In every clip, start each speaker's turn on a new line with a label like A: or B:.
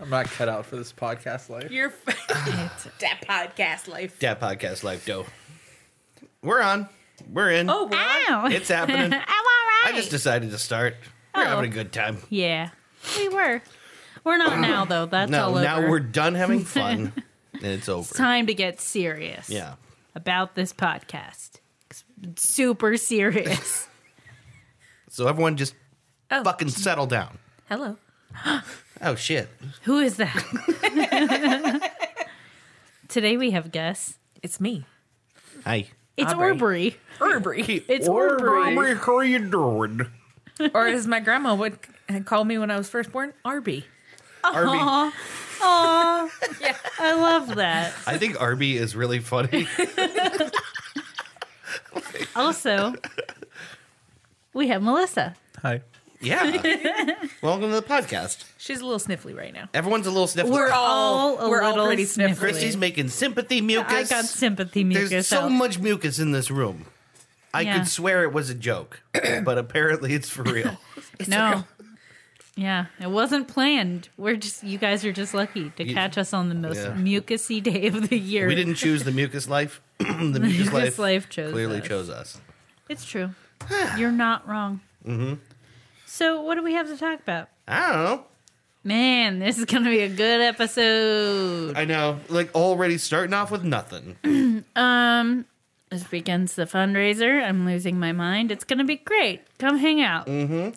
A: I'm not cut out for this podcast life.
B: Your that podcast life.
C: Dad Podcast Life Dough. We're on. We're in.
B: Oh, wow.
D: Ow.
C: It's happening.
D: I'm all right.
C: I just decided to start. We're
D: Oh.
C: having a good time.
D: yeah, we were. We're not now though. That's all
C: No,
D: over.
C: now we're done having fun, and it's over.
D: It's time to get serious.
C: Yeah.
D: About this podcast. It's super serious.
C: So everyone just
B: Oh.
C: fucking settle down.
B: Hello.
C: Oh shit.
D: Who is that? Today we have guests.
B: It's me.
C: Hi.
D: It's
B: Aubrey.
D: Aubrey.
B: Orbury.
D: It's Aubrey.
C: how are you doing?
B: or as my grandma would call me when I was first born, Arby.
C: Arby.
D: Aw. Aw. I love that.
C: I think Arby is really funny.
D: Also, we have Melissa.
A: Hi.
C: yeah. Welcome to the podcast.
B: She's a little sniffly right now.
C: Everyone's a little sniffly.
B: We're all,
D: all a
B: we're all
D: little
B: pretty
D: sniffly.
B: sniffly.
C: Christy's making sympathy mucus.
D: I got sympathy mucus.
C: There's so
D: out.
C: much mucus in this room. I
D: Yeah.
C: could swear it was a joke, but apparently it's for real.
D: No. Yeah, it wasn't planned. We're just you guys are just lucky to catch us on the most
C: Yeah.
D: mucusy day of the year.
C: we didn't choose the mucus life. the mucus,
D: Mucus
C: life,
D: life chose
C: clearly
D: us.
C: chose us.
D: It's true. You're not wrong. Mm-hmm. So what do we have to talk about?
C: I don't know.
D: Man, this is gonna be a good episode.
C: I know. Like already starting off with nothing.
D: Um, this weekend's the fundraiser. I'm losing my mind. It's gonna be great. Come hang out.
C: Mm.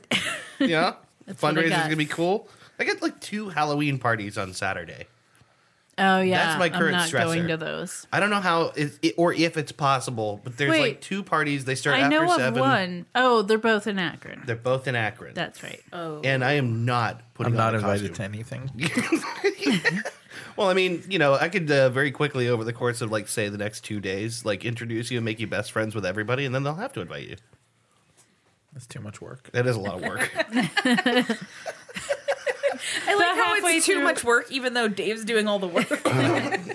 C: Yeah.
D: what I
C: Fundraiser's
D: got.
C: gonna be cool. I got like two Halloween parties on Saturday.
D: Oh yeah,
C: That's my current
D: I'm not
C: stressor.
D: going to those.
C: I don't know how it, it, or if it's possible, but there's like
D: Wait.
C: two parties. They start
D: I
C: after
D: know of
C: seven.
D: one. Oh, they're both in Akron.
C: They're both in Akron,
D: That's right.
B: Oh.
C: and I am not putting.
A: I'm not
C: on a
A: invited
C: costume.
A: to anything.
C: Well, I mean, you know, I could uh, very quickly over the course of like say the next two days, like introduce you and make you best friends with everybody, and then they'll have to invite you.
A: That's too much work.
C: That is a lot of work.
B: I like
D: About
B: how
D: halfway
B: it's
D: through-
B: too much work, even though Dave's doing all the work.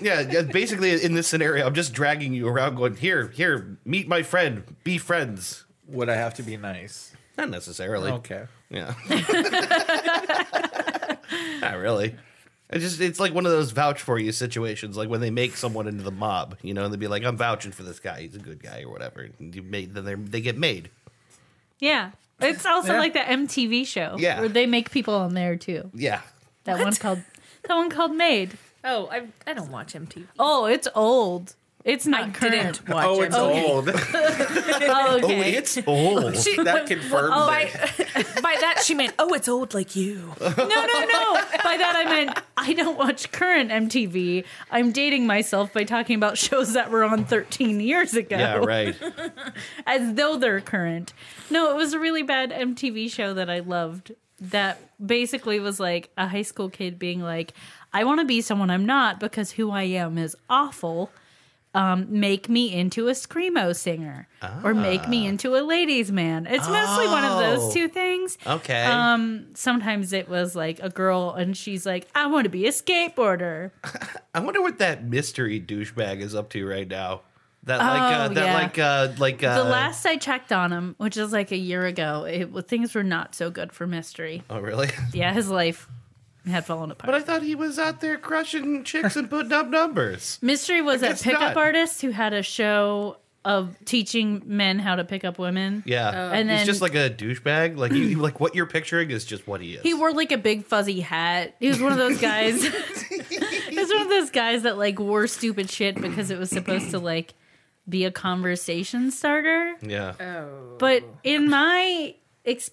C: yeah, yeah, basically in this scenario, I'm just dragging you around, going here, here, meet my friend, be friends.
A: Would I have to be nice?
C: Not necessarily.
A: Okay.
C: Yeah. Not really. It's just it's like one of those vouch for you situations, like when they make someone into the mob, you know, and they'd be like, "I'm vouching for this guy; he's a good guy, or whatever." And you made then they they get made.
D: Yeah. It's also
A: Yeah.
D: like that MTV show
C: Yeah.
D: where they make people on there too.
C: Yeah,
D: That one called that one called Made.
B: oh, I I don't watch MTV.
D: Oh, it's old. It's not
B: I
D: current.
B: didn't watch
A: Oh,
B: MTV.
A: it's old.
D: Oh, okay.
C: Oh, it's old.
A: that confirms
B: Oh, by,
A: it.
B: by that she meant, oh, it's old like you.
D: no, no, no. By that I meant I don't watch current MTV. I'm dating myself by talking about shows that were on 13 years ago,
C: yeah, right.
D: as though they're current. No, it was a really bad MTV show that I loved. That basically was like a high school kid being like, "I want to be someone I'm not because who I am is awful." Um, make me into a screamo singer or make me into a ladies man. It's mostly one of
C: Ah. Oh.
D: those two things.
C: Okay.
D: Um, sometimes it was like a girl and she's like, I want to be a skateboarder.
C: I wonder what that mystery douchebag is up to right now. That like uh,
D: Oh,
C: that
D: yeah.
C: like uh like uh
D: the last I checked on him, which is like a year ago, it, well, things were not so good for mystery.
C: Oh really?
D: Yeah, his life had fallen apart.
C: But I thought he was out there crushing chicks and putting up numbers.
D: mystery was a
C: guess
D: pickup
C: not.
D: artist who had a show of teaching men how to pick up women.
A: Oh.
C: Yeah.
D: And
C: He's
D: then-
C: just like a douchebag. Like you, like what you're picturing is just what he is.
D: He wore like a big fuzzy hat. He was one of those guys. he was one of those guys that like wore stupid shit because it was supposed to like be a conversation starter.
C: yeah.
A: Oh.
D: But in my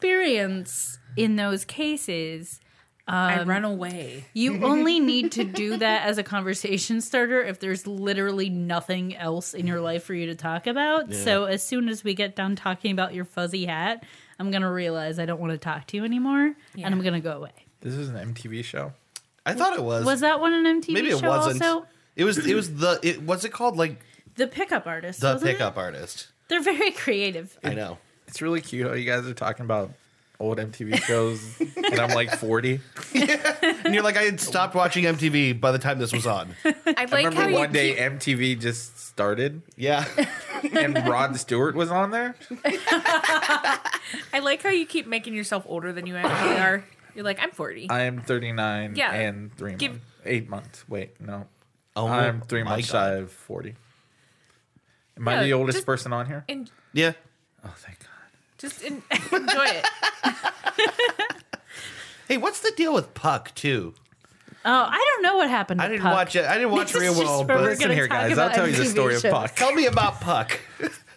D: experience in those cases,
B: I run away.
D: you only need to do that as a conversation starter if there's literally nothing else in your life for you to talk about. So as soon as we get done talking about your fuzzy hat, I'm going to realize I don't want to talk to you anymore and I'm going to go away.
A: This is an MTV show.
C: I thought it was.
D: Was that one an MTV
C: Maybe it
D: show
C: wasn't.
D: also?
C: It was. It was the. It was it called like
D: The pickup artist.
C: the
D: wasn't it?
C: pickup artist.
D: They're very creative.
C: I know.
A: It's really cute how you guys are talking about old MTV shows, and I'm like 40.
C: And you're like, I had stopped watching MTV by the time this was on.
B: I like
A: Remember one day MTV just started,
C: Yeah.
A: and Rod Stewart was on there.
B: I like how you keep making yourself older than you actually are. You're like, I'm 40.
A: I am 39
B: Yeah.
A: and three
B: Give-
A: months. Eight months. Wait, no.
C: Oh,
A: I'm three
C: my
A: months
C: God.
A: shy of 40. Am
B: Yeah,
A: I the oldest
B: just-
A: person on here?
B: and
C: Yeah.
A: Oh, thank God.
B: just en- enjoy it.
C: Hey, what's the deal with Puck too?
D: Oh, I don't know what happened. To
C: I didn't
D: Puck.
C: watch it. I didn't watch
D: This is
C: Real
D: just
C: World,
D: where
C: but
D: we're
A: Listen
D: gonna
A: here,
D: talk
A: guys. I'll
D: about
A: tell you the
D: MTV
A: story of
D: shows.
A: Puck.
C: Tell me about Puck.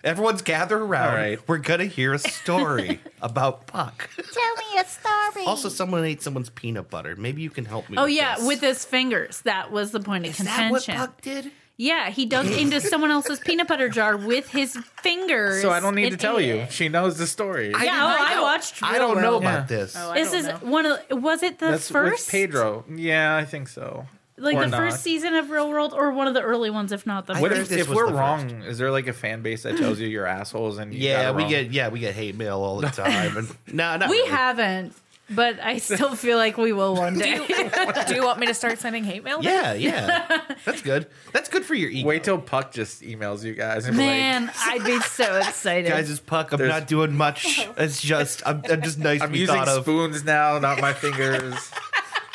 C: Everyone's gather around.
A: All right.
C: We're gonna hear a story about Puck.
D: Tell me a story.
C: Also, someone ate someone's peanut butter. Maybe you can help me.
D: oh
C: with
D: yeah,
C: this.
D: with his fingers. That was the point of
C: is that what
D: contention.
C: Puck did?
D: yeah, he dug into someone else's peanut butter jar with his fingers.
A: So I don't need
D: and
A: to tell
D: ate
A: you.
D: it.
A: She knows the story.
D: Yeah,
C: did
D: oh,
C: not
D: I
C: know.
D: watched
C: I
D: Real
C: don't know
D: World.
C: about
A: Yeah.
C: this.
B: Oh, I
D: This
B: don't
D: is
B: know.
D: one of the- was it the
A: That's
D: first
A: with Pedro. Yeah, I think so.
D: like
A: Or
D: the
A: not.
D: first season of Real World or one of the early ones, if not the
C: I
A: What
C: think
A: if,
D: first.
C: this
A: if
C: was
A: we're
C: the
A: wrong? Is there like a fan base that tells you you're assholes and you
C: yeah,
A: got it
C: we
A: wrong?
C: get yeah we get hate mail all the time. And, no, no,
D: We haven't, but I still feel like we will one
B: Do
D: day.
B: you, do you want me to start sending hate mail? then?
C: Yeah, yeah, that's good. That's good for your ego.
A: Wait till Puck just emails you guys and be like,
D: Man, I'd be so excited.
C: guys, it's Puck. I'm
A: There's-
C: not doing much. It's just I'm, I'm just nice to
A: "I'm
C: be
A: using
C: thought of.
A: spoons now, not my fingers."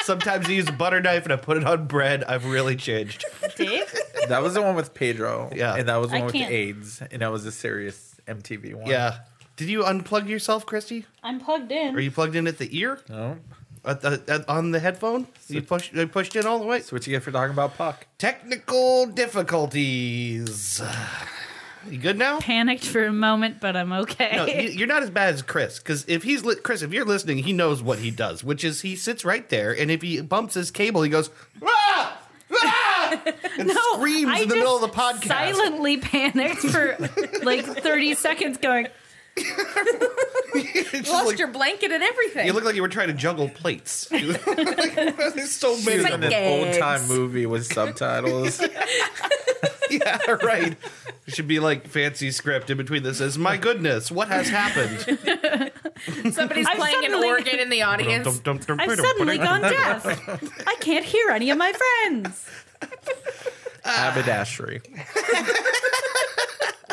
C: Sometimes I use a butter knife and I put it on bread. I've really changed.
D: Dave?
A: that was the one with Pedro.
C: Yeah.
A: and that was the
D: I
A: one with the
D: can't-
A: AIDS, and that was a serious MTV one.
C: Yeah. Did you unplug yourself, Christy?
D: I'm plugged in.
C: Are you plugged in at the ear?
A: No,
C: At the, at, on the headphone? You pushed, you pushed in all the way?
A: that's what you get for talking about Puck.
C: Technical difficulties. You good now?
D: panicked for a moment, but I'm okay.
C: No, you- you're not as bad as Chris. Because if he's li- Chris, if you're listening, he knows what he does, which is he sits right there, and if he bumps his cable, he goes ah, ah, and screams
D: I
C: in the middle of the
D: just
C: podcast.
D: Silently panicked for like 30 seconds, going,
C: It's just
B: You lost
C: like-
B: your blanket and everything.
C: you look like you were trying to juggle plates. There's so many.
A: She's
C: of
A: in
C: them.
A: an old
B: Gags.
A: time movie with subtitles.
C: yeah, right. It should be like fancy script in between this says, My goodness, what has happened?
B: Somebody's
D: I've
B: playing an
D: suddenly-
B: organ in the audience.
D: I've suddenly gone deaf. I can't hear any of my friends.
A: Haberdashery.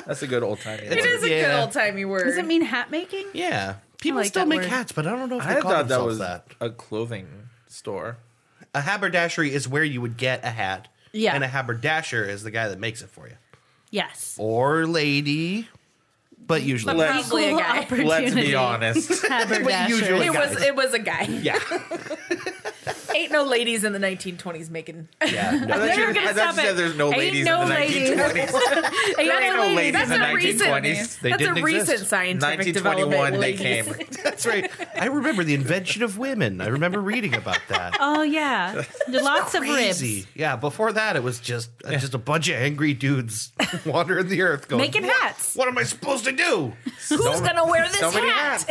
A: That's a good old time.
B: It is a good
C: Yeah.
B: old timey word.
D: Does it mean hat making?
C: Yeah. People
D: like
C: still
D: that
C: make
D: word.
C: hats, but I don't know if they
A: I
C: call
A: thought that
C: themselves
A: was
C: that.
A: a clothing store.
C: A haberdashery is where you would get a hat.
D: Yeah.
C: And a haberdasher is the guy that makes it for you.
D: Yes.
C: Or lady. But usually.
B: But
A: Let's-
B: probably a
D: Equal
B: guy.
D: opportunity.
A: Let's be honest.
D: Haberdasher.
C: usually-
B: It was
C: guys.
B: it was a guy.
C: yeah.
B: Ain't no ladies in the 1920s making.
C: Yeah.
A: I
C: No.
A: thought
D: Never
A: you-
D: gonna
A: I thought you
D: stop it.
A: said there's no
D: Ain't
A: ladies
D: no
A: in the
D: ladies.
A: 1920s.
D: Ain't
A: There
D: no
A: ain't no
D: ladies.
A: ladies
B: That's
A: in the
B: a recent.
A: 1920s.
C: They
B: That's
C: didn't
B: a recent
C: exist.
B: scientific development.
A: 1921, they
B: ladies.
A: came.
C: That's right. I remember the invention of women. I remember reading about that.
D: Oh, yeah. Lots of ribs.
C: Crazy. Yeah, before that it was just uh, just a bunch of angry dudes wandering the earth going
D: Making
C: "What-
D: hats."
C: What am I supposed to do?
B: Who's gonna wear this
A: so many
B: hat?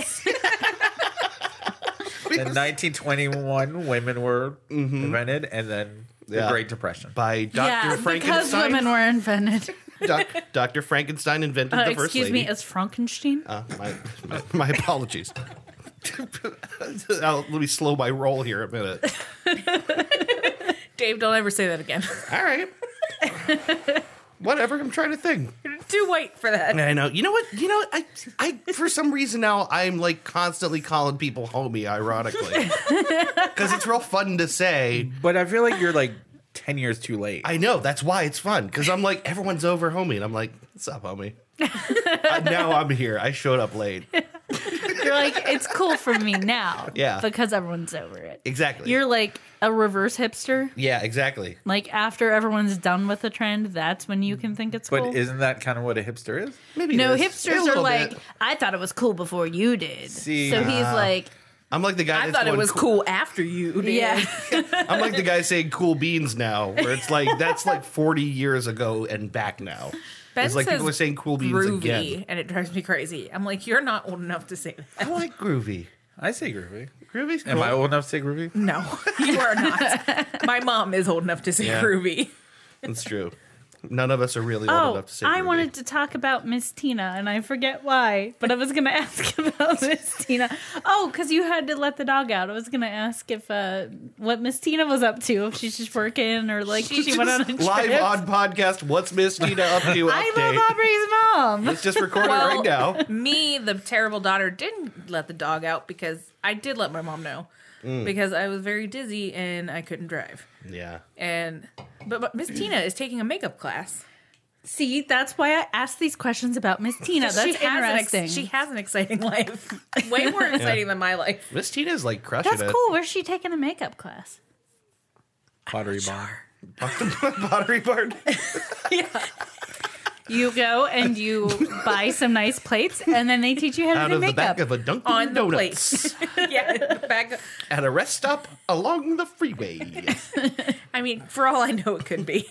A: In 1921, women were invented, and then
C: Yeah.
A: the Great Depression.
C: By Dr.
D: Yeah, because
C: Frankenstein.
D: women were invented.
C: Doc- Dr. Frankenstein invented
D: Uh,
C: the first
D: excuse
C: lady.
D: me, as Frankenstein?
C: Uh, my, my, my apologies. I'll- let me slow my roll here a minute.
B: Dave, don't ever say that again.
C: All right. Whatever, I'm trying to think.
B: You're too white for that.
C: I know. You know what? You know what? I I for some reason now I'm like constantly calling people homie, ironically. Because it's real fun to say.
A: But I feel like you're like 10 years too late.
C: I know, that's why it's fun. Cause I'm like, everyone's over homie. And I'm like, what's up, homie? Uh, now I'm here. I showed up late.
D: You're like, it's cool for me now.
C: Yeah.
D: Because everyone's over it.
C: Exactly.
D: You're like a reverse hipster.
C: yeah, exactly.
D: Like after everyone's done with the trend, that's when you can think it's
A: but
D: cool.
A: isn't that kind of what a hipster is?
C: Maybe
D: no,
C: it is. A
D: hipsters are
C: little
D: like,
C: bit. uh,
D: I thought it was cool before you did.
A: See,
D: so he's like,
C: I'm like the guy.
B: I
C: that's
B: thought it
C: going,
B: was
C: "Cool-
B: cool after you. Dave.
D: yeah.
C: I'm like the guy saying cool beans now, where it's like that's like 40 years ago and back now.
B: Ben
C: it's like people are
B: says
C: saying cool beans
B: groovy,
C: again.
B: and it drives me crazy. I'm like, you're not old enough to say that.
C: I like groovy.
A: I say groovy.
C: Groovy's cool.
A: Am I old enough to say groovy?
B: No, you are not. My mom is old enough to say
C: Yeah.
B: groovy.
C: That's true. None of us are really old
D: oh,
C: enough to say.
D: I
C: groovy.
D: wanted to talk about Miss Tina, and I forget why, but I was going to ask about Miss Tina. Oh, because you had to let the dog out. I was going to ask if uh, what Miss Tina was up to, if she's just working or like she, went on a trip.
C: live on podcast. What's Miss Tina up to?
D: I
C: update.
D: love Aubrey's mom.
C: Let's just record it right now.
B: me, the terrible daughter, didn't let the dog out because I did let my mom know.
C: Mm.
B: because I was very dizzy and I couldn't drive.
C: Yeah.
B: And but, but Miss Tina is taking a makeup class.
D: See, that's why I asked these questions about Miss Tina. That's
B: she has an ex-
D: interesting.
B: she has an exciting life, way more exciting than my life.
C: Miss Tina's like crushing
D: that's
C: it.
D: cool. Where's she taking a makeup class?
A: Pottery bar.
C: Pottery barn.
D: You go and you buy some nice plates, and then they teach you how to
C: Out
D: do
C: of the
D: makeup.
C: back of a Dunkin'
B: On the
C: Donuts
B: yeah, the back.
C: at a rest stop along the freeway
B: I mean, for all I know, it could be.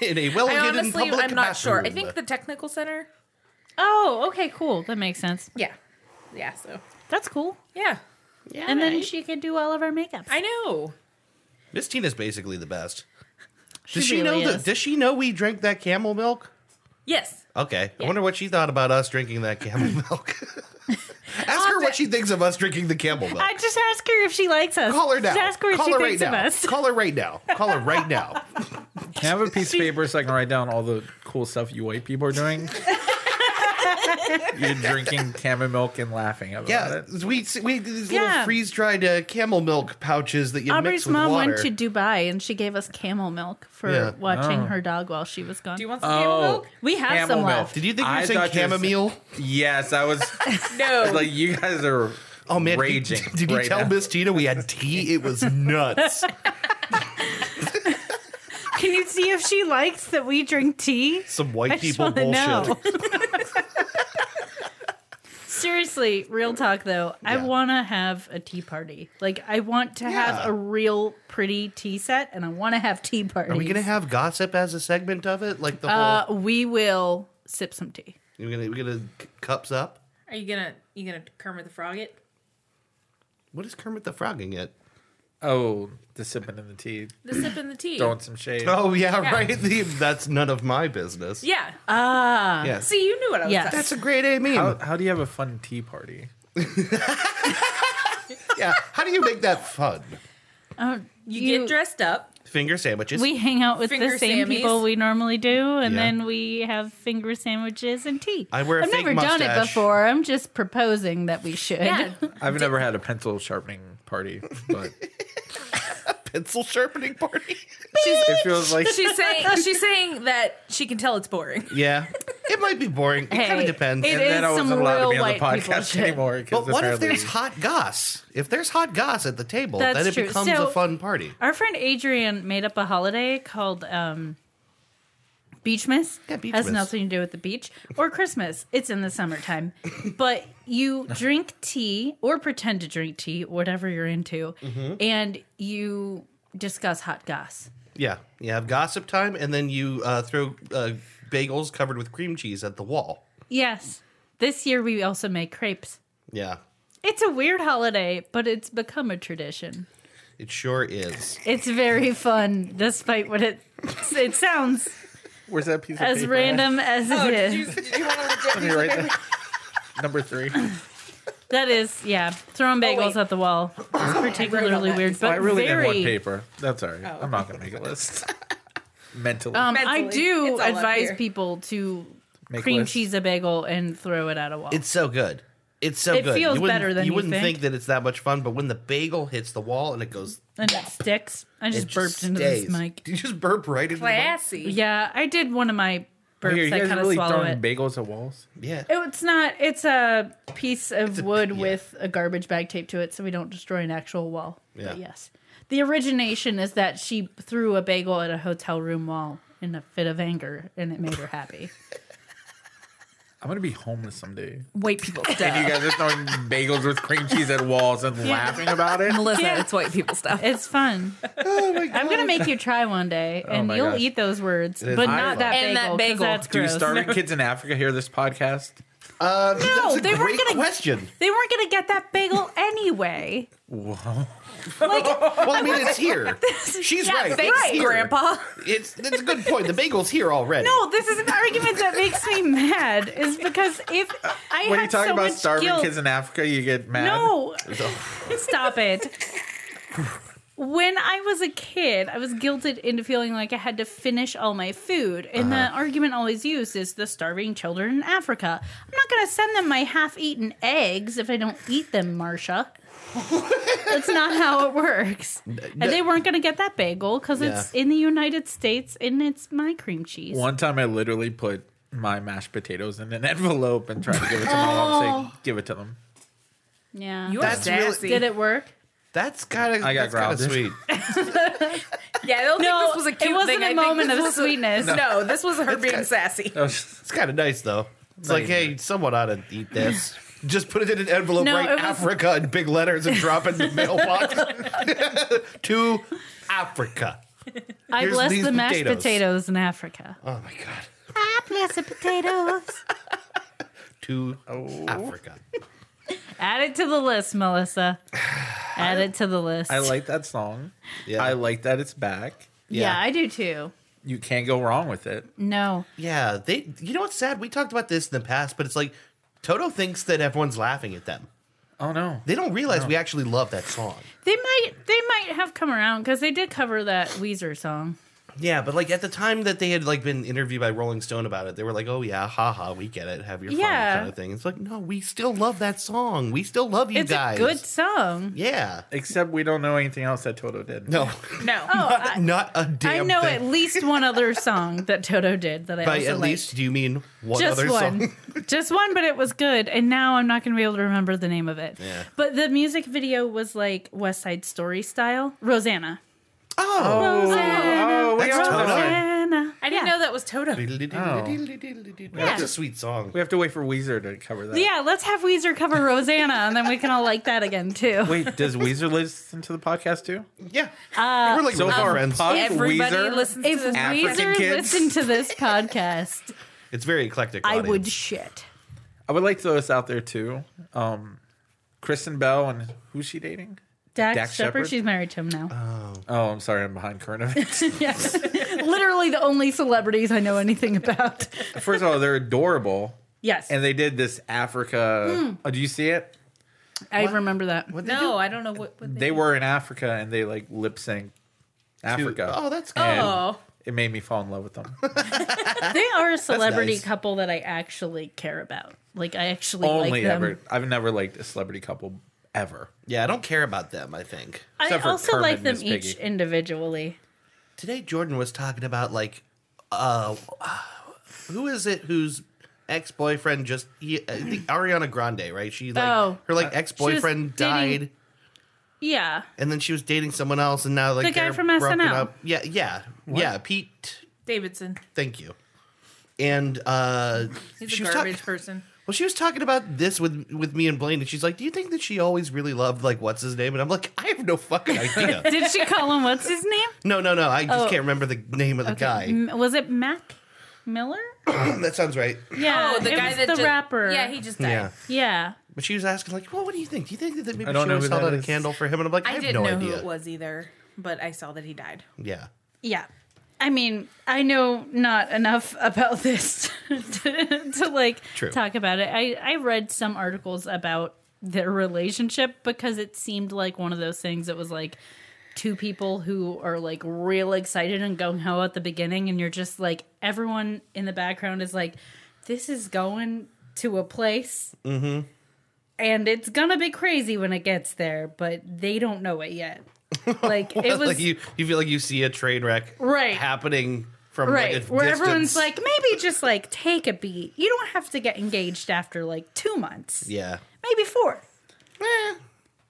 C: in a well
B: I
C: hidden
B: honestly,
C: public
B: I'm not sure. I
C: bathroom.
B: think the technical center.
D: oh, okay, cool. That makes sense.
B: Yeah, yeah. So
D: That's cool.
B: yeah,
C: yeah,
D: and then she could do all of our makeup.
B: I know.
C: Miss Tina's basically the best.
D: She
C: Does she, know
D: really
C: that?
D: is.
C: Does she know we drank that camel milk?
B: Yes,
C: Okay. I
B: Yeah.
C: wonder what she thought about us drinking that camel milk. Ask her what she thinks of us drinking the camel milk.
D: I just ask her if she likes us.
C: Call her now.
D: Just ask her if
C: Call
D: she
C: her right
D: thinks of
C: now.
D: us.
C: Call her right now. Call her right now.
A: Can I have a piece of paper so I can write down all the cool stuff you white people are doing? You're drinking camel milk and laughing about
C: Yeah,
A: it.
C: we we these little
D: Yeah.
C: freeze dried uh, camel milk pouches that you mix
D: Aubrey's
C: with
D: mom
C: water.
D: went to Dubai and she gave us camel milk for
C: Yeah.
D: watching
A: Oh.
D: her dog while she was gone.
B: Do you want some camel
C: Oh.
B: milk?
D: We have
A: camel
D: some
A: milk.
D: left.
C: Did you think you were
A: I
C: saying
A: thought you were saying-
C: chamomile?
A: Yes, I was
B: No.
A: like, you guys are
C: Oh man, did-
A: raging.
C: Did, you
A: right
C: tell
A: now.
C: Miss Tina we had tea? It was nuts.
D: Can you see if she likes that we drink tea?
C: Some
D: I
C: white
D: just
C: people
D: want to
C: bullshit.
D: know. Seriously, real talk though. I
C: Yeah.
D: want to have a tea party. Like, I want to
C: Yeah.
D: have a real pretty tea set, and I want to have tea parties.
C: Are we gonna have gossip as a segment of it? Like the
D: Uh,
C: whole
D: we will sip some tea.
C: we're gonna we're gonna c- cups up.
B: Are you gonna you gonna Kermit the Frog it?
C: What is Kermit the Frogging it?
A: Oh, the sipping in the tea,
B: The sip in the tea.
A: throwing some shade.
C: Oh yeah,
B: Yeah.
C: right. The- that's none of my business.
B: Yeah. Uh,
D: Ah,
C: Yeah.
B: See, you knew what I was.
D: Yes.
B: talking-
C: That's a great A meme.
A: How, how do you have a fun tea party?
C: yeah. How do you make that fun?
D: oh,
B: You, get dressed up.
C: Finger sandwiches.
D: We hang out with
B: Finger
D: the same
B: sammies.
D: people we normally do, and
C: Yeah.
D: then we have finger sandwiches and tea.
C: I wear a
D: I've
C: fake
D: never done it
C: mustache.
D: before. I'm just proposing that we should.
B: Yeah.
A: I've never had a pencil sharpening party, but
C: pencil sharpening party.
A: it feels like
B: she's saying she's saying that she can tell it's boring.
C: yeah. It might be boring. It kind
D: Hey,
C: of depends.
D: it
A: and
D: is
A: then I wasn't
D: some
A: allowed to
D: real
A: be on the
D: white people
A: podcast
D: shit.
A: anymore. 'cause
C: but what if
A: apparently-
C: there's hot goss? If there's hot goss at the table,
D: That's
C: then it
D: true.
C: becomes
D: So-
C: a fun party.
D: Our friend Adrian made up a holiday called um, Beachmas.
C: Yeah, Beachmas.
D: Has nothing to do with the beach or Christmas. It's in the summertime. but you drink tea or pretend to drink tea, whatever you're into,
C: Mm-hmm.
D: and you discuss hot goss.
C: Yeah, you have gossip time, and then you uh, throw uh, bagels covered with cream cheese at the wall.
D: Yes. This year we also make crepes.
C: Yeah,
D: It's a weird holiday, but it's become a tradition.
C: it sure is.
D: It's very fun, despite what it it sounds
A: where's that piece of
D: as
A: paper?
D: random as it is.
B: Oh, did you want to legit
A: Let me write that. Number three.
D: That is, yeah, throwing bagels
B: Oh, wait.
D: at the wall is particularly
B: that.
D: weird, but
A: I really
D: very.
A: didn't want paper. That's all right. I'm not gonna make a list. Mentally,
D: Um, I
B: Mentally.
D: do
B: It's all up
D: advise
B: here.
D: people to
A: Make
D: cream
A: lists.
D: cheese a bagel and throw it at a wall.
C: It's so good. It's so
D: It
C: good.
D: feels
C: you wouldn't-
D: better than you
C: wouldn't
D: think.
C: that it's that much fun, but when the bagel hits the wall and it goes,
D: and it sticks. I
C: it
D: just
C: just
D: burped into this
C: stays.
D: mic.
C: Did you just burp right into
B: classy.
D: Yeah, I did one of my burps.
A: Here, you
D: I
A: guys
D: kind of
A: really
D: swallow
A: throwing
D: it.
A: bagels at walls?
C: the mic? Yeah.
D: Oh, It's not. It's a piece of
C: a-
D: wood
C: yeah.
D: with a garbage bag taped to it, so we don't destroy an actual wall. But
C: Yeah.
D: yes, the origination is that she threw a bagel at a hotel room wall in a fit of anger, and it made her happy.
A: I'm gonna be homeless someday.
B: White people
A: You
B: stuff.
A: guys are throwing bagels with cream cheese at walls and laughing about it. Oh
B: Melissa,
D: Yeah.
B: it's white people stuff.
D: It's fun.
C: Oh my god.
D: I'm gonna make you try one day, and
A: Oh my
D: you'll
A: gosh.
D: eat those words,
C: is
D: but not
C: fun.
D: that bagel.
B: And that
D: 'cause
B: bagel.
D: That's
A: Do
D: gross.
A: starving kids in Africa hear this podcast?
C: Uh, that's a
D: they weren't
C: great
D: gonna-
C: question.
D: They weren't gonna get that bagel anyway.
A: Whoa.
C: Well, I mean, it's here. She's right.
B: Thanks,
C: It's here.
B: Grandpa.
C: It's that's a good point. The bagel's here already.
D: No, this is an argument that makes me mad. Is because if I
A: When
D: had
A: you talk
D: so
A: about
D: much
A: starving
D: guilt,
A: kids in Africa, you get mad.
D: No. Stop it. When I was a kid, I was guilted into feeling like I had to finish all my food. And
C: Uh-huh.
D: the argument always used is the starving children in Africa. I'm not going to send them my half eaten eggs if I don't eat them, Marcia. That's not how it works. And they weren't going to get that bagel because it's
C: Yeah.
D: in the United States and it's my cream cheese.
A: One time I literally put my mashed potatoes in an envelope and tried to give it to my mom. Say, give it to them.
D: Yeah.
B: You are
C: That's really-
B: sassy.
D: Did it work?
C: That's kind of
A: I got
C: that's kind of
A: growled.
C: sweet.
B: Yeah, I don't
D: No,
B: think this was a
D: it
B: cute
D: wasn't
B: thing.
D: a
B: I think
D: moment
B: this
D: of
B: was a-
D: sweetness.
B: No. this was her being
C: kinda-
B: sassy.
A: That was-
C: It's kind of nice though. It's like,
A: even
C: hey, someone ought to eat this. Just put it in an envelope,
D: No,
C: write
D: it was-
C: Africa in big letters, and drop it in the mailbox to Africa.
D: I
C: Here's
D: blessed
C: these
D: the mashed
C: potatoes.
D: potatoes. in Africa.
C: Oh my god,
D: I bless the potatoes.
C: to Africa.
D: Add it to the list, Melissa. Add it to the list.
A: I like that song.
C: Yeah.
A: I like that it's back.
D: Yeah,
C: Yeah.
D: I do too.
A: You can't go wrong with it.
D: No.
C: Yeah, they. You know what's sad? We talked about this in the past, but it's like Toto thinks that everyone's laughing at them.
A: Oh no.
C: They don't realize we actually love that song.
D: They might they might have come around because they did cover that Weezer song.
C: Yeah, but like at the time that they had like been interviewed by Rolling Stone about it, they were like, "Oh yeah, haha, we get it, have your
D: Yeah.
C: fun kind of thing." It's like, no, we still love that song. We still love you
D: It's
C: guys.
D: a good song.
C: Yeah.
A: Except we don't know anything else that Toto did.
C: No,
B: No.
C: not, not a damn.
D: I know
C: thing.
D: at least one other song that Toto did that I
C: By
D: also
C: at least,
D: liked.
C: do you mean one
D: Just
C: other
D: one.
C: song?
D: Just one, but it was good. And now I'm not going to be able to remember the name of it.
C: Yeah.
D: But the music video was like West Side Story style. Rosanna.
C: Oh.
D: Rosanna.
A: Oh, we
C: That's
A: all
C: Toto.
A: know it.
D: Rosanna.
B: I didn't
D: Yeah.
B: know that was Toto.
D: Oh.
C: That's a sweet song.
A: We have to wait for Weezer to cover that.
D: Yeah, let's have Weezer cover Rosanna and then we can all like that again too.
A: Wait, does Weezer listen to the podcast too?
C: Yeah.
D: Uh,
C: We're like
A: So
C: really
A: far,
C: friends.
A: Pop,
B: Everybody
A: Weezer.
B: listens
D: If
B: to this.
A: African
D: Weezer
A: kids.
D: listened to this podcast,
C: It's very eclectic.
D: I would
C: audience.
D: shit.
A: I would like to throw this out there too. Um, Kristen Bell and who's she dating?
D: Dax,
A: Dax
D: Shepard,
A: Shepard?
D: she's married to him now.
A: Oh, I'm sorry, I'm behind current events.
D: yes. Literally the only celebrities I know anything about.
A: First of all, they're adorable,
D: Yes.
A: and they did this Africa. Oh, do you see it?
D: I remember that.
B: No, I don't know what. what
A: They were in Africa, and they like lip sync Africa.
C: Oh, that's
A: And
C: cool.
B: Oh.
A: it made me fall in love with them.
D: They are a celebrity
C: nice.
D: couple that I actually care about. Like I actually like
A: Only
D: them.
A: ever. I've never liked a celebrity couple ever.
C: Yeah, I don't care about them, I think.
D: I
A: Except for
D: also
A: Kermit
D: like
A: and
D: them
A: Miss
D: each
A: Piggy.
D: individually.
C: Today Jordan was talking about like uh who is it whose ex-boyfriend just he, uh, I think Ariana Grande, right? Uh, She like
D: Oh.
C: her like ex-boyfriend died
D: dating- Yeah.
C: and then she was dating someone else and now like
D: The guy
C: they're
D: from
C: broken
D: SNL.
C: up. Yeah, yeah. Yeah, Pete
B: Davidson.
C: Thank you. And uh,
B: He's
C: she
B: a
C: was
B: garbage
C: talking.
B: person.
C: Well, she was talking about this with with me and Blaine, and she's like, "Do you think that she always really loved like what's his name?" And I'm like, "I have no fucking idea.
D: Did she call him what's his name?
C: no, no, no. I just
D: Oh.
C: can't remember the name of the guy.
D: M- was it Mac Miller? Mm.
C: that sounds right."
D: Yeah, it was Oh, the
B: ju-
D: rapper.
B: Yeah, he just died.
C: Yeah,
D: yeah.
C: but she was asking like, "Well, what do you think? Do you think that maybe
A: I
C: she
A: don't know
C: always
A: who
C: held
A: that
C: out a
A: is.
C: candle for him?" And I'm like, "I,
B: I
C: have
B: didn't
C: no
B: know
C: idea."
B: who it was either, but I saw that he died.
C: Yeah,
D: Yeah. I mean, I know not enough about this to, to like
C: True.
D: talk about it. I, I read some articles about their relationship because it seemed like one of those things that was like two people who are like real excited and gung ho at the beginning, and you're just like, everyone in the background is like, this is going to a place. Mm-hmm. And it's gonna be crazy when it gets there, but they don't know it yet. Like it was
C: like you, you feel like you see a train wreck
D: Right.
C: happening from
D: right
C: Like, a
D: where everyone's
C: distance.
D: like maybe just like take a beat you don't have to get engaged after like two months
C: "Yeah,
D: maybe four
C: Eh,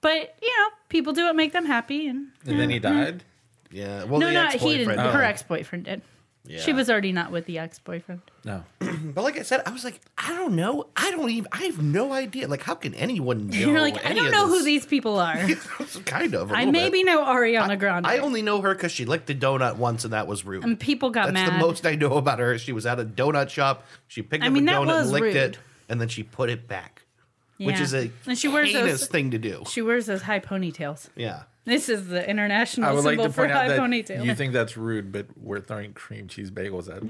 D: but you know people do what make them happy and
A: And then he
D: Mm-hmm.
A: died.
C: yeah." Well,
D: no
C: the
D: no he didn't
C: ex-boyfriend
A: Oh.
D: her ex-boyfriend did
C: Yeah.
D: she was already not with the ex-boyfriend
A: No.
C: But like I said, I was like, I don't know. I don't even. I have no idea. Like, how can anyone know?
D: you're like i
C: any
D: don't
C: of
D: know who
C: this?
D: these people are
C: kind of. I
D: i maybe know ariana grande
C: I only know her because she licked a donut once, and that was rude.
D: and people got
C: That's
D: mad
C: the most I know about her. She was at a donut shop. She picked
D: I
C: up
D: mean,
C: a
D: that
C: donut, and
D: was
C: licked it,
D: rude.
C: and then she put it back, which
D: Yeah.
C: is a
D: And she wears
C: heinous
D: those-
C: thing to do.
D: she wears those high ponytails
C: Yeah.
D: this is the
A: I
D: international
A: would like
D: symbol
A: to
D: for
A: point out
D: high
A: that
D: ponytail
A: you think that's rude, but we're throwing cream cheese bagels at.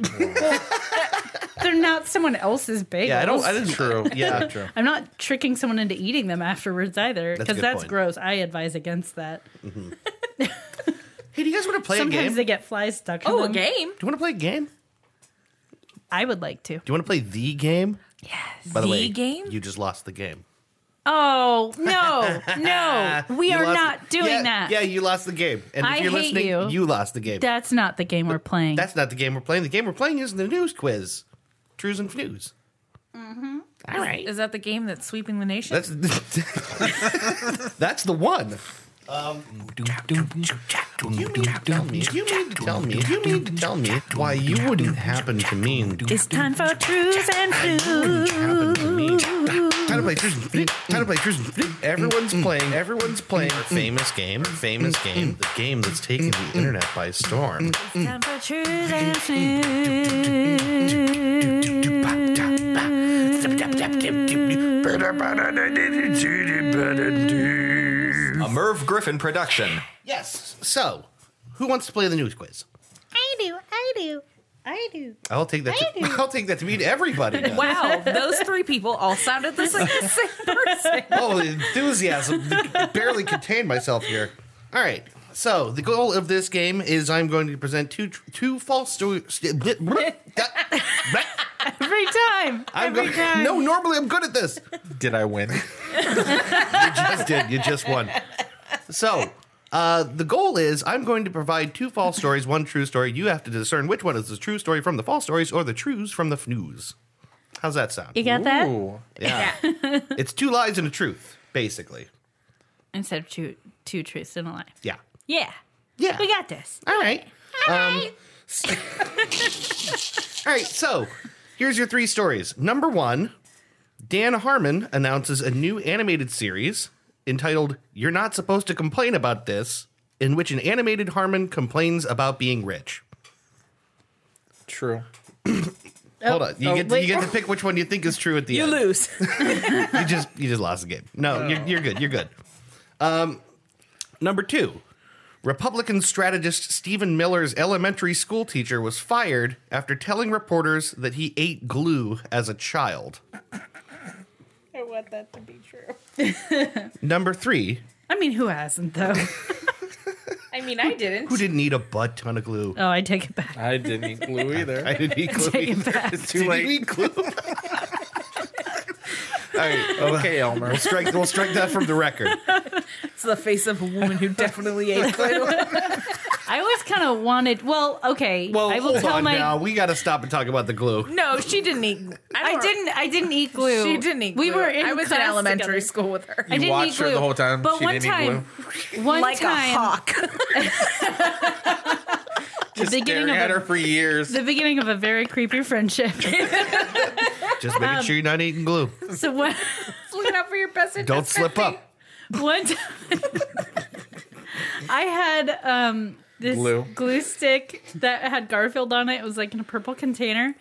D: they're not someone else's bagels
C: Yeah. I don't. I didn't.
A: True.
C: Yeah.
A: True.
D: I'm not tricking someone into eating them afterwards either,
C: That's a
D: because
C: good
D: that's
C: point.
D: gross. I advise against that.
C: Hey, do you guys want to play a
D: Sometimes
C: game?
D: they get flies stuck. In
B: Oh, a
D: them.
B: game.
C: Do you want to play a game? Do
D: I would like to.
C: you want to play the game? Yes. By the,
B: The
C: way,
B: game?
C: you just lost the game.
D: Oh no, no, we
C: You
D: are
C: lost-
D: not doing
C: yeah,
D: that.
C: Yeah, you lost the game. And if
D: I
C: you're
D: hate
C: listening,
D: you.
C: you. lost the game.
D: That's not the game we're playing.
C: That's not the game we're playing. The game we're playing is the news quiz. Trues and news. Mm-hmm. All right.
B: Is that the game that's sweeping the nation?
C: That's that's the one. You mean to tell me? You mean to tell me? You mean to tell me why you wouldn't happen to me?
D: it's time for truths and flues.
C: Happen to me? Time to play trues and flues. Time to play trues and flues. Everyone's playing. Everyone's playing. our Famous game. Famous game. The game that's taking the internet by storm.
D: It's time for truths and flues.
E: A Merv Griffin production.
C: Yes. So, who wants to play the news quiz?
F: I do, I do, I do.
C: I'll take that. To, I'll take that to mean everybody. does.
B: wow, those three people all sounded the same, the same person.
C: oh, the enthusiasm. Barely contained myself here. All right. So the goal of this game is I'm going to present two tr- two false stories.
D: Every time.
C: I'm
D: Every
C: going.
D: time.
C: No, normally I'm good at this.
A: Did I win?
C: You just did. You just won. So. Uh, the goal is I'm going to provide two false stories, one true story. You have to discern which one is the true story from the false stories or the trues from the news. How's that sound?
D: You got that?
A: Ooh.
C: Yeah. it's two lies and a truth, basically.
D: Instead of two, two truths and a lie.
C: Yeah.
D: Yeah.
C: Yeah.
D: We got this.
C: All right. Um, all right. So here's your three stories. Number one Dan Harmon announces a new animated series entitled You're Not Supposed to Complain About This, in which an animated Harmon complains about being rich.
A: True.
C: Hold on. You,
B: oh,
C: get to,
B: wait.
C: you get to pick which one you think is true at the
B: You
C: end.
B: lose.
C: you just you just lost the game. No, you're, you're good. You're good. Um, number two, Republican strategist Stephen Miller's elementary school teacher was fired after telling reporters that he ate glue as a child.
B: I want that to be true.
C: Number three,
D: I mean, who hasn't though?
B: I mean, I didn't.
C: who didn't eat a butt ton of glue?
D: oh, I take it back.
A: I didn't eat glue either.
C: I didn't eat glue.
D: Take it back.
A: it's too late.
C: eat glue. All right, we'll
A: Okay, Elmer.
C: strike. We'll strike that from the record.
B: It's the face of a woman who definitely ate glue.
D: I always kind of wanted. Well, okay.
C: Well,
D: I will
C: hold
D: tell
C: on
D: my.
C: now. We got to stop and talk about the glue.
B: No, she didn't eat.
D: I
B: don't-
D: didn't. I didn't eat glue.
B: She didn't eat. Glue.
D: We were in.
B: I was in
D: class
B: elementary
D: together.
B: school with her.
D: I
A: You
D: didn't
A: watched
D: eat
A: her
D: glue.
A: the whole time.
D: But
A: she
D: one
A: didn't eat
D: time,
A: glue.
D: one
B: like
D: time,
B: a hawk.
A: Just
D: beginning
A: staring
D: of
A: at
D: a-
A: her for years.
D: the beginning of a very creepy friendship.
C: Just making sure you're not eating glue.
D: so one,
B: Looking out for your best interest.
C: Don't slip up.
D: one time, I had um this
A: Glue.
D: glue. stick that had Garfield on it. It was like in a purple container.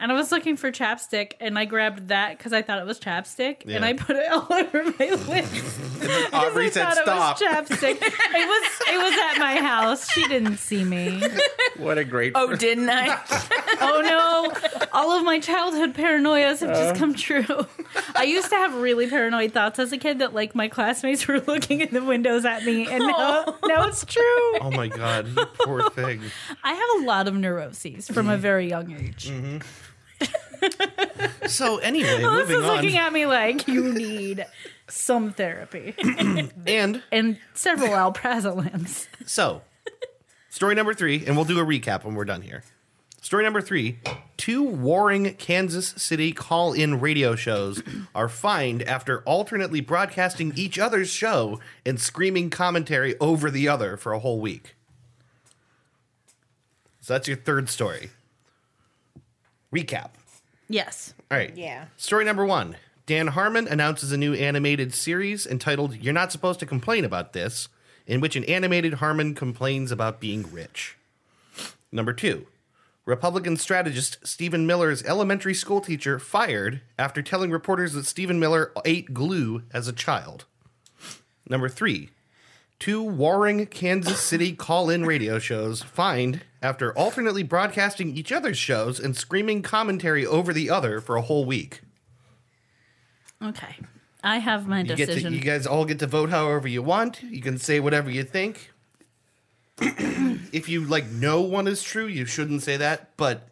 D: And I was looking for chapstick, and I grabbed that because I thought it was chapstick, and
C: Yeah.
D: I put it all over my lips.
A: Aubrey said,
D: thought
A: "Stop."
D: It was chapstick. it was it was at my house. She didn't see me.
A: What a great.
B: Oh, didn't I?
D: Oh no. All of my childhood paranoias have
C: Uh.
D: just come true. I used to have really paranoid thoughts as a kid that like my classmates were looking in the windows at me and now, now it's true.
C: Oh my god, you poor thing.
D: I have a lot of neuroses from
C: Mm-hmm.
D: a very young age.
C: So anyway,
D: Melissa's
C: moving on.
D: looking at me like you need some therapy
C: and
D: and several alprazolams.
C: so, story number three, and we'll do a recap when we're done here. Story number three: Two warring Kansas City call-in radio shows are fined after alternately broadcasting each other's show and screaming commentary over the other for a whole week. So that's your third story. Recap.
D: Yes.
C: All right.
B: Yeah.
C: Story number one Dan Harmon announces a new animated series entitled You're Not Supposed to Complain About This, in which an animated Harmon complains about being rich. Number two Republican strategist Stephen Miller's elementary school teacher fired after telling reporters that Stephen Miller ate glue as a child. Number three. Two warring Kansas City call in radio shows fined after alternately broadcasting each other's shows and screaming commentary over the other for a whole week.
D: Okay. I have my
C: You, get to,
D: decision.
C: you guys all get to vote however you want. You can say whatever you think. if you like know one is true, you shouldn't say that, but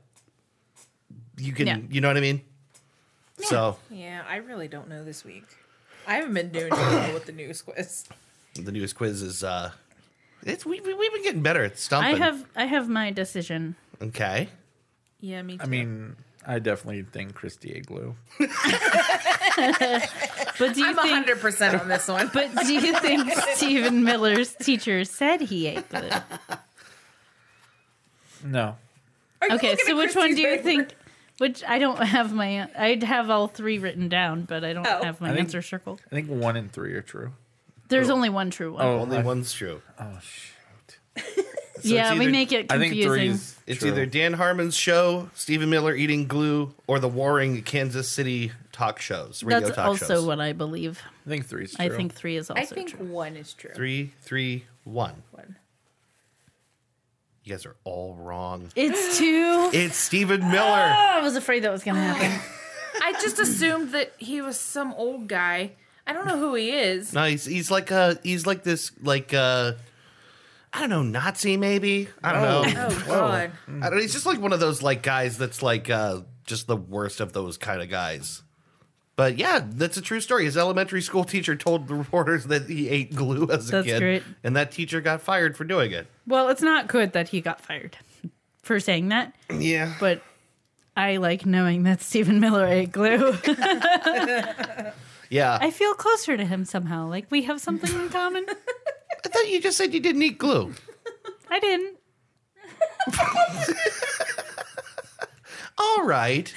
C: you can
D: Yeah.
C: you know what I mean? So
B: Yeah, I really don't know this week. I haven't been doing well with the news quiz.
C: The newest quiz is uh, it's we, we we've been getting better at
D: I
C: stumping.
D: have I have my decision.
C: okay.
B: Yeah, me too.
A: I mean, I definitely think Christy Igloo.
D: But do you
B: I'm
D: think
B: 100% on this one.
D: but do you think Stephen Miller's teacher said he ate glue?
A: No.
D: Okay, so which one do you think which I don't have my I'd have all three written down, but I don't
B: Oh.
D: have my
A: I think-
D: answer circled.
A: I think one and three are true.
D: There's only one true one.
A: Oh,
C: Only
A: I-
C: one's true.
A: Oh, shoot.
C: So
D: yeah,
C: it's
D: we
C: either-
D: make it
A: I think
D: confusing.
A: three is.
C: It's
A: true.
C: either Dan Harmon's show, Stephen Miller eating glue, or the warring Kansas City talk shows, radio
D: That's
C: talk
D: also
C: shows.
D: what I believe.
A: I think three is true.
D: I think three is also
B: I think
D: true.
B: one is true.
C: Three, three, one.
B: One.
C: You guys are all wrong.
D: It's two.
C: It's Stephen Miller.
D: Oh, I was afraid that was going to happen.
B: I just assumed that he was some old guy. I don't know who he is.
C: No, he's, he's like uh he's like this like uh I don't know Nazi maybe I don't know
B: Oh God.
C: I don't he's just like one of those like guys that's like uh just the worst of those kind of guys. But yeah, that's a true story. His elementary school teacher told the reporters that he ate glue as a
D: That's
C: kid,
D: great.
C: and that teacher got fired for doing it.
D: well, it's not good that he got fired for saying that,
C: Yeah,
D: but I like knowing that Stephen Miller ate glue.
C: yeah. I,
D: I feel closer to him somehow. Like we have something in common.
C: thought you just said you didn't eat glue.
D: I didn't.
C: All right,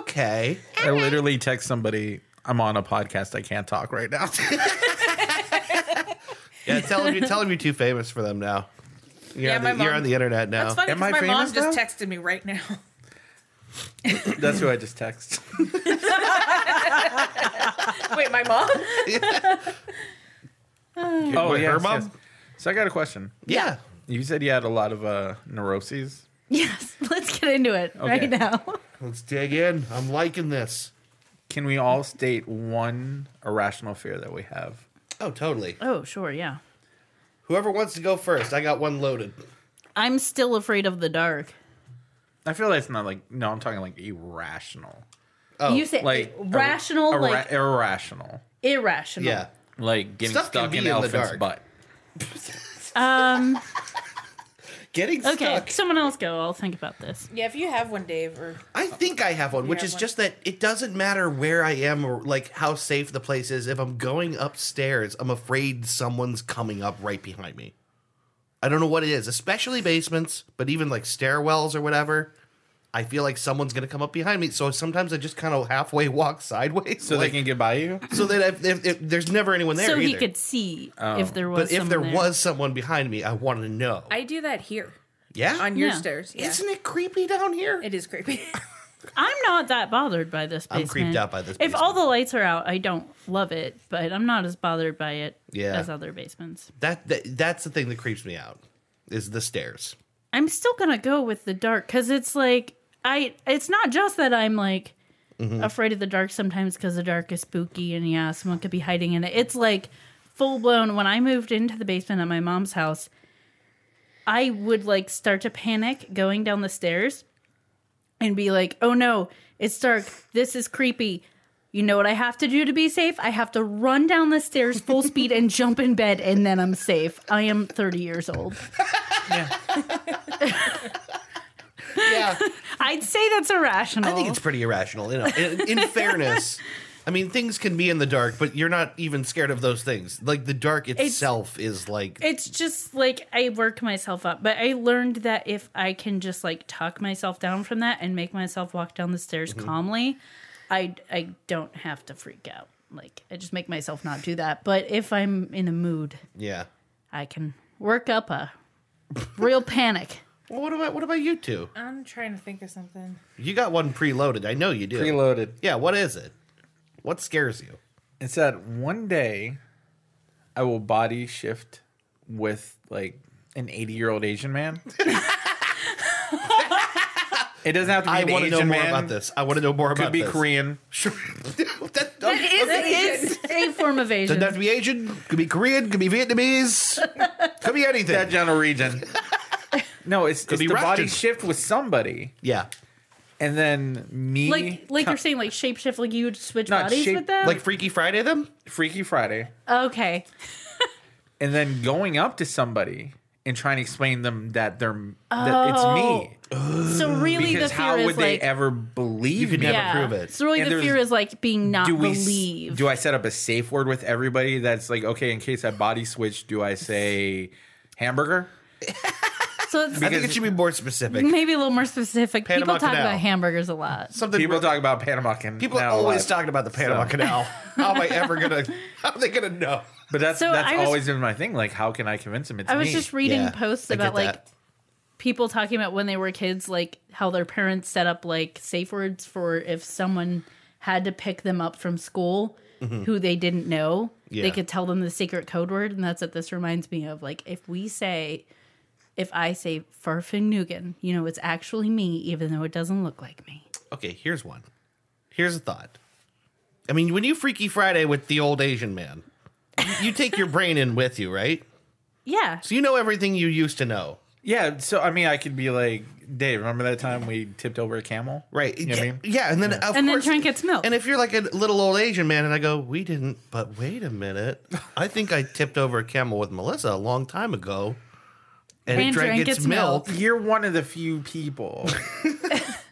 C: okay.
A: I literally text somebody. I'm on a podcast. I can't talk right now.
C: Yeah, tell him you tell him you're too famous for them now. You're,
B: Yeah,
C: on,
B: my
C: the, you're
B: mom-
C: on the internet now.
B: It's funny
A: Am
B: because
A: I
B: my mom
A: famous
B: just
A: now?
B: texted me right now.
A: That's who I just text.
B: Wait, my mom?
A: oh,
C: Wait,
A: yes,
C: her mom?
A: yes. So I got a question.
C: Yeah.
A: You said you had a lot of uh, neuroses.
D: Yes, let's get into it
A: Okay.
D: right now.
C: Let's dig in. I'm liking this.
A: Can we all state one irrational fear that we have?
C: Oh, totally.
D: Oh, sure, yeah.
C: Whoever wants to go first, I got one loaded.
D: I'm still afraid of the dark.
A: I feel that's not like no. I'm talking like irrational,
C: Oh,
D: you say
A: like
D: Eh, rational,
A: irra-
D: like
A: irrational,
D: irrational.
C: yeah.
A: like getting
C: Stuff can
A: stuck
C: be
A: in
C: in the
A: elephant's
C: dark.
A: butt.
D: Um.
C: Getting
D: Okay.
C: stuck.
D: Someone else go. I'll think about this.
B: Yeah, if you have one, Dave, or
C: I think I have one, which
B: have
C: is
B: one?
C: just that it doesn't matter where I am or like how safe the place is. If I'm going upstairs, I'm afraid someone's coming up right behind me. I don't know what it is, especially basements, but even like stairwells or whatever. I feel like someone's gonna come up behind me, so sometimes I just kind of halfway walk sideways,
A: So
C: like,
A: they can get by you.
C: so that if, if, if there's never anyone there
D: so he
C: either. Oh.
D: could see if there was.
C: but if
D: someone
C: there was someone behind me, I wanted to know.
B: I do that here
C: yeah,
B: on your
D: Yeah.
B: stairs. Yeah.
C: Isn't it creepy down here?
B: It is creepy.
D: I'm not that bothered by this.
C: I'm
D: Basement.
C: creeped out by this
D: If all the lights are out, I don't love it, but I'm not as bothered by it
C: Yeah.
D: as other basements.
C: That, that that's the thing that creeps me out is the stairs.
D: I'm still gonna go with the dark because it's like I. It's not just that I'm like afraid of the dark sometimes because the dark is spooky and yeah, someone could be hiding in it. It's like full blown. When I moved into the basement at my mom's house, I would like start to panic going down the stairs and be like, "Oh no, it's dark. This is creepy." You know what I have to do to be safe? I have to run down the stairs full speed and jump in bed, and then I'm safe. I am 30 years old.
C: Yeah,
D: I'd say that's irrational.
C: I think it's pretty irrational. You know, in, in fairness, I mean things can be in the dark, but you're not even scared of those things. Like the dark itself is like
D: It's just like I worked myself up, but I learned that if I can just like tuck myself down from that and make myself walk down the stairs
A: Mm-hmm.
D: calmly, I I don't have to freak out. Like I just make myself not do that. But if I'm in a mood,
C: yeah.
D: I can work up a real panic.
C: Well, what about what about you two?
B: I'm trying to think of something.
C: You got one preloaded. I know you do.
A: Preloaded.
C: Yeah. What is it? What scares you?
A: It said one day I will body shift with like an 80 year old Asian man. it doesn't have to be
C: I
A: an
C: want to
A: Asian
C: know more
A: man.
C: about this. I want to know more
A: Could
C: about
A: be
C: this.
A: Korean.
C: Sure. that,
D: It's a form of
C: Doesn't
D: Asian.
C: have to be Asian. Could be Korean. Could be Vietnamese. could be anything.
A: that general region. no, it's, it's
C: be
A: the body
C: Russian.
A: shift with somebody.
C: yeah.
A: and then me
D: Like, like
A: co-
D: you're saying, like shapeshift, like you would switch
A: Not
D: bodies
A: shape-
D: with them.
C: Like Freaky Friday, them?
A: Freaky Friday,
D: okay,
A: and then going up to somebody and trying to explain them that they're that it's me.
D: so really
A: mm, Because
D: the Oh. fear
A: how
D: is
A: would they
D: like,
A: ever believe
C: could
A: me?
C: never
D: yeah.
C: prove it.
D: So really
A: And
D: the
A: there's-
D: fear is like being not
A: do we s-
D: believed.
A: do I set up a safe word with everybody that's like okay in case I body switch do I say hamburger
D: so it's
C: I think it should be more specific.
D: maybe a little more specific.
C: Panama
D: People talk
C: Canal.
D: about hamburgers a lot.
C: Something
A: people
C: real-
A: talk about Panama can
C: People are
A: now a
C: always
A: lot.
C: talking about the Panama
A: So-
C: Canal. How am I ever gonna? How are they gonna know?
A: but that's
D: So
A: that's
D: I was-
A: always been my thing like how can I convince them it's
D: I was
A: me?
D: just reading
C: Yeah,
D: posts
C: I get
D: about like
C: that.
D: people talking about when they were kids, like how their parents set up like safe words for if someone had to pick them up from school who they didn't know,
C: Mm-hmm. Yeah.
D: they could tell them the secret code word. And that's what this reminds me of. Like if we say, if I say Farfignugan, you know, it's actually me, even though it doesn't look like me.
C: Okay, here's one. Here's a thought. I mean, when you Freaky Friday with the old Asian man, you, you take your brain in with you, right?
D: Yeah.
C: So you know everything you used to know,
A: yeah so I mean I could be like Dave remember that time we tipped over a camel
C: right?
A: you know what
C: yeah,
A: I mean
C: yeah, and then of
D: And then
C: course,
D: drink its milk.
C: And if you're like a little old Asian man, and I go, we didn't, but wait a minute, I think I tipped over a camel with Melissa a long time ago, and, it
D: And
C: drank, its, milk.
A: you're one of the few people.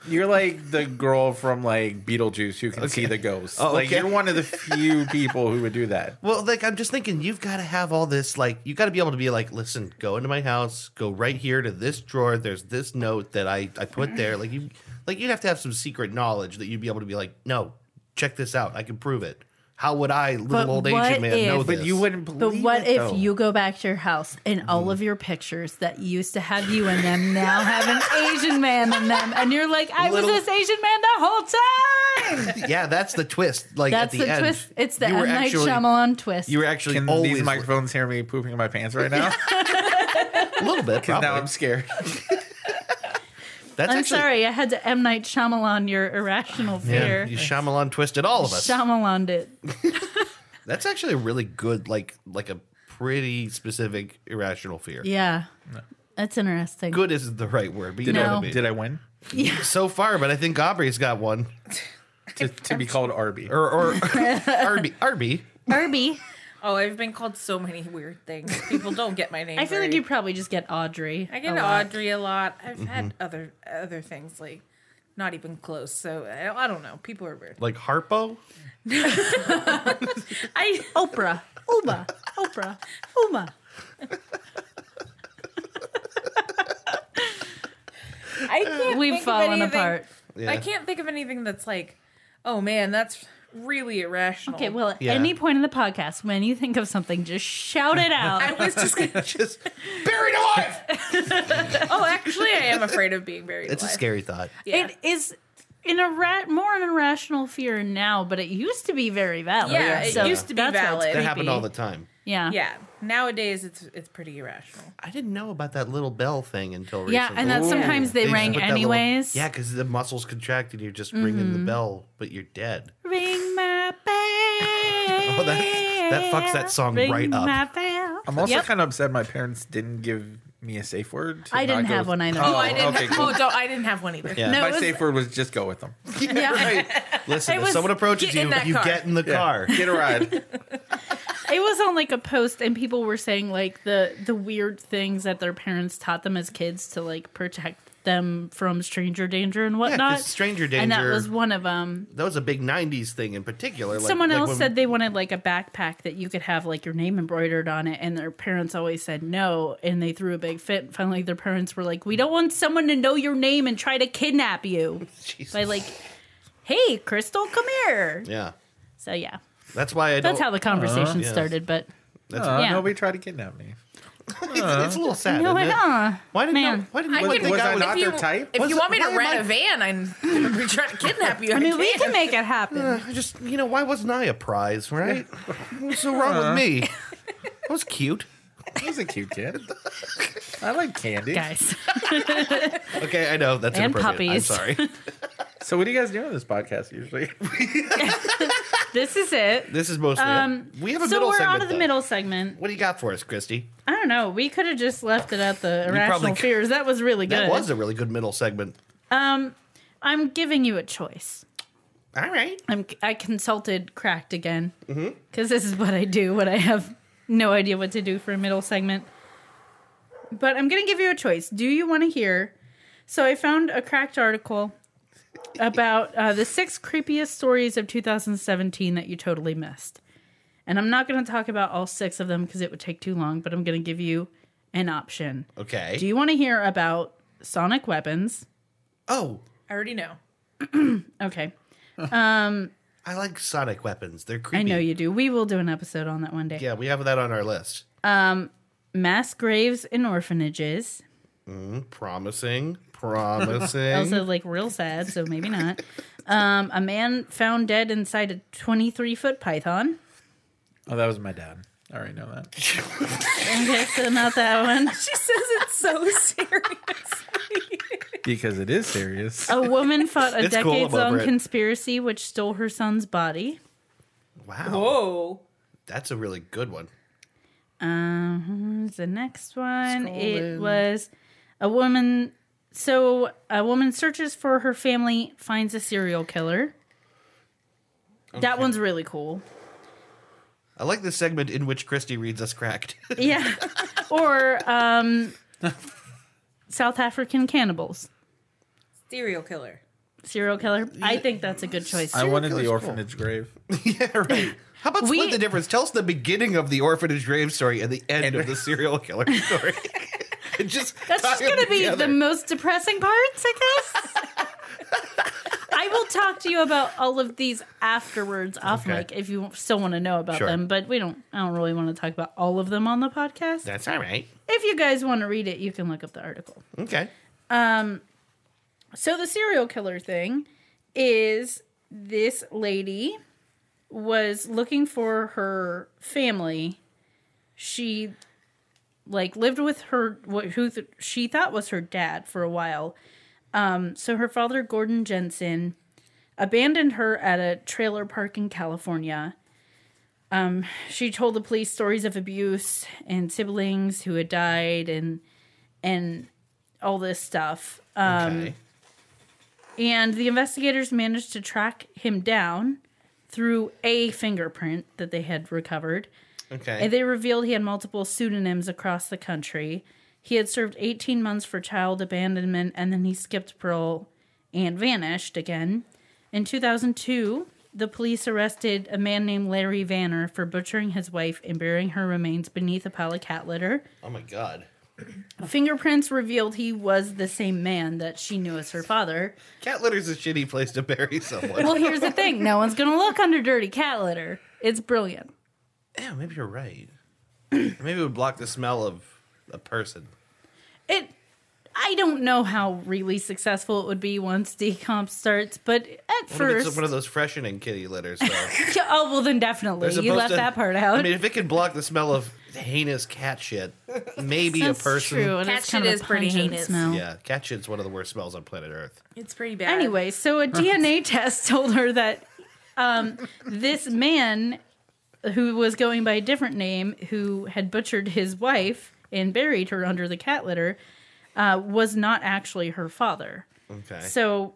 A: you're like the girl from like Beetlejuice who can see the ghosts.
C: Oh,
A: Like
C: okay.
A: you're one of the few people who would do that.
C: Well, like I'm just thinking, you've got to have all this. Like you got to be able to be like, listen, go into my house, go right here to this drawer. There's this note that I I put there. Like you, like you'd have to have some secret knowledge that you'd be able to be like, no, check this out. I can prove it. How would I, little
D: But
C: old
D: what
C: Asian man, know
D: if-
C: this?
A: But you wouldn't
D: But
A: believe
D: what
A: it,
D: if
A: though.
D: you go back to your house and all of your pictures that used to have you in them now have an Asian man in them, and you're like, I
C: Little-
D: was this Asian man the whole time.
C: Yeah, that's the twist. Like
D: That's
C: at
D: the,
C: the, end,
D: twist. It's the
C: you were
D: M Night
C: actually-
D: Shyamalan twist.
C: You were actually
A: Can
C: always
A: these microphones hear me pooping in my pants right now?
C: a little bit. Probably.
A: now I'm scared.
C: that's
D: I'm
C: actually,
D: sorry, I had to M Night Shyamalan your irrational
C: Yeah,
D: fear.
C: you Shyamalan twisted all of us.
D: Shyamalan it.
C: That's actually a really good, like, like a pretty specific irrational fear.
D: Yeah, that's interesting.
C: Good isn't the right word, but you
D: Did
C: know
D: I-
C: what I mean.
A: Did I win?
C: so far, but I think Aubrey's got one.
A: To, to be called Arby.
C: Or, or Arby. Arby.
D: Irby,
B: Oh, I've been called so many weird things. People don't get my name.
D: I feel
B: right.
D: like you probably just get Audrey.
B: I
D: a
B: get
D: lot.
B: Audrey a lot. I've had other other things like not even close. So I, I don't know. People are weird.
C: Like Harpo?
B: I
D: Oprah, Uma, Oprah, Uma.
B: I can't.
D: We've
B: think of
D: fallen
B: anything-
D: apart.
C: Yeah.
B: I can't think of anything that's like, oh man, that's really irrational.
D: Okay, well, at
C: Yeah.
D: any point in the podcast, when you think of something, just shout it
B: I
D: out.
B: was just. gonna-
C: Just buried alive!
B: oh, actually, I am afraid of being buried.
C: It's a
B: alive.
C: scary thought.
B: Yeah.
D: It is in a ra- more an irrational fear now, but it used to be very valid.
B: Yeah, it used to be
D: that's why it's
B: valid. That
C: That
D: creepy.
C: happened all the time.
D: Yeah,
B: yeah. Nowadays, it's it's pretty irrational.
C: I didn't know about that little bell thing until recently.
D: yeah, and that sometimes they,
C: just
D: rang
C: put that little-
D: anyways. Mm-hmm.
C: yeah, because the muscles contract and you're just ringing the bell, but you're dead.
D: ring my bell.
C: Oh, that- that fucks that song
D: Ring
C: right up.
D: my bell.
A: I'm also
D: Yep.
A: kind of upset my parents didn't give me a safe word. to
D: I didn't
A: not go
D: have
A: with-
D: one either.
A: Oh,
D: Oh,
B: I didn't.
A: okay, cool.
B: Oh, don't, I didn't have one either.
C: Yeah.
A: My
D: it was-
A: safe word was just go with them.
D: Yeah.
C: Listen,
D: It
C: if
D: was-
C: someone approaches
B: get in
C: you,
B: that
C: you
B: car.
C: get in the
A: Yeah.
C: car.
A: Get a ride.
D: it was on like a post and people were saying like the the weird things that their parents taught them as kids to like protect them from stranger danger and whatnot
C: 'cause stranger
D: and that
C: danger-
D: was one of them
C: That was a big 90s thing in particular. Like,
D: someone
C: like
D: else
C: when-
D: said they wanted like a backpack that you could have like your name embroidered on it and their parents always said no and they threw a big fit finally their parents were like we don't want someone to know your name and try to kidnap you
C: Jesus.
D: by like hey crystal come here
C: Yeah.
D: so yeah
C: That's why I
D: that's
C: don't.
D: how the conversation
C: yes.
D: started but
A: Uh,
D: Yeah.
A: Nobody tried to kidnap me.
C: it's, it's a little sad.
D: no
C: isn't
D: it,
C: it?
D: uh,
C: Why didn't
D: man.
C: no- why didn't
B: I
C: no one
B: could,
C: think
A: Was- was
C: I
A: I
C: was
A: not
B: if you,
A: their type?
B: If
C: Was
B: you
C: it-
B: want me
C: why
B: to
C: am
B: rent
C: I-
B: a van, I'm gonna be trying to kidnap you.
D: I mean, we
B: can't.
D: can make it happen.
C: I just you know why wasn't I a prize, right? What's so wrong with me? I was cute.
A: He was a cute kid. I like candy.
D: guys.
C: Okay, I know that's
D: And
C: inappropriate.
D: puppies.
C: I'm sorry.
A: So what do you guys do on this podcast usually?
D: this is it.
C: This is mostly.
D: Um,
C: we have a
D: so
C: middle
D: we're
C: segment.
D: out of the
C: though.
D: middle segment.
C: What do you got for us, Christy?
D: I don't know. We could have just left it at the irrational
C: probably could.
D: fears. That was really good.
C: That was a really good middle segment.
D: Um, I'm giving you a choice.
C: All right.
D: I'm I consulted cracked again
C: Mm-hmm.
D: because this is what I do when I have no idea what to do for a middle segment. But I'm gonna give you a choice. Do you want to hear? So I found a cracked article about uh, the six creepiest stories of 2017 that you totally missed, and I'm not gonna talk about all six of them because it would take too long. But I'm gonna give you an option.
C: Okay.
D: Do you want to hear about sonic weapons?
C: oh,
B: I already know.
D: Okay.
C: I like sonic weapons. They're creepy.
D: I know you do. We will do an episode on that one day.
C: Yeah, we have that on our list.
D: Mass graves in orphanages.
C: Promising. Promising.
D: Also, like real sad, so maybe not. Um, a man found dead inside a 23 foot python.
A: Oh, that was my dad. I already know that.
D: Okay, so not that one.
B: She says it's so seriously.
A: Because it is serious.
D: A woman fought a
C: It's cool, I'm
D: decades long
C: over it.
D: conspiracy which stole her son's body.
C: wow.
B: Whoa.
C: That's a really good one.
D: Um, the next one
C: Scrolling.
D: it was a woman. So a woman searches for her family, finds a serial killer. That one's really cool.
C: I like this segment in which Christy reads us cracked.
D: Yeah. or um, South African cannibals.
B: Serial killer.
D: Serial killer. I think that's a good choice.
A: I wanted the
C: Serial killer's
A: orphanage grave.
C: yeah, right. How about
D: We-
C: split the difference? Tell us the beginning of the orphanage grave story and the end of the serial killer story. And just
D: That's
C: tie
D: just
C: them
D: going to be
C: together.
D: the most depressing parts, I guess. I will talk to you about all of these afterwards off
C: Okay.
D: mic if you still want to know about
C: Sure.
D: them, but we don't I don't really want to talk about all of them on the podcast.
C: That's all right.
D: If you guys want to read it, you can look up the article.
C: Okay.
D: So the serial killer thing is this lady was looking for her family. She like lived with her what who th- she thought was her dad for a while. Um, so her father Gordon Jensen abandoned her at a trailer park in California. Um, she told the police stories of abuse and siblings who had died and and all this stuff. Um,
C: okay.
D: And the investigators managed to track him down through a fingerprint that they had recovered.
C: Okay.
D: And they revealed he had multiple pseudonyms across the country. He had served 18 months for child abandonment and then he skipped parole and vanished again. In 2002, the police arrested a man named Larry Vanner for butchering his wife and burying her remains beneath a pile of cat litter.
C: oh my god.
D: Fingerprints revealed he was the same man that she knew as her father.
C: Cat litter's a shitty place to bury someone.
D: Well, here's the thing: no one's gonna look under dirty cat litter. It's brilliant.
C: yeah, maybe you're right. Maybe it would block the smell of a person.
D: It. I don't know how really successful it would be once decomp starts, but at
C: What if
D: first,
C: it's one of those freshening kitty litters. Though?
D: Yeah, oh well, then
C: They're
D: definitely you
C: supposed
D: left
C: to-
D: that part out.
C: I mean, if it can block the smell of heinous cat shit, maybe
D: That's
C: a person.
D: true. and
B: Cat
D: it's kind
B: shit
D: of
B: is
D: a
B: pretty
D: pungent
B: heinous.
D: Smell.
C: Yeah, cat shit's one of the worst smells on planet Earth.
B: It's pretty bad.
D: Anyway, so a DNA test told her that um, this man, who was going by a different name, who had butchered his wife and buried her under the cat litter, uh, was not actually her father.
C: Okay.
D: So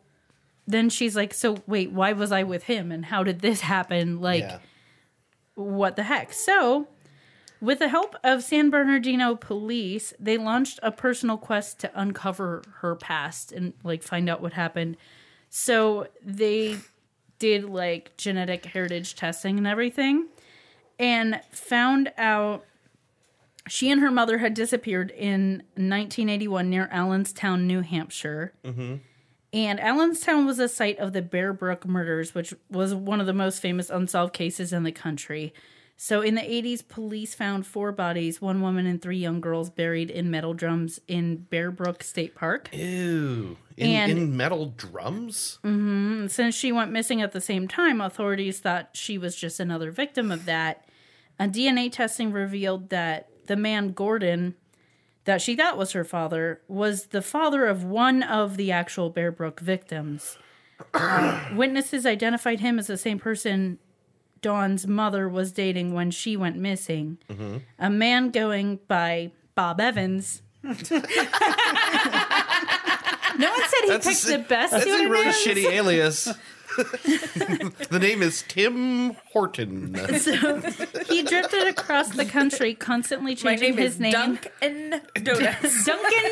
D: then she's like, So wait, why was I with him? And how did this happen? Like,
C: yeah.
D: what the heck? So, with the help of San Bernardino police, they launched a personal quest to uncover her past and like find out what happened. So, they did like genetic heritage testing and everything and found out she and her mother had disappeared in 1981 near Allenstown, New Hampshire. And Allenstown was a site of the Bear Brook murders, which was one of the most famous unsolved cases in the country. So, in the 80s, police found four bodies one woman and three young girls buried in metal drums in Bear Brook State Park.
C: Ew. In,
D: And- Mm-hmm.
C: in metal drums?
D: And since she went missing at the same time, authorities thought she was just another victim of that. A DNA testing revealed that the man Gordon, that she thought was her father, was the father of one of the actual Bear Brook victims. Uh, witnesses identified him as the same person Dawn's mother was dating when she went missing.
C: Mm-hmm.
D: A man going by Bob Evans No one said he
C: That's a
D: picked
C: si-
D: the best
C: That's a
D: pseudonym.
C: really shitty alias. the name is Tim Horton.
D: So he drifted across the country, constantly
B: My
D: changing
B: name
D: his
B: is
D: name.
B: Dunkin' Donuts.
D: Duncan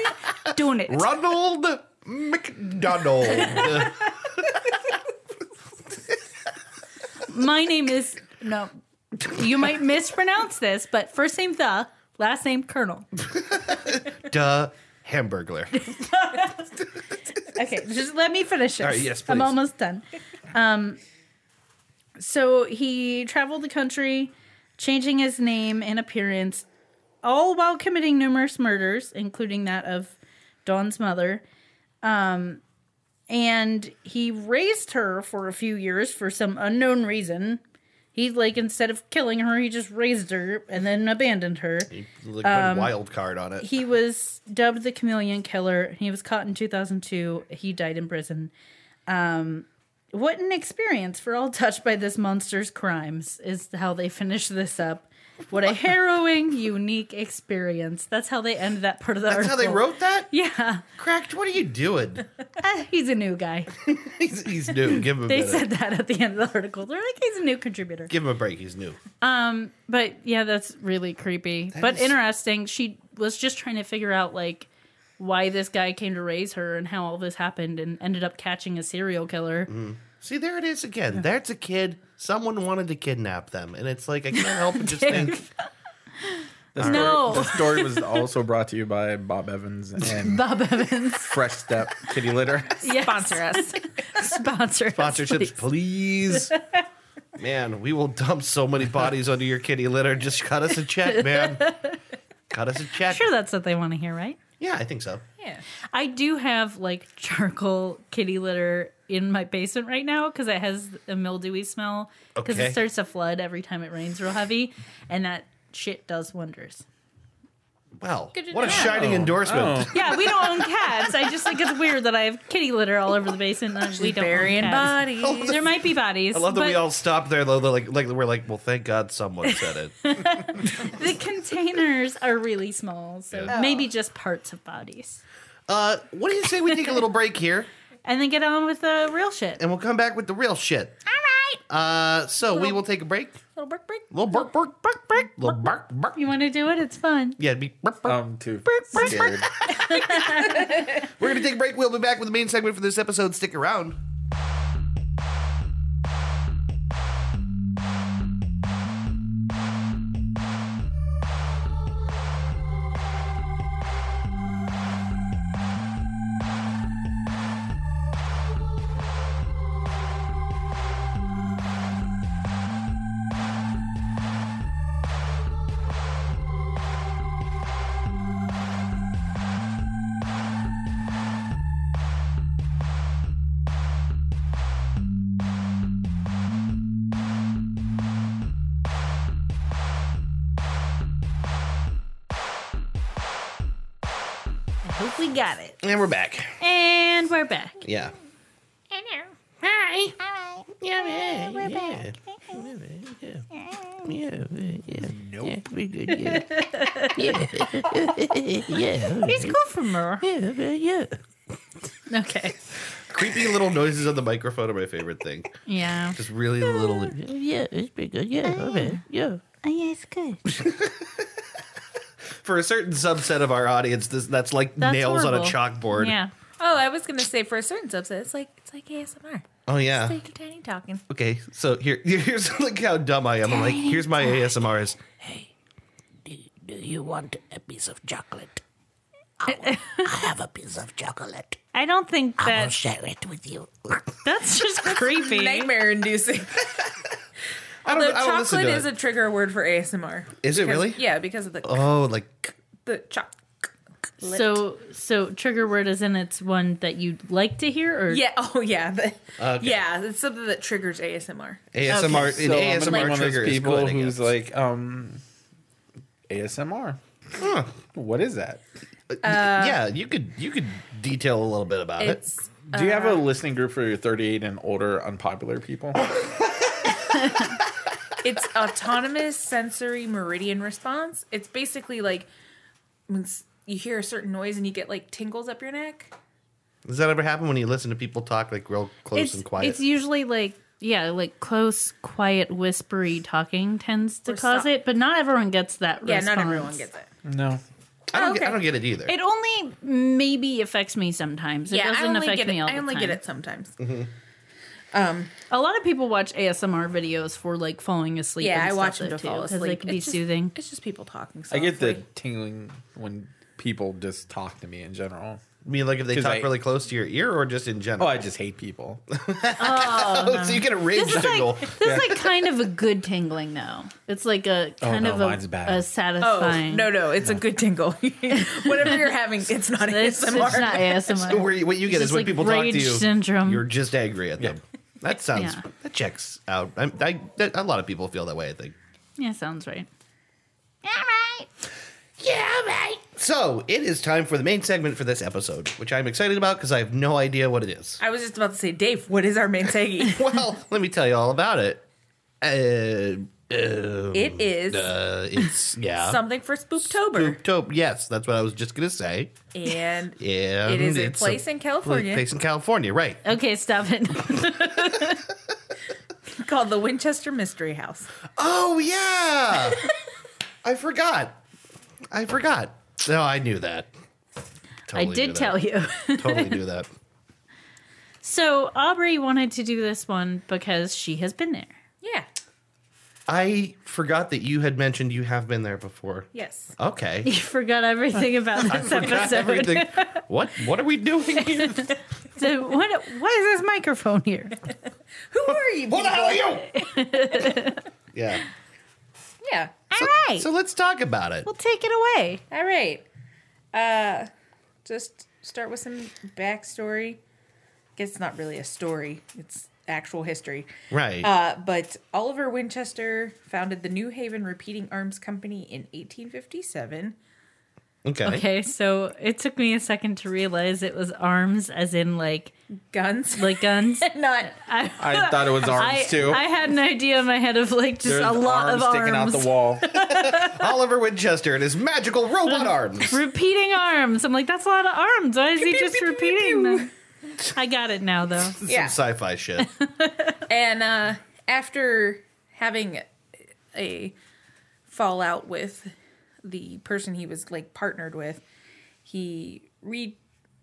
D: Donut.
C: Ronald McDonald.
D: My name is no. You might mispronounce this, but first name the, last name Colonel.
C: Duh. Hamburglar.
D: Okay, just let me finish this.
C: All right, yes,
D: I'm
C: please.
D: almost done. Um, so he traveled the country, changing his name and appearance, all while committing numerous murders, including that of Dawn's mother. Um, and he raised her for a few years for some unknown reason. He like instead of killing her, he just raised her and then abandoned her
C: Like wild card on it.
D: Um, he was dubbed the chameleon killer he was caught in 2002 he died in prison um, what an experience for all touched by this monster's crimes is how they finish this up what a harrowing unique experience that's how they end that part of the
C: That's how
D: article
C: they wrote that?
D: yeah
C: Cracked, what are you doing?
D: Ah, he's a new guy
C: He's, he's new. Give him a
D: they
C: minute.
D: said that at the end of the article they're like he's a new contributor
C: Give him a break. He's new.
D: But yeah, that's really creepy. but
C: is-
D: interesting. She was just trying to figure out like why this guy came to raise her and how all this happened and ended up catching a serial killer.
C: Mm. See, there it is again. That's a kid. Someone wanted to kidnap them, and it's like I can't help but just think.
A: This
D: No.
A: Story, this story was also brought to you by Bob Evans and
D: Bob Evans.
A: Fresh Step Kitty Litter.
D: Yes.
B: Sponsor us.
D: Sponsor. us,
C: Sponsorships,
D: please.
C: please. Man, we will dump so many bodies under your kitty litter. Just cut us a check, man. Cut us a check.
D: Sure, that's what they want to hear, right?
C: Yeah, I think so.
B: Yeah.
D: I do have like charcoal kitty litter in my basement right now because it has a mildewy smell because
C: Okay.
D: it starts to flood every time it rains real heavy, and that shit does wonders.
C: Well,
B: Good to
C: what a
B: know.
C: shining endorsement.
D: Yeah, we don't own cats. I just think it's weird that I have kitty litter all over the basement and we don't
B: Burying
D: own cats.
B: bodies.
D: There might be bodies.
C: I love that
D: but
C: we all stopped there though. They're like, like we're like, well, thank God someone said it.
D: the containers are really small, so
C: Yeah.
D: maybe just parts of bodies.
C: Uh, what do you say we take a little break here,
D: And then get on with the real shit.
C: and we'll come back with the real shit. All right. Uh, so we will take a break.
D: Little brick brick.
C: Little bark, bark, bark, bark, little bark, bark.
D: You want to do it? It's fun.
C: Yeah, it'd be bark, bark.
A: Um, too scared.
C: We're gonna take a break. We'll be back with the main segment for this episode. Stick around.
D: I hope we got it.
C: And we're back.
D: And we're back.
C: Yeah.
F: Hello.
C: Hi.
F: Hi.
C: Yeah, yeah,
F: We're
C: yeah.
F: back. Mm-hmm.
C: Yeah, yeah. Yeah, we good. Yeah. yeah. yeah.
D: It's cool for more.
C: Yeah, yeah.
D: Okay.
C: Creepy little noises on the microphone are my favorite thing.
D: Yeah.
C: Just really little.
G: Yeah, it's pretty good. Yeah, okay. Yeah.
F: Oh, yeah, it's good.
C: For a certain subset of our audience, this that's like
D: That's
C: nails on a
D: horrible.
C: chalkboard.
D: Yeah.
B: Oh, I was gonna say for a certain subset, it's like it's like ASMR.
C: Oh yeah.
B: It's like tiny talking.
C: Okay, so here here's like how dumb I am. I'm like, here's my ASMRs.
G: Do you want a piece of chocolate? I will- I have a piece of chocolate.
D: I don't think
G: I'll
D: that
G: share it with you.
D: that's just creepy.
B: Nightmare inducing.
C: I don't,
B: Although
C: I don't listen
B: chocolate
C: to
B: is
C: it.
B: a trigger word for ASMR.
C: Is it
B: Because-
C: really?
B: Yeah, because of the
C: oh, like
B: the choc.
D: So so trigger word is in it's one that you'd like to hear or
B: Yeah. Oh, yeah. the-
C: Okay.
B: Yeah, it's something that triggers ASMR.
C: ASMR.
A: So
C: an
A: I'm gonna be
C: ASMR
A: one of those
C: trigger is
A: people
C: good, I
A: who's
C: guess.
A: like, um, ASMR. What is that?
C: yeah, you could you could detail a little bit about it.
B: It's
A: Do you have
D: Um,
A: a listening group for your 38 and older unpopular people?
B: it's autonomous sensory meridian response. It's basically like when s- you hear a certain noise and you get like tingles up your neck.
C: Does that ever happen when you listen to people talk like real close
D: It's
C: and quiet?
D: it's usually like yeah, like close, quiet, whispery talking tends to
B: Or
D: cause
B: soft.
D: it, but not everyone gets that.
B: Yeah, not
D: response.
B: everyone gets it.
A: No.
C: I don't get, I
B: okay.
C: don't get it either.
D: It only maybe affects me sometimes. It
B: yeah,
D: doesn't
B: I only
D: affect
B: get
D: me
B: it.
D: all
B: I
D: the
B: only
D: time.
B: get it sometimes.
C: Mm-hmm.
D: A lot of people watch ASMR videos for like falling asleep.
B: Yeah,
D: and
B: I
D: stuff
B: watch them
D: though,
B: to
D: too,
B: fall
D: 'cause
B: asleep.
D: They can be
B: It's just-
D: soothing.
B: It's just people talking.
A: I get the
B: softly.
A: tingling when people just talk to me in general.
C: I mean, like if they
A: 'Cause
C: talk
A: I-
C: really close to your ear or just in
A: Oh,
C: general?
A: I just hate people.
C: Oh, so you get a rage
D: This is
C: signal.
D: like this is like kind of a good tingling though. It's like a
A: Oh,
D: kind
A: no,
D: of
A: mine's
D: a,
A: bad.
D: a
A: Oh,
B: Oh
D: satisfying.
B: no, no, it's a good tingle. Whatever you're having, it's not
D: it's, it's
B: ASMR.
D: not ASMR.
C: Where you- what you get is
D: It's just
C: when
D: like
C: people talk
D: rage
C: to you,
D: syndrome.
C: you're just angry at them. That sounds
D: Yeah.
C: that checks out. I, I, that, a lot of people feel that way. I think.
D: yeah, sounds right.
F: Alright.
C: Yeah, mate. So it is time for the main segment for this episode, which I'm excited about because I have no idea what it is.
B: I was just about to say, Dave, what is our main taggy?
C: Well, let me tell you all about it. Uh, uh,
B: it is
C: uh, it's yeah.
B: something for Spooktober,
C: Spooktober. Yes, that's what I was just gonna say.
B: and
C: Yeah,
B: it is a place in California
C: Place in California, right?
D: Okay, stop it.
B: called the Winchester Mystery House.
C: Oh yeah, I forgot. I forgot. No, I knew that.
D: I did tell you.
C: Totally knew that.
D: So Aubrey wanted to do this one because she has been there.
B: Yeah.
C: I forgot that you had mentioned you have been there before.
B: Yes.
C: Okay.
D: You forgot everything about this
C: Forgot
D: episode.
C: everything. What? What are we doing here?
D: So what, why is this microphone here?
B: Who are you?
C: Who the hell are you? yeah.
B: Yeah.
D: All right,
C: So let's talk about it.
D: we'll take it away.
B: All right. Uh, just start with some backstory. Guess it's not really a story; it's actual history.
C: Right.
B: Uh, but Oliver Winchester founded the New Haven Repeating Arms Company in 1857.
C: okay.
D: Okay, so it took me a second to realize it was arms, as in like
B: Guns,
D: like guns.
B: not
D: I,
A: I thought it was arms
D: I,
A: too.
D: I had an idea in my head of like just
A: There's
D: a lot of
A: arms
D: arms.
A: sticking out the wall.
C: Oliver Winchester and his magical robot arms.
D: repeating arms. I'm like, that's a lot of arms. Why is he just repeating them? I got it now though.
B: yeah.
C: Some sci-fi shit.
B: And uh, after having a fallout with the person he was like partnered with, he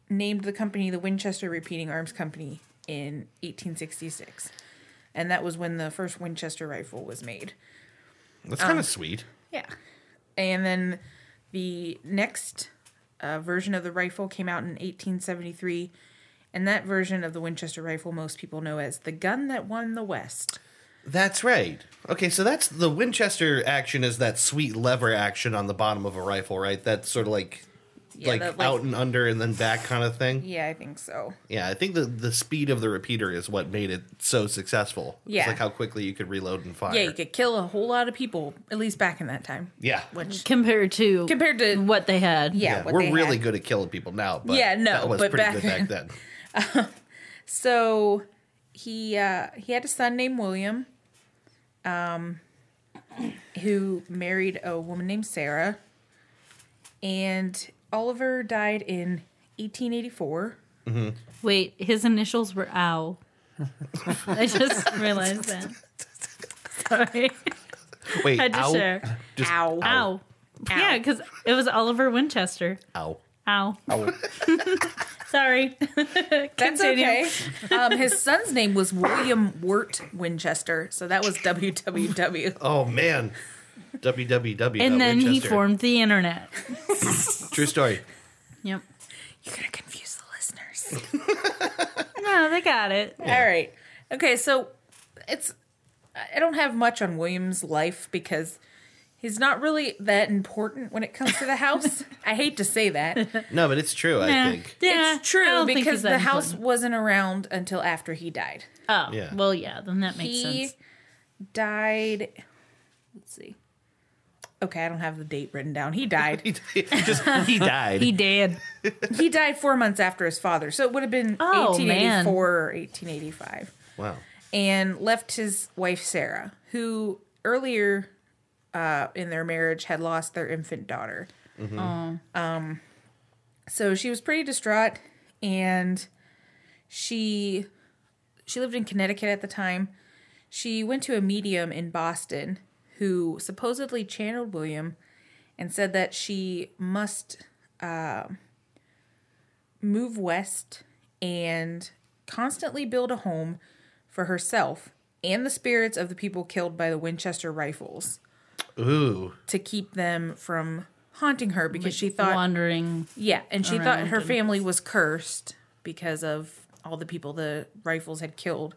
B: renamed the company the Winchester Repeating Arms Company in 1866. And that was when the first Winchester rifle was made.
C: That's
D: Uh,
C: kind of sweet.
B: Yeah. And then the next uh, version of the rifle came out in 1873. And that version of the Winchester rifle, most people know as the gun that won the West.
C: That's right. Okay, so that's the Winchester action is that sweet lever action on the bottom of a rifle, right? That's sort of like like,
B: that, like-
C: out and under and then back kind of thing.
B: Yeah, I think so.
C: Yeah, I think the the speed of the repeater is what made it so successful.
B: Yeah.
C: It's like how quickly you could reload and fire.
B: Yeah, you could kill a whole lot of people, at least back in that time.
C: yeah.
B: Which
D: Compared to
B: compared to
D: what they had.
B: yeah,
C: Yeah,
B: what
C: we're
B: they
C: really
B: had.
C: good at killing people now, but
B: Yeah, no,
C: that was
B: but
C: pretty
B: back
C: good back then.
B: So he uh, he had a son named William, um, who married a woman named Sarah, and Oliver died in 1884.
D: Wait, his initials were ow. I just realized that. Sorry.
C: Wait,
D: Had to
C: ow,
D: share.
C: just
B: Ow.
D: Ow. Yeah, because it was Oliver Winchester.
C: ow.
D: Ow. Sorry.
B: That's
D: Continue.
B: okay. Um, his son's name was William Wirt Winchester, so that was WWW.
C: Oh man, www.
D: And then he
C: Winchester.
D: formed the internet.
C: True story.
D: Yep.
B: You're gonna confuse the listeners.
D: No, they got it.
B: All right. Okay, so it's I don't have much on William's life because he's not really that important when it comes to the house. I hate to say that.
C: No, but it's true. I think.
D: Eh. Yeah,
B: it's
D: I
B: true
D: don't think
B: because
D: he's that
B: the house
D: important.
B: wasn't around until after he died.
D: Oh,
C: Yeah.
D: well, yeah, then that makes
B: He
D: sense.
B: died Let's see. Okay, I don't have the date written down. He died.
C: He, he just he died.
D: He did.
B: he died 4 months after his father. So it would have been
D: Oh, man.
B: 1884 or 1885.
C: wow.
B: and left his wife Sarah, who earlier uh, in their marriage had lost their infant daughter. Um, so she was pretty distraught, and she she lived in Connecticut at the time. She went to a medium in Boston who supposedly channeled William and said that she must um move west and constantly build a home for herself and the spirits of the people killed by the Winchester rifles
C: Ooh.
B: to keep them from haunting her because she thought
D: wandering.
B: yeah, and she thought
D: around
B: her
D: and-
B: family was cursed because of all the people the rifles had killed,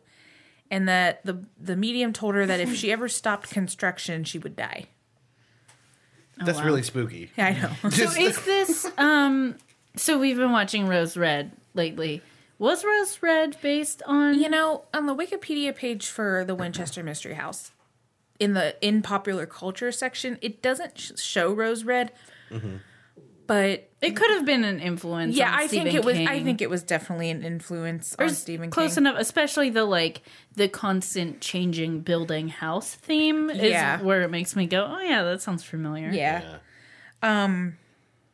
B: and that the the medium told her that if she ever stopped construction, she would die.
C: That's really spooky.
B: Yeah, I know.
D: So is this um so we've been watching Rose Red lately. Was Rose Red based on
B: you know, on the Wikipedia page for the Winchester Mystery House, in the in popular culture section, it doesn't sh- show Rose Red, but
D: it could have been an influence.
B: yeah,
D: on
B: I think
D: Stephen
B: it was. I
D: King.
B: think it was definitely an influence on
D: It's
B: Stephen
D: close
B: King.
D: enough, especially the like the constant changing building house theme is
B: Yeah.
D: where it makes me go, Oh yeah, that sounds familiar.
B: Yeah.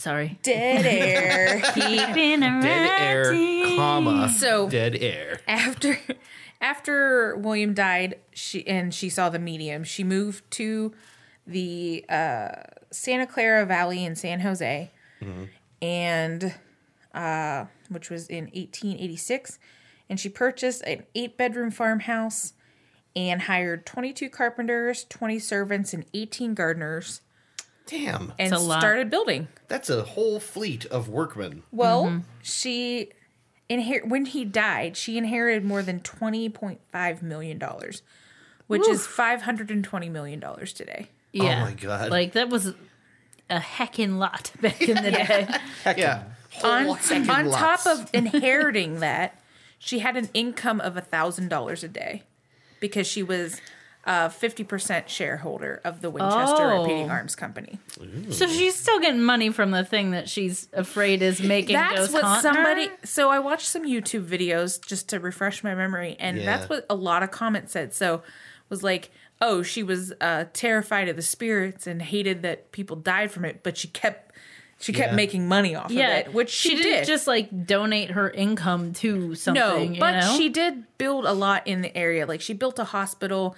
D: Sorry.
B: dead air.
D: Keeping
C: Dead air, comma.
B: So
C: Dead air.
B: after after William died, she and she saw the medium. She moved to the uh, Santa Clara Valley in San Jose, and uh, which was in 1886, and she purchased an eight-bedroom farmhouse and hired 22 carpenters, 20 servants, and 18 gardeners,
C: Damn.
B: and
D: It's a lot.
B: started building.
C: That's a whole fleet of workmen.
B: Well, she inher- when he died, she inherited more than twenty point five million dollars, which is five hundred and twenty million dollars today.
D: Yeah.
C: Oh my God.
D: Like that was a heckin' lot back in the day.
C: yeah. Whole
B: On,
C: heckin'
B: on
C: lots.
B: top of inheriting that, she had an income of thousand dollars a day because she was a fifty percent shareholder of the Winchester
D: Oh.
B: Repeating Arms Company.
D: So she's still getting money from the thing that she's afraid is making.
B: That's
D: ghosts
B: what
D: haunt
B: somebody.
D: her?
B: So I watched some YouTube videos just to refresh my memory, and
C: Yeah.
B: that's what a lot of comments said. So was like, oh, she was uh, terrified of the spirits and hated that people died from it, but she kept she kept
C: Yeah.
B: making money off
D: Yeah,
B: of it, which she,
D: didn't
B: did.
D: just like donate her income to
B: no,
D: something.
B: but
D: you know?
B: she did build a lot in the area. Like she built a hospital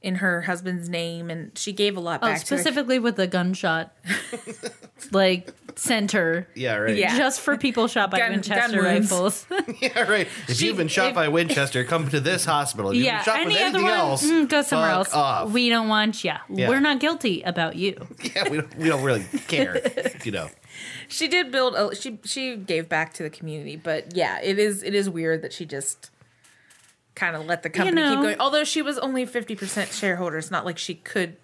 B: in her husband's name, and she gave a lot
D: Oh,
B: back to.
D: specifically with the gunshot, like center,
C: Yeah, right.
B: Yeah.
D: just for people shot by
B: Gun-
D: Winchester
B: gun wounds.
D: rifles.
C: Yeah, right. If you've been shot
D: if-
C: by Winchester, come to this hospital. If
D: yeah,
C: you've been shot
D: any
C: with
D: other
C: anything
D: one,
C: else,
D: mm, go somewhere
C: fuck
D: else.
C: Off.
D: We don't want you.
C: Yeah.
D: We're not guilty about you.
C: yeah, we don't, we don't really care, you know.
B: She did build. A, she she gave back to the community, but yeah, it is it is weird that she just kind of let the company
D: know.
B: keep going. Although she was only fifty percent shareholder, it's not like she could,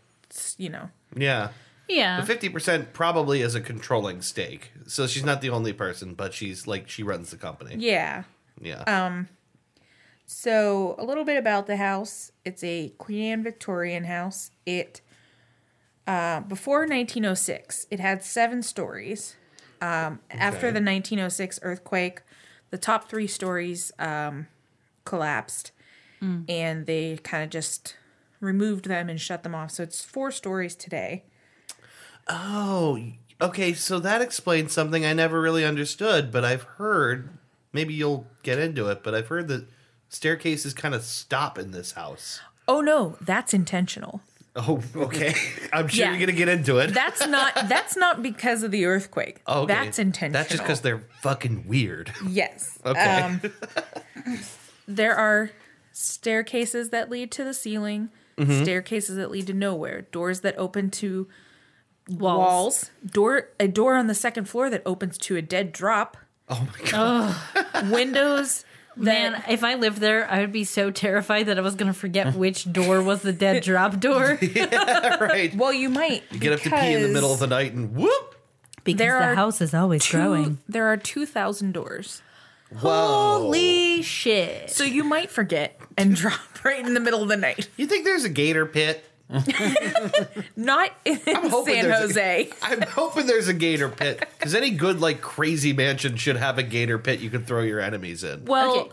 B: you know.
C: Yeah.
D: Yeah,
C: Fifty percent probably is a controlling stake, so she's not the only person, but she's like she runs the company.
B: Yeah.
C: Yeah,
D: Oh,
B: So a little bit about the house. It's a Queen Anne Victorian house. It uh, before 1906, it had seven stories. Um, After the 1906 earthquake, the top three stories um, collapsed, and they kind of just removed them and shut them off. So it's four stories today.
C: Oh, okay. So that explains something I never really understood, but I've heard. Maybe you'll get into it, but I've heard that staircases kind of stop in this house.
B: Oh no, that's intentional.
C: Oh, okay. I'm sure
B: Yeah.
C: you're gonna get into it.
B: That's not that's not because of the earthquake.
C: Oh, okay.
B: That's intentional.
C: That's just because they're fucking weird.
B: Yes. Um,
C: Okay.
B: there are staircases that lead to the ceiling, staircases that lead to nowhere, doors that open to
D: walls.
B: walls, door a door on the second floor that opens to a dead drop,
C: oh my god.
B: windows that
D: Man, if I lived there, I would be so terrified that I was going to forget which door was the dead drop door.
C: right.
B: well you might
C: Get up to pee in the middle of
B: because
C: the night and whoop.
D: Because
B: There
D: the
B: are
D: house is always
B: two-
D: growing.
B: There are 2000 doors.
C: Whoa.
D: Holy shit.
B: So you might forget and drop right in the middle of the night.
C: You think there's a gator pit?
B: Not in
C: hoping
B: San
C: there's a-
B: Jose.
C: I'm hoping there's a gator pit because any good like crazy mansion should have a gator pit you can throw your enemies in.
B: Well,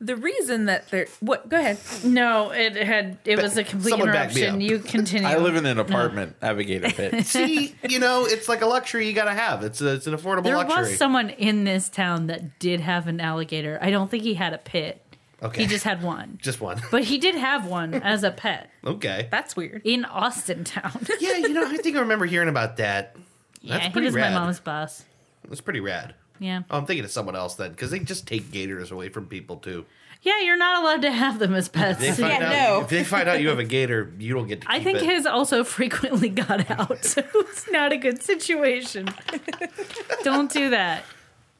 B: the reason that they're what? Go ahead.
D: No, it had it was a complete
C: someone back me
D: interruption.
C: up.
D: You continue.
A: I live in an apartment alligator pit.
C: See, you know, it's like a luxury you gotta have. It's a, it's an affordable
D: there
C: luxury.
D: was someone in this town that did have an alligator. I don't think he had a pit.
C: okay,
D: He just had one.
C: just one.
D: But he did have one as a pet
C: Okay.
B: That's weird.
D: in Austin town.
C: Yeah, you know, I think I remember hearing about that. That's
D: yeah, he
C: pretty
D: was
C: rad.
D: my mom's boss.
C: That's pretty rad.
D: Yeah.
C: Oh, I'm thinking of someone else then, because they just take gators away from people too.
D: Yeah, you're not allowed to have them as pets.
C: They find
B: Yeah,
C: out
B: no.
C: if they find out you have a gator, you don't get to.
D: I
C: keep
D: think
C: it.
D: his also frequently got out, so it's not a good situation. Don't do that.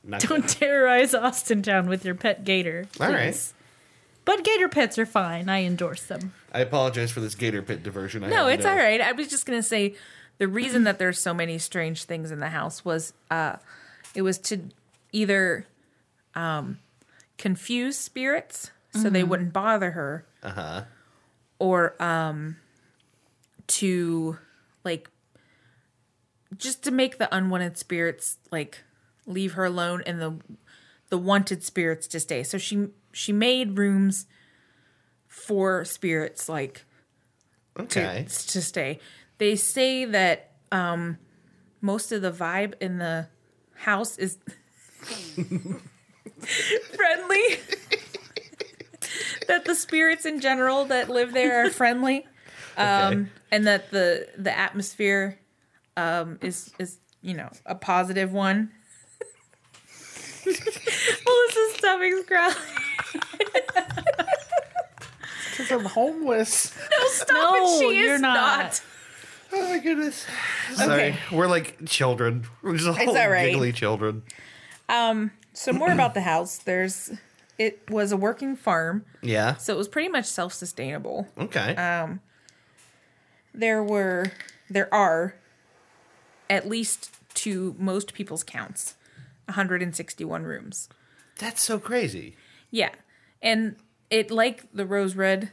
C: Not
D: Don't terrorize Austin town with your pet gator.
C: All right.
D: please. But gator pets are fine. I endorse them.
C: I apologize for this gator pit diversion. I
B: No,
C: had to
B: it's
C: know.
B: all right. I was just gonna say the reason that there's so many strange things in the house was uh it was to either um confuse spirits so they
C: Mm-hmm.
B: wouldn't bother her. Uh-huh. Or um to like just to make the unwanted spirits like leave her alone and the the wanted spirits to stay. So she she made rooms for spirits like
C: Okay.
B: to, to stay. They say that um, most of the vibe in the house is friendly. that the spirits in general that live there are friendly, um, and that the the atmosphere um, is is you know a positive one. Melissa's stomach's growling.
A: Because I'm homeless.
B: Stop it,
D: No,
B: she
D: you're
B: is
D: not.
B: not.
C: Oh my goodness. Sorry,
B: Okay.
C: we're like children. We're just all
B: all right.
C: giggly children.
B: So more about the house. There's it was a working farm,
C: Yeah.
B: so it was pretty much self-sustainable.
C: Okay.
D: Uh,
B: There were there are at least to most people's counts 161 rooms.
C: That's so crazy.
B: Yeah. And it like the Rose Red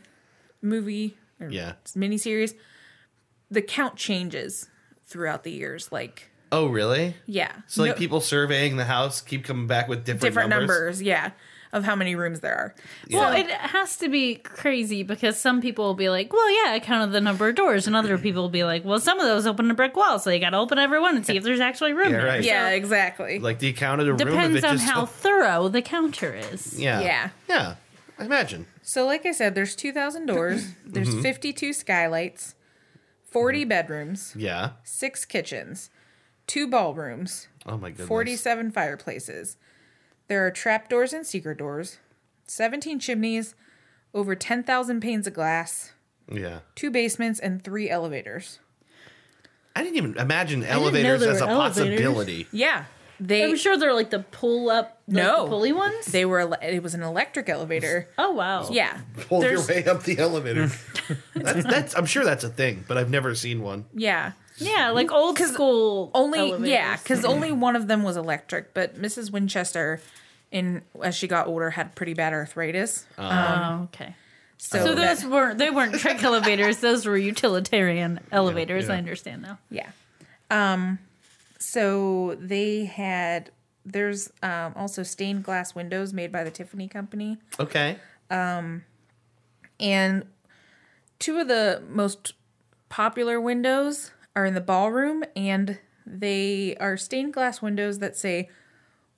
B: movie or
C: Yeah.
B: miniseries, the count changes throughout the years like
C: Oh, really?
B: yeah.
C: So like
B: No-
C: people surveying the house keep coming back with different,
B: different
C: numbers.
B: numbers, yeah, of how many rooms there are.
D: Well, it has to be crazy because some people will be like, "Well, yeah, I counted the number of doors," and other people will be like, "Well, some of those open a brick wall, so you got to open every one and see if there's actually room."
C: Yeah,
D: there."
C: right.
B: Yeah, exactly.
C: Like the account of the room. if
D: Depends
C: it
D: on
C: just-
D: how thorough the counter is.
C: Yeah.
B: Yeah.
C: Yeah. I imagine.
B: So, like I said, there's 2,000 doors, there's
C: Mm-hmm.
B: 52 skylights, 40 bedrooms,
C: Yeah.
B: six kitchens, two ballrooms,
C: Oh my goodness.
B: 47 fireplaces. There are trapdoors and secret doors, 17 chimneys, over 10,000 panes of glass,
C: Yeah.
B: two basements, and three elevators.
C: I didn't even imagine
D: know
C: elevators
D: there
C: as a
D: were elevators.
C: possibility.
B: Yeah. They
D: I'm sure they're like the pull up, like
B: No.
D: the pulley ones.
B: they were ele- it was an electric elevator.
D: oh wow,
B: Yeah.
C: Pull your
B: There's-
C: way up the elevator. that's, that's I'm sure that's a thing, but I've never seen one.
B: Yeah.
D: yeah, like old school.
B: only yeah
D: elevators.
B: because only one of them was electric but mrs winchester in as she got older had pretty bad arthritis
D: Oh, okay.
B: so,
D: So
B: that-
D: those weren't they weren't trick elevators. Those were utilitarian elevators. I understand now.
B: yeah um so they had there's um also stained glass windows made by the tiffany company
C: Okay.
B: and two of the most popular windows are in the ballroom and they are stained glass windows that say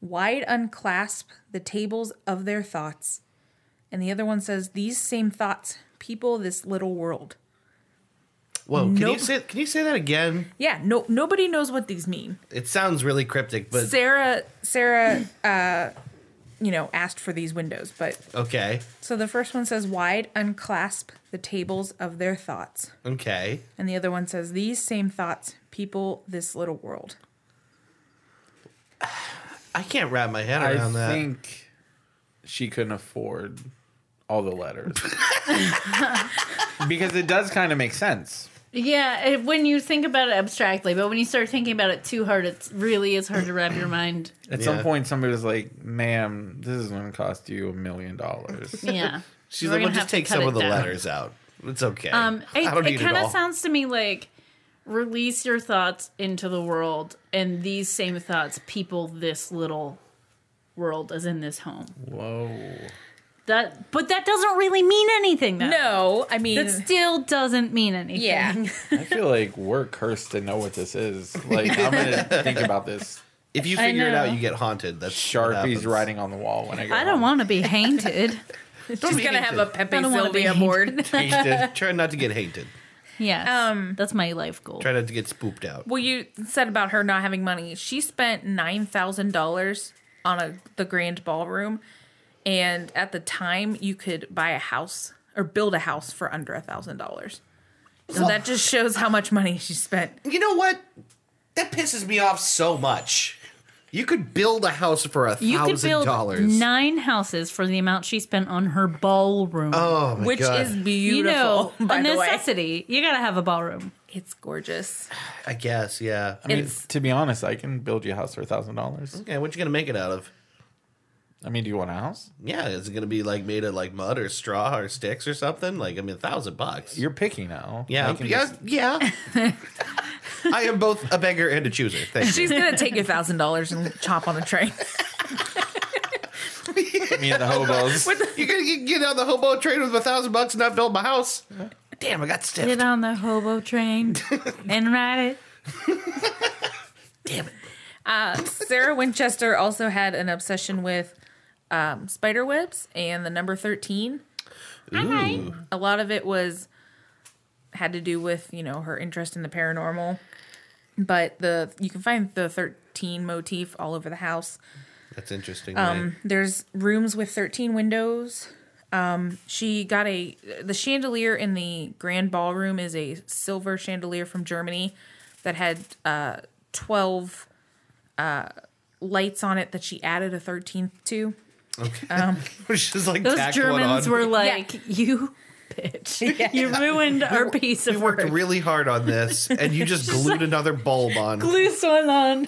B: wide unclasp the tables of their thoughts and the other one says these same thoughts people this little world
C: Whoa, can you
B: Nope.
C: say can you say that again?
B: yeah no nobody knows what these mean
C: It sounds really cryptic, but
B: sarah sarah uh you know asked for these windows but
C: okay.
B: so the first one says wide unclasp the tables of their thoughts
C: Okay.
B: And the other one says, These same thoughts people this little world.
C: I can't wrap my head
A: I
C: around that.
A: think she couldn't afford all the letters. because it does kind of make sense.
D: Yeah, it, when you think about it abstractly, but when you start thinking about it too hard, it really is hard to wrap your mind.
A: At some
C: Yeah.
A: point, somebody was like, ma'am, this is going to cost you a million dollars.
D: Yeah.
C: She's
D: We're
C: like, "Well,
D: gonna have
C: just
D: to
C: take
D: cut
C: some
D: it
C: of the
D: down."
C: letters out. It's okay.
D: Um, it,
C: I don't need
D: it
C: it,
D: kind of
C: all.
D: sounds to me like release your thoughts into the world, and these same thoughts people this little world as in this home.
A: Whoa.
D: That, but that doesn't really mean anything. Though.
B: No, I mean,
D: that still doesn't mean anything.
B: yeah.
A: I feel like we're cursed to know what this is. Like I'm gonna think about this.
C: If you
D: I
C: figure it out,
D: know.
C: you get haunted. That's what
A: Sharpies
C: happens.
A: writing on the wall when I go.
D: I don't
A: home.
D: want to be hainted.
C: Don't be
B: She's gonna have a
C: hainted.
B: Pepe
D: I don't wanna
B: Sylvia
D: be-
B: board.
A: Painted.
C: Try not to get hated.
D: yes,
B: Um,
D: that's my life goal.
C: Try not to get spooked out.
B: well, you said about her not having money. She spent nine thousand dollars on a the grand ballroom, and at the time, you could buy a house or build a house for under a thousand dollars. So that just shows how much money she spent.
C: You know what? That pisses me off so much. You could build a house for a
D: You could
C: thousand
D: build
C: dollars.
D: nine houses for the amount she spent on her ballroom.
C: Oh my
B: which
C: god!
B: is
D: you
B: beautiful.
D: know,
B: by
D: a
B: the way.
D: necessity. You gotta have a ballroom.
B: It's gorgeous.
C: I guess yeah.
A: I mean,
B: It's-
A: to be honest, I can build you a house for a thousand dollars.
C: Okay, what you gonna make it out of?
A: I mean, do you want a house?
C: Yeah, is it gonna be like made of like mud or straw or sticks or something? Like I mean, a thousand bucks.
A: You're picky now.
C: yeah,
A: I can
C: yeah,
A: just-
C: yeah. I am both a beggar and a chooser. Thank you.
B: She's gonna take a thousand dollars and chop on a train.
A: me and the hobos.
C: You can, you can get on the hobo train with a thousand bucks and not build my house. Damn, I got stiff.
D: Get on the hobo train and ride it.
B: Sarah Winchester also had an obsession with um, spider webs and the number 13.
C: Ooh.
B: A lot of it was had to do with, you know, her interest in the paranormal. But the you can find the 13 motif all over the house.
C: That's interesting.
D: Um,
C: right?
B: There's rooms with 13 windows. Um, she got a the chandelier in the grand ballroom is a silver chandelier from Germany that had uh 12 uh lights on it that she added a 13th to.
C: Which is like
D: Those
C: tacked one
D: Germans
C: on.
D: were like, "You bitch, you ruined our piece of
C: We worked
D: work."
C: really hard on this, and you just glued another bulb on.
D: Loose one on.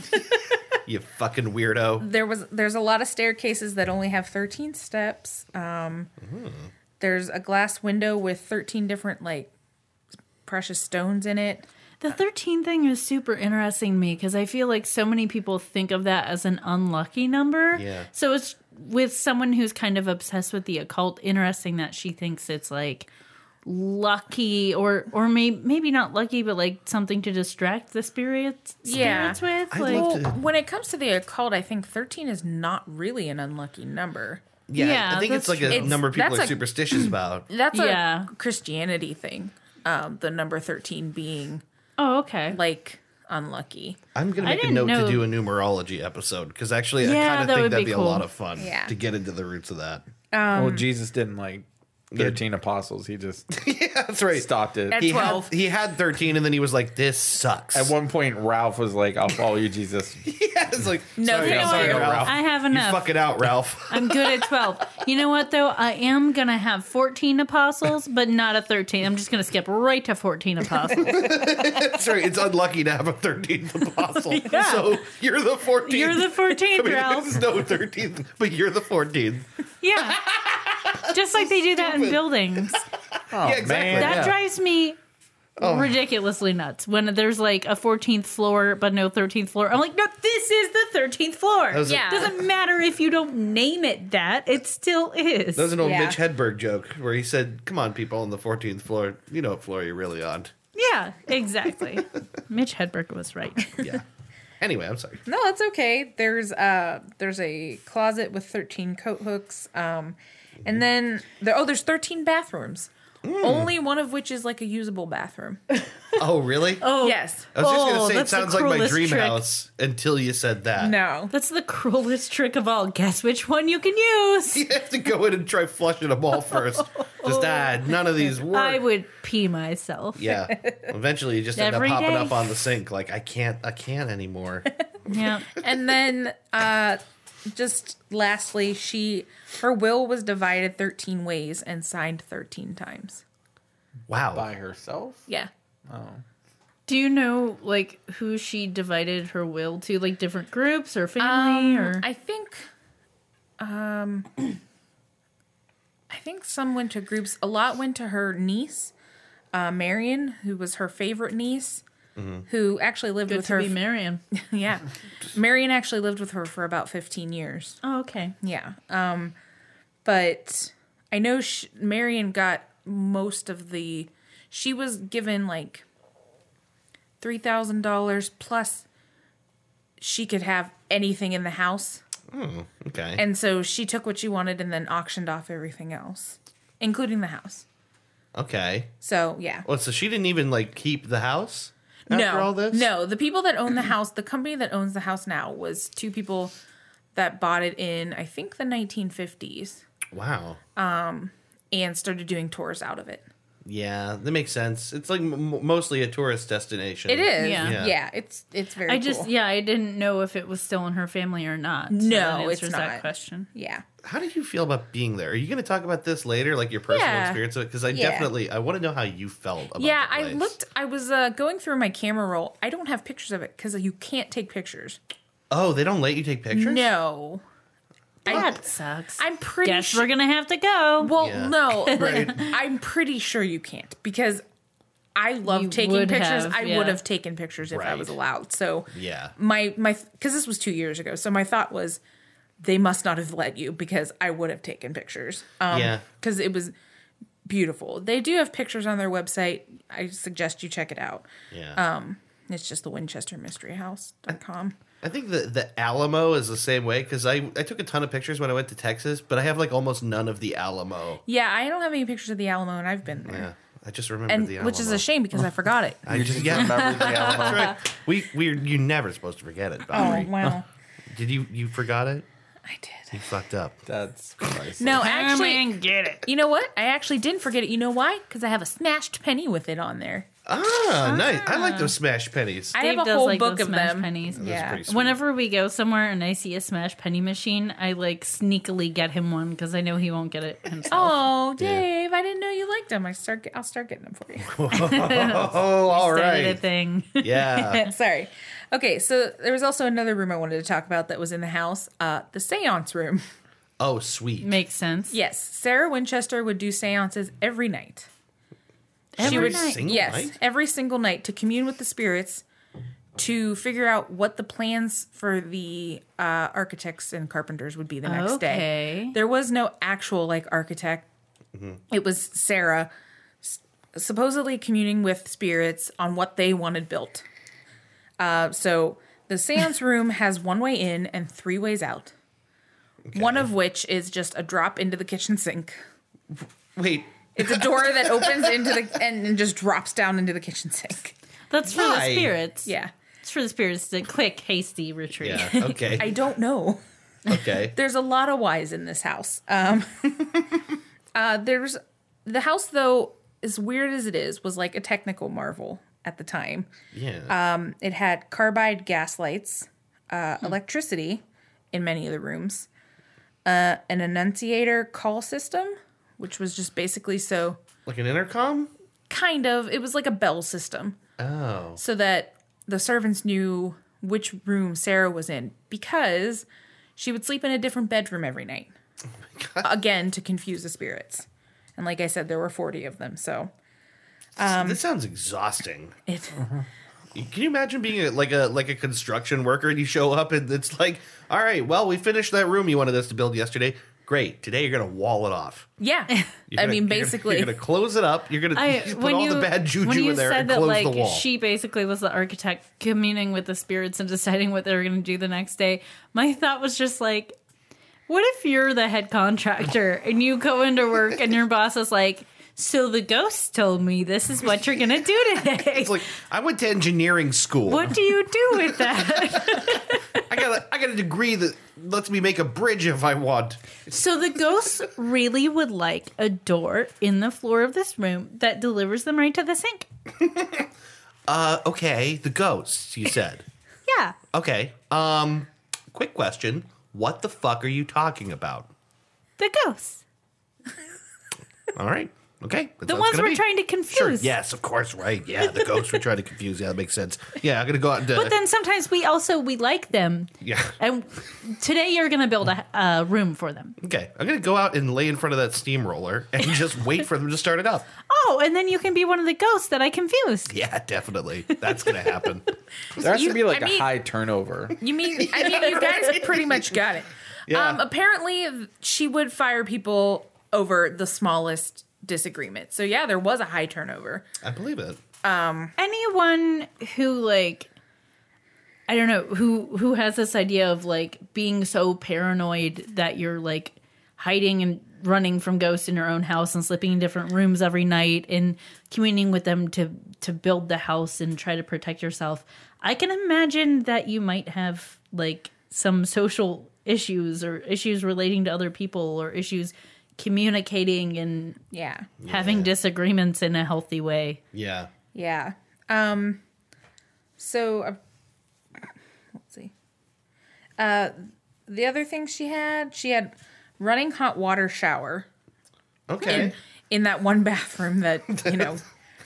C: you fucking weirdo.
B: There was there's a lot of staircases that only have 13 steps. Um there's a glass window with 13 different like precious stones in it.
C: Uh,
D: The 13 thing is super interesting to me because I feel like so many people think of that as an unlucky number.
C: Yeah.
D: So it's with someone who's kind of obsessed with the occult, interesting that she thinks it's like lucky or or may, maybe not lucky, but like something to distract the spirits,
B: Yeah.
D: spirits with.
C: I'd
D: like,
C: love
B: Well,
C: to-
B: when it comes to the occult, I think 13 is not really an unlucky number.
C: Yeah,
D: Yeah,
C: I think it's
D: that's
C: like a
B: true.
C: number people
B: That's
C: are
B: a-
C: superstitious about.
B: That's
D: Yeah.
B: a Christianity thing. Um, the number 13 being
D: oh, okay.
B: like unlucky.
C: I'm gonna
D: I
C: make a
D: didn't
C: note
D: know-
C: to do a numerology episode because actually I
D: Yeah,
C: kind of
D: that
C: think
D: would
C: that'd
D: be
C: be,
D: cool.
C: a lot of fun
B: Yeah.
C: to get into the roots of that.
B: Um,
A: well, Jesus didn't like thirteen apostles. He just
C: That's right.
A: stopped it.
B: At
C: He had,
B: 12.
C: he had 13, and then he was like, "This sucks."
A: At one point, Ralph was like, "I'll follow you, Jesus."
C: yeah, it's like,
B: No,
C: sorry,
B: thank
C: sorry,
B: you.
C: Ralph.
D: I have
C: you
D: enough.
C: fuck it out, Ralph.
D: I'm good at 12. You know what, though? I am going to have 14 apostles, but not a 13. I'm just going to skip right to 14 apostles.
C: That's right. It's unlucky to have a 13th apostle.
D: Yeah.
C: So you're the 14th.
D: You're the 14th,
C: I mean,
D: Ralph.
C: there's no 13th, but you're the 14th.
D: Yeah. Just like they do that in buildings.
A: Oh,
C: exactly.
D: That
A: Yeah.
D: drives me ridiculously nuts when there's like a 14th floor but no 13th floor. I'm like, no, this is the 13th floor.
C: was a-
B: Yeah.
D: Doesn't matter if you don't name it that, it still is.
C: That was an old
B: Yeah.
C: Mitch Hedberg joke where he said, "Come on, people on the 14th floor, you know what floor you're really on."
D: yeah, exactly. Mitch Hedberg was right.
C: Yeah. anyway, I'm sorry.
B: No, it's okay. There's uh there's a closet with 13 coat hooks. Um and then there oh there's 13 bathrooms. Only one of which is like a usable bathroom.
C: Oh, really? Oh,
B: Yes.
C: I was just
D: oh,
C: gonna say it
D: that's the
C: sounds like my
D: cruelest
C: dream
D: trick.
C: house until you said that.
B: No.
D: That's the cruelest trick of all. Guess which one you can use.
C: You have to go in and try flushing them all first. Just ah, none of these work.
D: Oh. I would pee myself.
C: Yeah. Eventually, you just end up
D: Every
C: popping
D: day.
C: up on the sink. Like I can't, I can't anymore.
D: Yeah.
B: and then uh just lastly she her will was divided 13 ways and signed 13 times
C: Wow.
A: by herself.
B: yeah
D: Do you know like who she divided her will to, like different groups or family or
B: i think um i think some went to groups a lot went to her niece uh marion who was her favorite niece who actually lived
D: good
B: with
D: to
B: her
D: be Marion?
B: yeah marion actually lived with her for about 15 years
D: Oh, okay.
B: Yeah. Um, but I know sh Marion got most of the. She was given like three thousand dollars plus. She could have anything in the house,
C: Okay.
B: and so she took what she wanted and then auctioned off everything else, including the house.
C: okay.
B: So yeah,
C: Well, so she didn't even like keep the house after
B: no,
C: all this.
B: no. The people that own the house, the company that owns the house now, was two people that bought it in I think the 1950s
C: Wow.
B: and started doing tours out of it.
C: Yeah, that makes sense. It's like m- m- mostly a tourist destination.
B: It is.
D: Yeah.
B: Yeah.
C: Yeah.
B: it's it's very
D: I just
B: cool.
D: yeah, I didn't know if it was still in her family or not. So
B: No,
D: that
B: it's
D: answers
B: not.
D: that question.
B: yeah.
C: How do you feel about being there? Are you going to talk about this later, like your personal
B: Yeah.
C: experience of it? Because I
B: Yeah.
C: definitely I want to know how you felt. about
B: Yeah,
C: the
B: I
C: place.
B: looked I was uh, going through my camera roll. I don't have pictures of it cuz you can't take pictures.
C: Oh, they don't let you take pictures.
B: No.
D: That sucks.
B: I'm pretty
D: Guess
B: sure
D: we're gonna have to go.
B: Well,
C: Yeah.
B: no. Like,
C: Right.
B: I'm pretty sure you can't because I love
D: You
B: taking
D: would
B: pictures.
D: have,
B: I
D: yeah.
B: would have taken pictures if I
C: Right.
B: was allowed. So
C: Yeah.
B: my my because this was two years ago. So my thought was they must not have let you because I would have taken pictures. Um,
C: Yeah.
B: because it was beautiful. They do have pictures on their website. I suggest you check it out.
C: Yeah.
B: um, It's just the Winchester Mystery House.com.
C: I think the the Alamo is the same way because I I took a ton of pictures when I went to Texas, but I have like almost none of the Alamo.
B: Yeah, I don't have any pictures of the Alamo, and I've been there,
C: Yeah. I just remember
B: and
C: the Alamo,
B: which is a shame because I forgot it.
C: I just yeah.
E: Remember the Alamo?
C: That's right. We we you're never supposed to forget it.
B: oh
C: Valerie.
B: wow,
C: Did you you forgot it?
B: I did.
C: You fucked up.
A: That's priceless.
B: No,
D: Come
B: actually,
D: and get it.
B: You know what? I actually didn't forget it. You know why? Because I have a smashed penny with it on there.
C: Ah, nice. I like those smash pennies.
B: I
D: Dave
B: have a
D: does
B: whole
D: like
B: book
D: those
B: of
D: smash
B: them.
D: pennies.
B: Yeah.
C: pretty sweet.
D: Whenever we go somewhere and I see a smash penny machine, I like sneakily get him one because I know he won't get it himself.
B: Oh, Dave! I didn't know you liked them. I start. Get, I'll start getting them for you.
C: oh, all
D: Started a
C: right.
D: thing.
C: Yeah.
B: Sorry. Okay, so there was also another room I wanted to talk about that was in the house. Uh, the seance room.
C: Oh, sweet.
D: Makes sense.
B: Yes, Sarah Winchester would do seances every night.
D: Every
C: Every
D: night.
C: single
B: yes,
C: night?
B: every single night to commune with the spirits, to figure out what the plans for the uh, architects and carpenters would be the next
D: Okay.
B: day. There was no actual like architect. It was Sarah s- supposedly communing with spirits on what they wanted built. Uh, so the seance room has one way in and three ways out. One of which is just a drop into the kitchen sink.
C: Wait.
B: It's a door that opens into the and, and just drops down into the kitchen sink.
D: That's for
C: Why?
D: the spirits.
B: Yeah.
D: It's for the spirits. The quick, hasty retreat.
C: Yeah. Okay.
B: I don't know.
C: okay.
B: There's a lot of whys in this house. Um uh there's the house though as weird as it is was like a technical marvel at the time.
C: Yeah.
B: It had carbide gas lights, uh, electricity in many of the rooms, uh, an enunciator call system, which was just basically so
C: like an intercom?
B: kind of it was like a bell system.
C: Oh.
B: so that the servants knew which room Sarah was in because she would sleep in a different bedroom every night.
C: Oh
B: Again, to confuse the spirits. And like I said, there were 40 of them. So um,
C: this sounds exhausting.
B: it,
C: Mm-hmm. Can you imagine being a, like a like a construction worker and you show up and it's like, all right, well, we finished that room you wanted us to build yesterday. Great. Today you're gonna wall it off.
B: yeah.
C: You're gonna-
B: I mean,
C: you're gonna-
B: basically,
C: you're gonna close it up. You're gonna
D: I,
C: put
D: when
C: all
D: you,
C: the bad
D: when
C: juju
D: you
C: in there
D: said
C: and
D: that,
C: close
D: like,
C: the wall.
D: She basically was the architect communing with the spirits and deciding what they were going to do the next day. My thought was just like, what if you're the head contractor and you go into work and your boss is like, so the ghost told me this is what you're going to do today.
C: it's like I went to engineering school.
D: what do you do with that?
C: I got a, I got a degree that lets me make a bridge if I want.
D: So the ghosts really would like a door in the floor of this room that delivers them right to the sink.
C: Uh, okay, the ghosts. You said.
D: Yeah.
C: Okay. Um, quick question. What the fuck are you talking about?
D: The ghosts.
C: All right. Okay. that's
D: The
C: how it's
D: ones
C: gonna
D: we're
C: be.
D: trying to confuse.
C: Sure. Yes, of course. Right. Yeah. The ghosts we're trying to confuse. Yeah, that makes sense. Yeah, I'm gonna go out and. Uh,
D: But then sometimes we also we like them.
C: yeah.
D: And today you're going to build a, a room for them.
C: Okay. I'm gonna go out and lay in front of that steamroller and just wait for them to start it up.
D: Oh, and then you can be one of the ghosts that I confused.
C: Yeah, definitely. That's gonna happen.
A: There has
B: You-
A: to be like
B: I
A: a
B: mean-
A: high turnover.
B: you mean, I mean, you guys pretty much got it.
C: Yeah.
B: Um, apparently, she would fire people over the smallest disagreement. So yeah, there was a high turnover.
C: I believe it.
D: anyone who like i don't know who who has this idea of like being so paranoid that you're like hiding and running from ghosts in your own house and slipping in different rooms every night and communing with them to to build the house and try to protect yourself i can imagine that you might have like some social issues or issues relating to other people or issues communicating and
B: Yeah.
D: having disagreements in a healthy way
C: Yeah.
B: Yeah. Um so uh, let's see. Uh the other thing she had, she had running hot water shower
C: Okay.
B: in that one bathroom that, you know,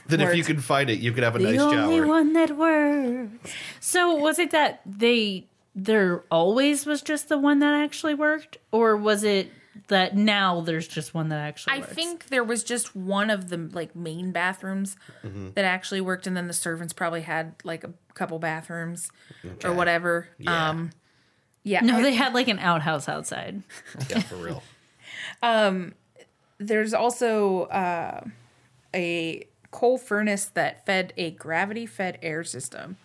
C: then if you
B: worked.
C: could find it, you could have a nice
D: the only
C: shower.
D: one that works. So was it that they there always was just the one that actually worked, or was it that now there's just one that actually?
B: I
D: works?
B: think there was just one of the like main bathrooms that actually worked, and then the servants probably had like a couple bathrooms or whatever.
C: Yeah.
B: Um, yeah.
D: no, they had like an outhouse outside.
C: Yeah, for real.
B: There's also uh, a coal furnace that fed a gravity-fed air system.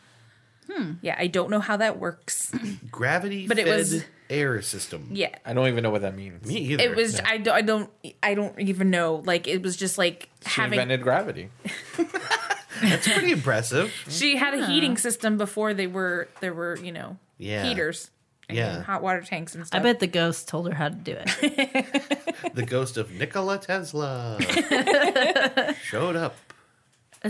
B: Hmm. Yeah, I don't know how that works.
C: Gravity
B: But it
C: fed
B: was-
C: air system.
B: yeah,
A: I don't even know what that means.
C: Me
A: She
C: either.
B: it was. I don't. I don't. I don't even know. Like it was just like having.
A: invented gravity.
C: It's pretty impressive.
B: she had a heating system before they were. There were you know
C: Yeah.
B: heaters. and
C: Yeah.
B: hot water tanks and stuff.
D: I bet the ghost told her how to do it.
C: The ghost of Nikola Tesla showed up.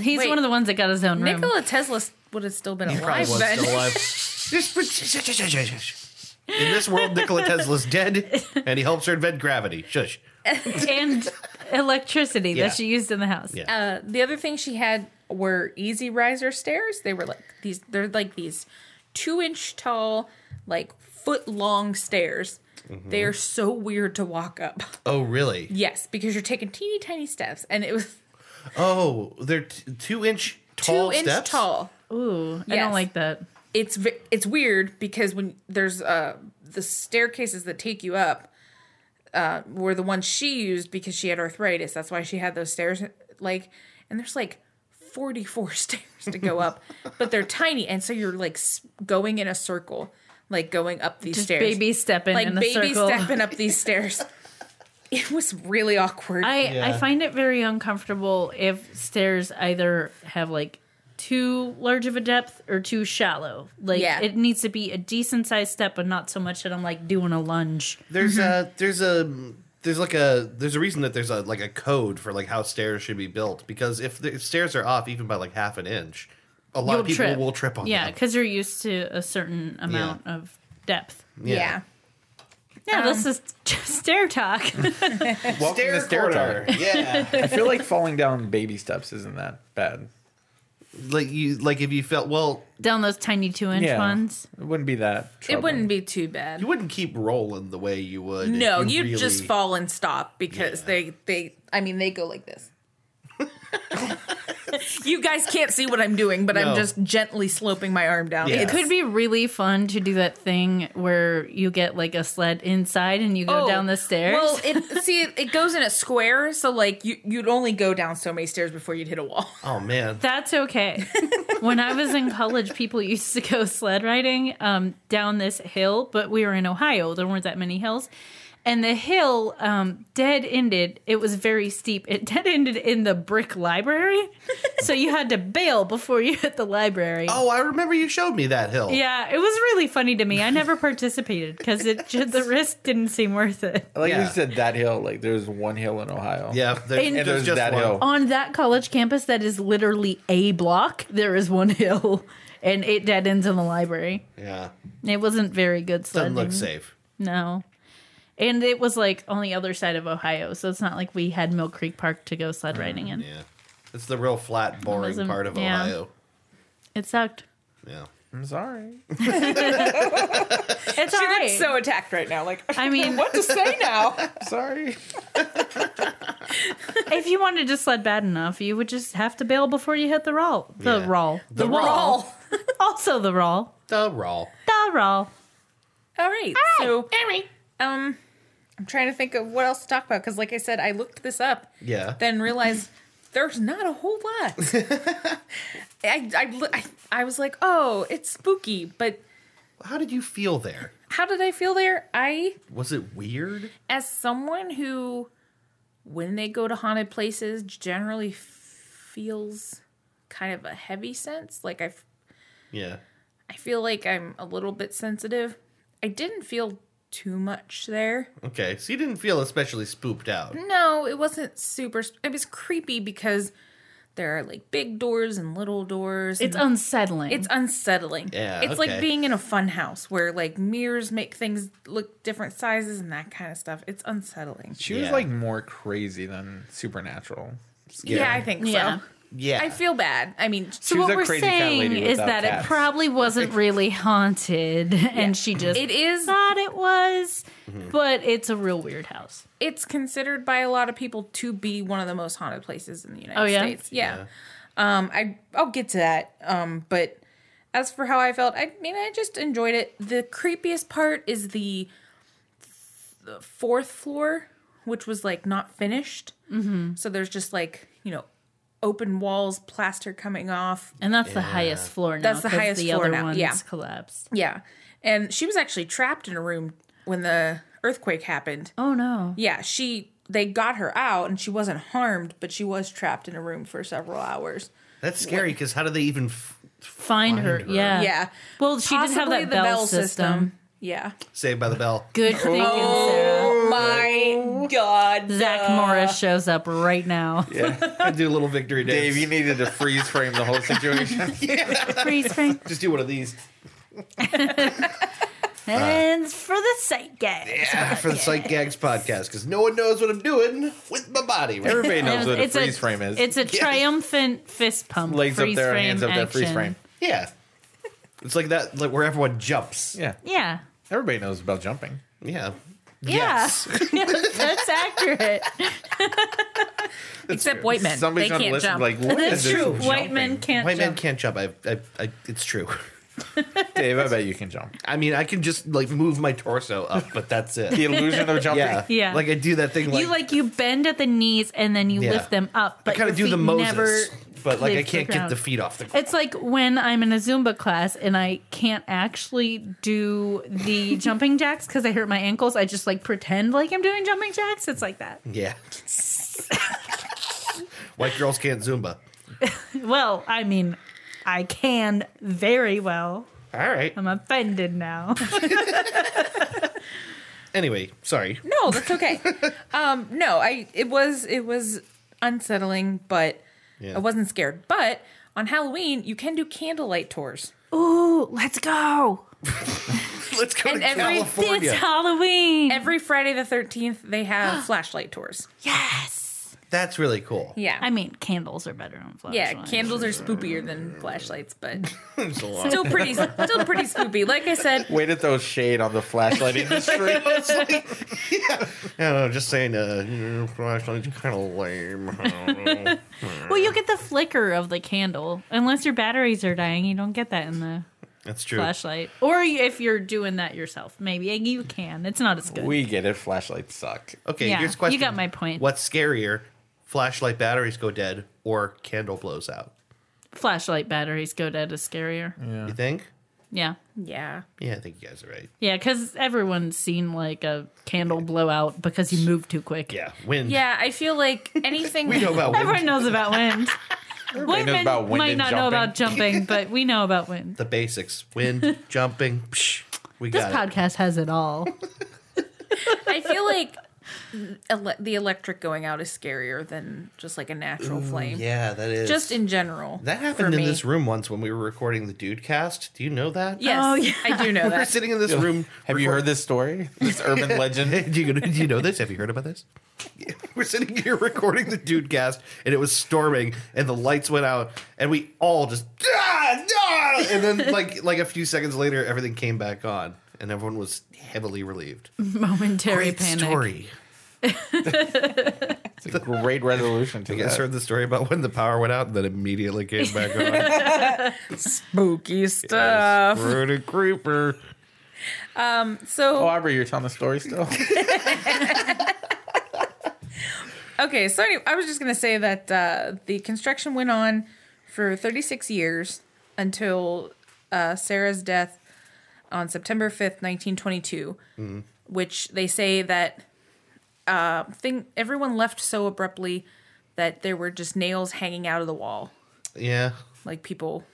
D: He's
B: Wait.
D: one of the ones that got his own room.
B: Nikola Tesla would have still been
C: Probably
B: alive
C: was
B: then.
C: still alive. In this world, Nikola Tesla's dead, and he helps her invent gravity. Shush.
D: and electricity
C: Yeah.
D: that she used in the house.
C: Yeah.
B: Uh, the other thing she had were easy riser stairs. They were like these. They're like these two inch tall, like foot long stairs.
C: Mm-hmm.
B: They are so weird to walk up.
C: Oh, really?
B: Yes, because you're taking teeny tiny steps, and it was
C: Oh, they're t- two inch
B: two
C: tall
B: inch
C: steps?
B: tall.
D: Ooh, I
B: Yes.
D: don't like that.
B: It's ve- it's weird because when there's uh the staircases that take you up uh were the ones she used because she had arthritis. That's why she had those stairs like and there's like 44 stairs to go up, but they're tiny and so you're like s- going in a circle, like going up these
D: Just
B: stairs.
D: baby stepping
B: like
D: in a
B: baby
D: circle.
B: stepping up these stairs. It was really awkward.
D: I,
C: Yeah.
D: I find it very uncomfortable if stairs either have like too large of a depth or too shallow. Like
B: Yeah.
D: it needs to be a decent sized step, but not so much that I'm like doing a lunge.
C: There's a there's a there's like a there's a reason that there's a like a code for like how stairs should be built because if the if stairs are off even by like half an inch, a lot of
D: You'll
C: people will trip on
D: Yeah,
C: them.
D: because you're used to a certain amount of depth.
B: yeah.
D: Yeah, this is just stair talk.
A: Welcome to stair
C: corridor.
A: talk.
C: Yeah,
A: I feel like falling down baby steps isn't that bad.
C: like you like if you felt well,
D: Down those tiny two inch
A: Yeah,
D: ones.
A: it wouldn't be that.
B: It
A: Troubling.
B: wouldn't be too bad.
C: you wouldn't keep rolling the way you would. if
B: No,
C: you
B: you would just
C: really-
B: fall and stop because they they I mean they go like this. you guys can't see what I'm doing, but
C: No.
B: I'm just gently sloping my arm down.
C: Yeah.
D: It could be really fun to do that thing where you get like a sled inside and you go
B: Oh,
D: down the stairs.
B: Well, it see it, it goes in a square, so like you you'd only go down so many stairs before you'd hit a wall.
C: Oh man,
D: That's okay. when I was in college, people used to go sled riding um, down this hill, but we were in Ohio. There weren't that many hills. And the hill um, dead ended. It was very steep. It dead ended in the brick library. so you had to bail before you hit the library.
C: Oh, I remember you showed me that hill.
D: Yeah, it was really funny to me. I never participated because it just, the risk didn't seem worth it.
A: Like
C: Yeah.
A: you said, that hill. Like there's one hill in Ohio.
C: Yeah, there's,
D: And-
C: there's
A: there's
C: just
A: that
C: one.
A: hill.
D: on that college campus that is literally a block, there is one hill, and it dead ends in the library.
C: Yeah,
D: It wasn't very good
C: doesn't
D: sledding.
C: look safe.
D: No. And it was like on the other side of Ohio, so it's not like we had Mill Creek Park to go
A: Mm,
D: sled riding in.
C: Yeah, it's the real flat, boring
D: Wasn't-
C: part of
D: yeah.
C: Ohio.
D: It sucked.
C: Yeah,
A: I'm sorry.
D: It's all
B: She
D: right.
B: looks so attacked right now. Like
D: I mean,
B: what to say now?
A: Sorry.
D: if you wanted to sled bad enough, you would just have to bail before you hit the roll. The
C: Yeah.
D: roll.
C: The
B: All
D: Also the roll.
C: the raw.
D: The roll.
B: right. So
F: Harry.
B: um I'm trying to think of what else to talk about because, like I said, I looked this up,
C: Yeah.
B: then realized there's not a whole lot. I, I, lo- I, I was like, oh, it's spooky, but
C: How did you feel there?
B: how did I feel there? I,
C: Was it weird?
B: as someone who, when they go to haunted places, generally feels kind of a heavy sense, like I f-
C: Yeah.
B: I feel like I'm a little bit sensitive. I didn't feel too much there.
C: Okay. So you didn't feel especially spooked out.
D: Mm,
B: No, it wasn't super. sp- It was creepy because there are like big doors and little doors.
D: It's
B: and
D: unsettling.
B: it's unsettling.
C: Yeah,
B: it's
C: okay.
B: like being in a fun house where like mirrors make things look different sizes and that kind of stuff. It's unsettling.
A: She was
C: Yeah.
A: like more crazy than supernatural.
B: Yeah, I think so.
D: Yeah.
C: Yeah.
B: I feel bad. I mean,
D: so
A: She was
D: what
A: a
D: we're
A: crazy cat
D: saying
A: lady
D: is
A: without
D: that
A: cats.
D: it probably wasn't really haunted, and she just
B: it is.
D: thought it was,
A: Mm-hmm.
D: but it's a real weird house.
B: It's considered by a lot of people to be one of the most haunted places in the United
D: Oh, yeah?
B: States. Yeah. Um, I I'll get to that. Um, but as for how I felt, I mean, I just enjoyed it. The creepiest part is the, the fourth floor, which was like not finished. Mm-hmm. So there's just like you know, open walls, plaster coming off,
D: And that's the highest floor now.
B: That's the
D: 'cause
B: highest
D: the
B: floor
D: other
B: now,
D: ones
B: yeah.
D: collapsed.
B: Yeah. And she was actually trapped in a room when the earthquake happened.
D: Oh no.
B: Yeah, she they got her out and she wasn't harmed, but she was trapped in a room for several hours.
C: That's scary because how do they even. F-
D: Find, her.
C: her.
D: Yeah.
B: Yeah.
D: Well, she did have
B: Possibly
D: that bell, system.
B: Yeah.
C: Saved by the Bell.
D: Good thinking, Sarah.
B: My god.
D: Zach Morris shows up right now.
C: I do a little victory dance.
A: Dave, you needed to freeze frame the whole situation.
D: Freeze frame.
C: Just do one of these.
D: And for the sight gag.
C: Yeah, Ah, for the Psych Gags podcast because no one knows what I'm doing with my body. Right?
A: Everybody knows what a
D: It's a-
A: freeze frame is.
D: It's a triumphant fist pump.
A: Legs up
D: freeze
A: there,
D: frame
A: hands up there, freeze
D: action.
A: frame.
C: yeah. It's like that, like where everyone jumps.
A: Yeah.
D: Yeah.
A: Everybody knows about jumping.
C: Yeah.
D: Yeah. That's accurate.
B: Except white men.
A: Somebody's
B: they
A: gonna
B: can't
A: listen
B: jump.
A: like what
D: That's
A: is
D: true.
A: this
D: White men
A: jumping?
D: can't
C: White man
D: jump.
C: can't jump. I, I, I, it's true.
A: Dave, I bet you can jump.
C: I mean, I can just like move my torso up, but that's it.
A: The illusion of jumping.
C: Yeah.
D: Yeah.
C: Like I do that thing like,
D: you like you bend at the knees and then you
C: Yeah.
D: lift them up.
C: I
D: But
C: kind of do the
D: most.
C: Moses, but like I
D: leaves the
C: can't get
D: ground.
C: the feet off the ground.
D: It's like when I'm in a Zumba class and I can't actually do the jumping jacks because I hurt my ankles. I just like pretend like I'm doing jumping jacks. It's like that.
C: Yeah. White girls can't Zumba.
D: Well, I mean, I can very well.
C: All right.
D: I'm offended now.
C: Anyway, sorry.
B: No, that's okay. um, no, I it was it was unsettling, but
C: Yeah.
B: I wasn't scared. But on Halloween, you can do candlelight tours.
D: Ooh, let's go.
C: Let's go
B: And
C: to
B: every-
D: It's
C: California.
D: Halloween.
B: Every Friday the 13th, they have flashlight tours.
D: yes.
C: That's really cool.
B: Yeah.
D: I mean, candles are better on flashlights.
B: Yeah, candles are spoopier than flashlights, but
C: It's a lot.
B: still pretty, still pretty spoopy. Like I said,
A: Way to throw shade on the flashlight industry.
C: I don't know, just saying, uh, flashlights are kind of lame. I don't know.
D: Well, you get the flicker of the candle. Unless your batteries are dying, you don't get that in the
C: That's true.
D: flashlight. Or you- if you're doing that yourself, maybe you can. It's not as good.
A: we get it. Flashlights suck.
C: Okay,
D: Yeah,
C: here's a question.
D: you got my point.
C: What's scarier, flashlight batteries go dead or candle blows out?
D: Flashlight batteries go dead is scarier.
C: You think?
D: Yeah.
B: yeah,
C: Yeah, I think you guys are right.
D: Yeah, because everyone's seen like a candle blowout because you move too quick.
C: Yeah, wind.
B: yeah, I feel like anything.
C: We know about wind.
D: Everyone knows about wind. White
A: knows
D: men
A: about wind
D: might
A: and
D: not know
A: jumping.
D: about jumping, but we know about wind.
C: the basics. Wind, jumping. Psh, we
D: This
C: got it.
D: podcast has it all.
B: I feel like ele- the electric going out is scarier than just like a natural flame.
C: Yeah, that is.
B: Just in general.
C: Mm, that
B: for
C: happened in
B: me.
C: this room once when we were recording the Dude Cast. Do you know that?
B: Yes,
D: Oh, yeah.
B: I do know
C: We were
B: that.
C: sitting in this room.
A: Have you heard this story? This urban legend?
C: do, you, do you know this? Have you heard about this? We're sitting here recording the Dude Cast, and it was storming, and the lights went out, and we all just ah, ah," and then like like a few seconds later, everything came back on, and everyone was heavily relieved.
D: Momentary panic.
C: story.
A: It's a great resolution to
C: You guys
A: this.
C: heard the story about when the power went out and then immediately came back on.
B: Spooky stuff.
C: Pretty creeper.
A: Oh,
B: So
A: Aubrey, you're telling the story still?
B: okay, so anyway, I was just gonna say that uh, the construction went on for 36 years until uh, Sarah's death on September 5th, 1922, which they say that uh, thing everyone left so abruptly that there were just nails hanging out of the wall.
C: Yeah.
B: Like people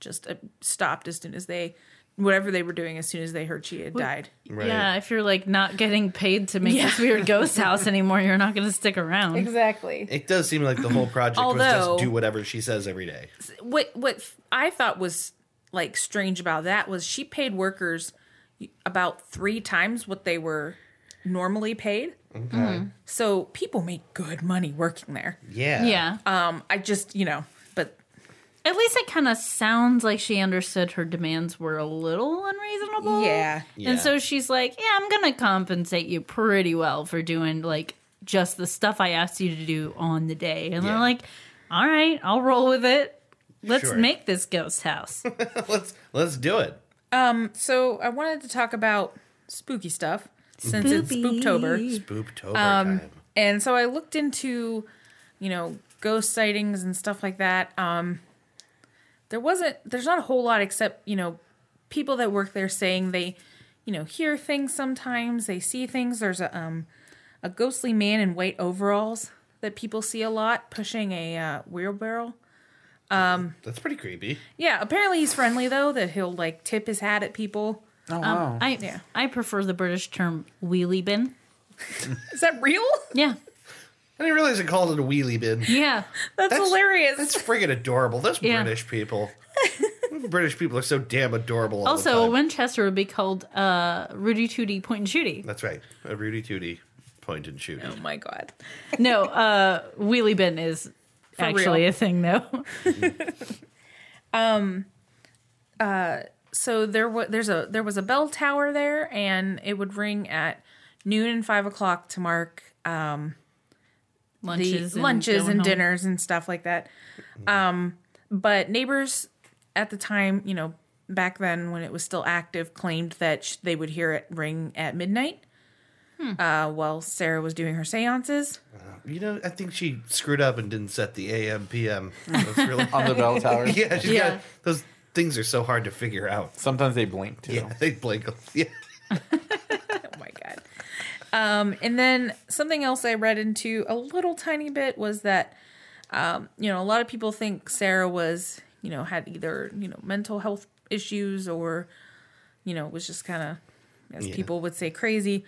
B: just uh, stopped as soon as they whatever they were doing as soon as they heard she had died.
C: Right.
D: Yeah, if you're like not getting paid to make this weird ghost house anymore, you're not going to stick around.
B: Exactly.
C: It does seem like the whole project was
B: Although-
C: just do whatever she says every day.
B: what what I thought was like strange about that was she paid workers about three times what they were normally paid. Okay. So people make good money working there.
C: Yeah.
D: Yeah.
B: Um, I just you know, but
D: At least it kind of sounds like she understood her demands were a little unreasonable.
B: yeah,
C: Yeah.
D: And so she's like, yeah, I'm going to compensate you pretty well for doing like just the stuff I asked you to do on the day. And
C: Yeah.
D: they're like, all right, I'll roll with it. Let's
C: Sure.
D: make this ghost house.
C: let's let's do it.
B: So I wanted to talk about spooky stuff since it's Spooktober.
C: Booptober
D: Um,
C: time.
B: Um, And so I looked into, you know, ghost sightings and stuff like that. Um, there wasn't, there's not a whole lot except, you know, people that work there saying they, you know, hear things sometimes, they see things. There's a, um, a ghostly man in white overalls that people see a lot pushing a uh, wheelbarrow.
C: That's pretty creepy.
B: Yeah, apparently he's friendly though, that he'll like tip his hat at people.
A: oh, wow.
D: I, I prefer the British term wheelie bin.
B: Is that real?
D: Yeah.
C: I didn't realize they called it a wheelie bin.
D: Yeah.
B: That's, hilarious.
C: That's friggin' adorable. Those
D: Yeah.
C: British people. British people are so damn adorable. All
D: Also,
C: the
D: a
C: time.
D: Winchester would be called uh, Rudy Tooty Point and Shooty.
C: that's right. A Rudy Tooty point and shoot.
B: oh my God.
D: No, uh, wheelie bin is actually
B: real.
D: a thing, though.
B: so there was there's a there was a bell tower there, and it would ring at noon and five o'clock to mark the
D: Lunches,
B: lunches
D: going
B: and
D: home.
B: dinners and stuff like that. Um, but neighbors at the time, you know, back then when it was still active, claimed that sh- they would hear it ring at midnight.
D: Hmm.
B: Uh, while Sarah was doing her seances,
C: You know, I think she screwed up and didn't set the AM PM. That's really-
A: On the bell tower.
C: yeah, she's
D: Yeah.
C: got those things are so hard to figure out.
A: Sometimes they blink too.
C: Yeah, they blink. Yeah,
B: oh my god! Um, and then something else I read into a little tiny bit was that um, you know, a lot of people think Sarah was, you know, had either, you know, mental health issues or, you know, was just kind of, as people would say, crazy.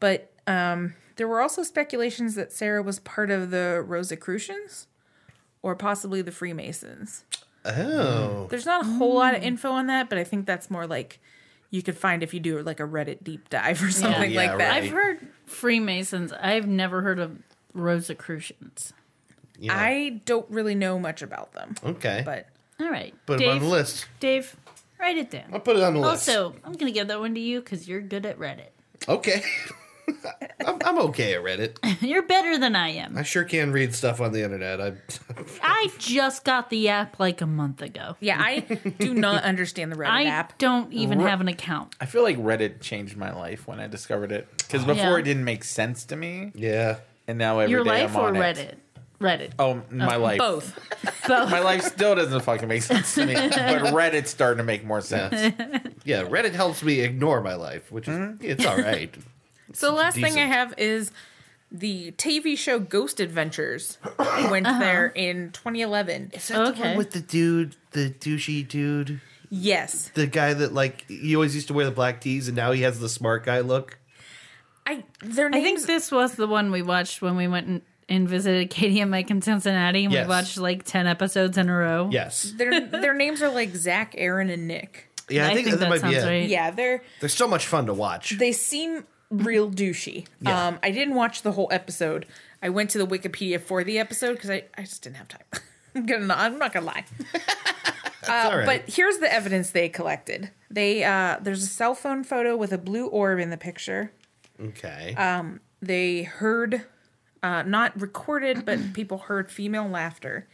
B: But um, there were also speculations that Sarah was part of the Rosicrucians or possibly the Freemasons. Oh. There's not a whole lot of info on that, but I think that's more like you could find if you do like a Reddit deep dive or something
C: Yeah,
B: like that.
C: right.
D: I've heard Freemasons. I've never heard of Rosicrucians.
C: yeah.
B: I don't really know much about them,
C: okay.
B: but
D: All right,
C: Put it
D: Dave,
C: on the list.
D: Dave, write it down.
C: I'll put it on the list.
D: Also, I'm gonna give that one to you because you're good at Reddit.
C: okay. I'm, I'm okay at Reddit.
D: You're better than I am.
C: I sure can read stuff on the internet. I
D: I just got the app like a month ago.
B: yeah, I do not understand the Reddit
D: I
B: app.
D: don't even have an account.
A: I feel like Reddit changed my life when I discovered it because before
D: Yeah.
A: it didn't make sense to me,
C: yeah.
A: and now every
D: Your
A: day
D: life
A: I'm
D: or
A: on it.
D: Reddit? Uh, Reddit.
A: Oh, my life.
B: Both.
A: My life still doesn't fucking make sense to me, but Reddit's starting to make more sense.
C: Yeah, Reddit helps me ignore my life, which Mm-hmm. is it's all right.
B: So the last thing I
C: decent.
B: have is the TV show Ghost Adventures went
D: Uh-huh.
B: there in 2011.
D: Okay.
C: With the dude, the douchey dude,
B: Yes,
C: the guy that like he always used to wear the black tees, and now he has the smart guy look.
B: I their
D: I think
B: names.
D: this was the one we watched when we went and, and visited Katie and Mike in Cincinnati, and
C: Yes.
D: we watched like ten episodes in a row.
C: Yes,
B: their their names are like Zach, Aaron, and Nick.
C: yeah,
D: I think, that,
C: might be
D: sounds
C: it.
D: right. Uh,
B: Yeah, they're
C: They're so much fun to watch.
B: they seem real douchey.
C: Yeah.
B: Um, I didn't watch the whole episode. I went to the Wikipedia for the episode because I, I just didn't have time. I'm gonna not, I'm not gonna lie.
C: all right.
B: But here's the evidence they collected. They uh, there's a cell phone photo with a blue orb in the picture.
C: okay,
D: uh,
B: they heard uh, not recorded but people heard female laughter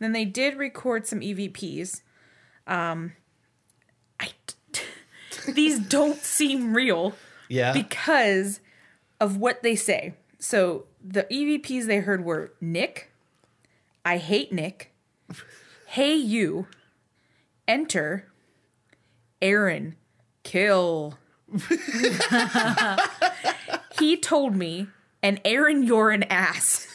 B: then they E did record some evps um i these don't seem real
C: Yeah.
B: because of what they say. So the EVPs they heard were Nick, I hate Nick, Hey you, Enter, Aaron, Kill. he told me, and Aaron, you're an ass.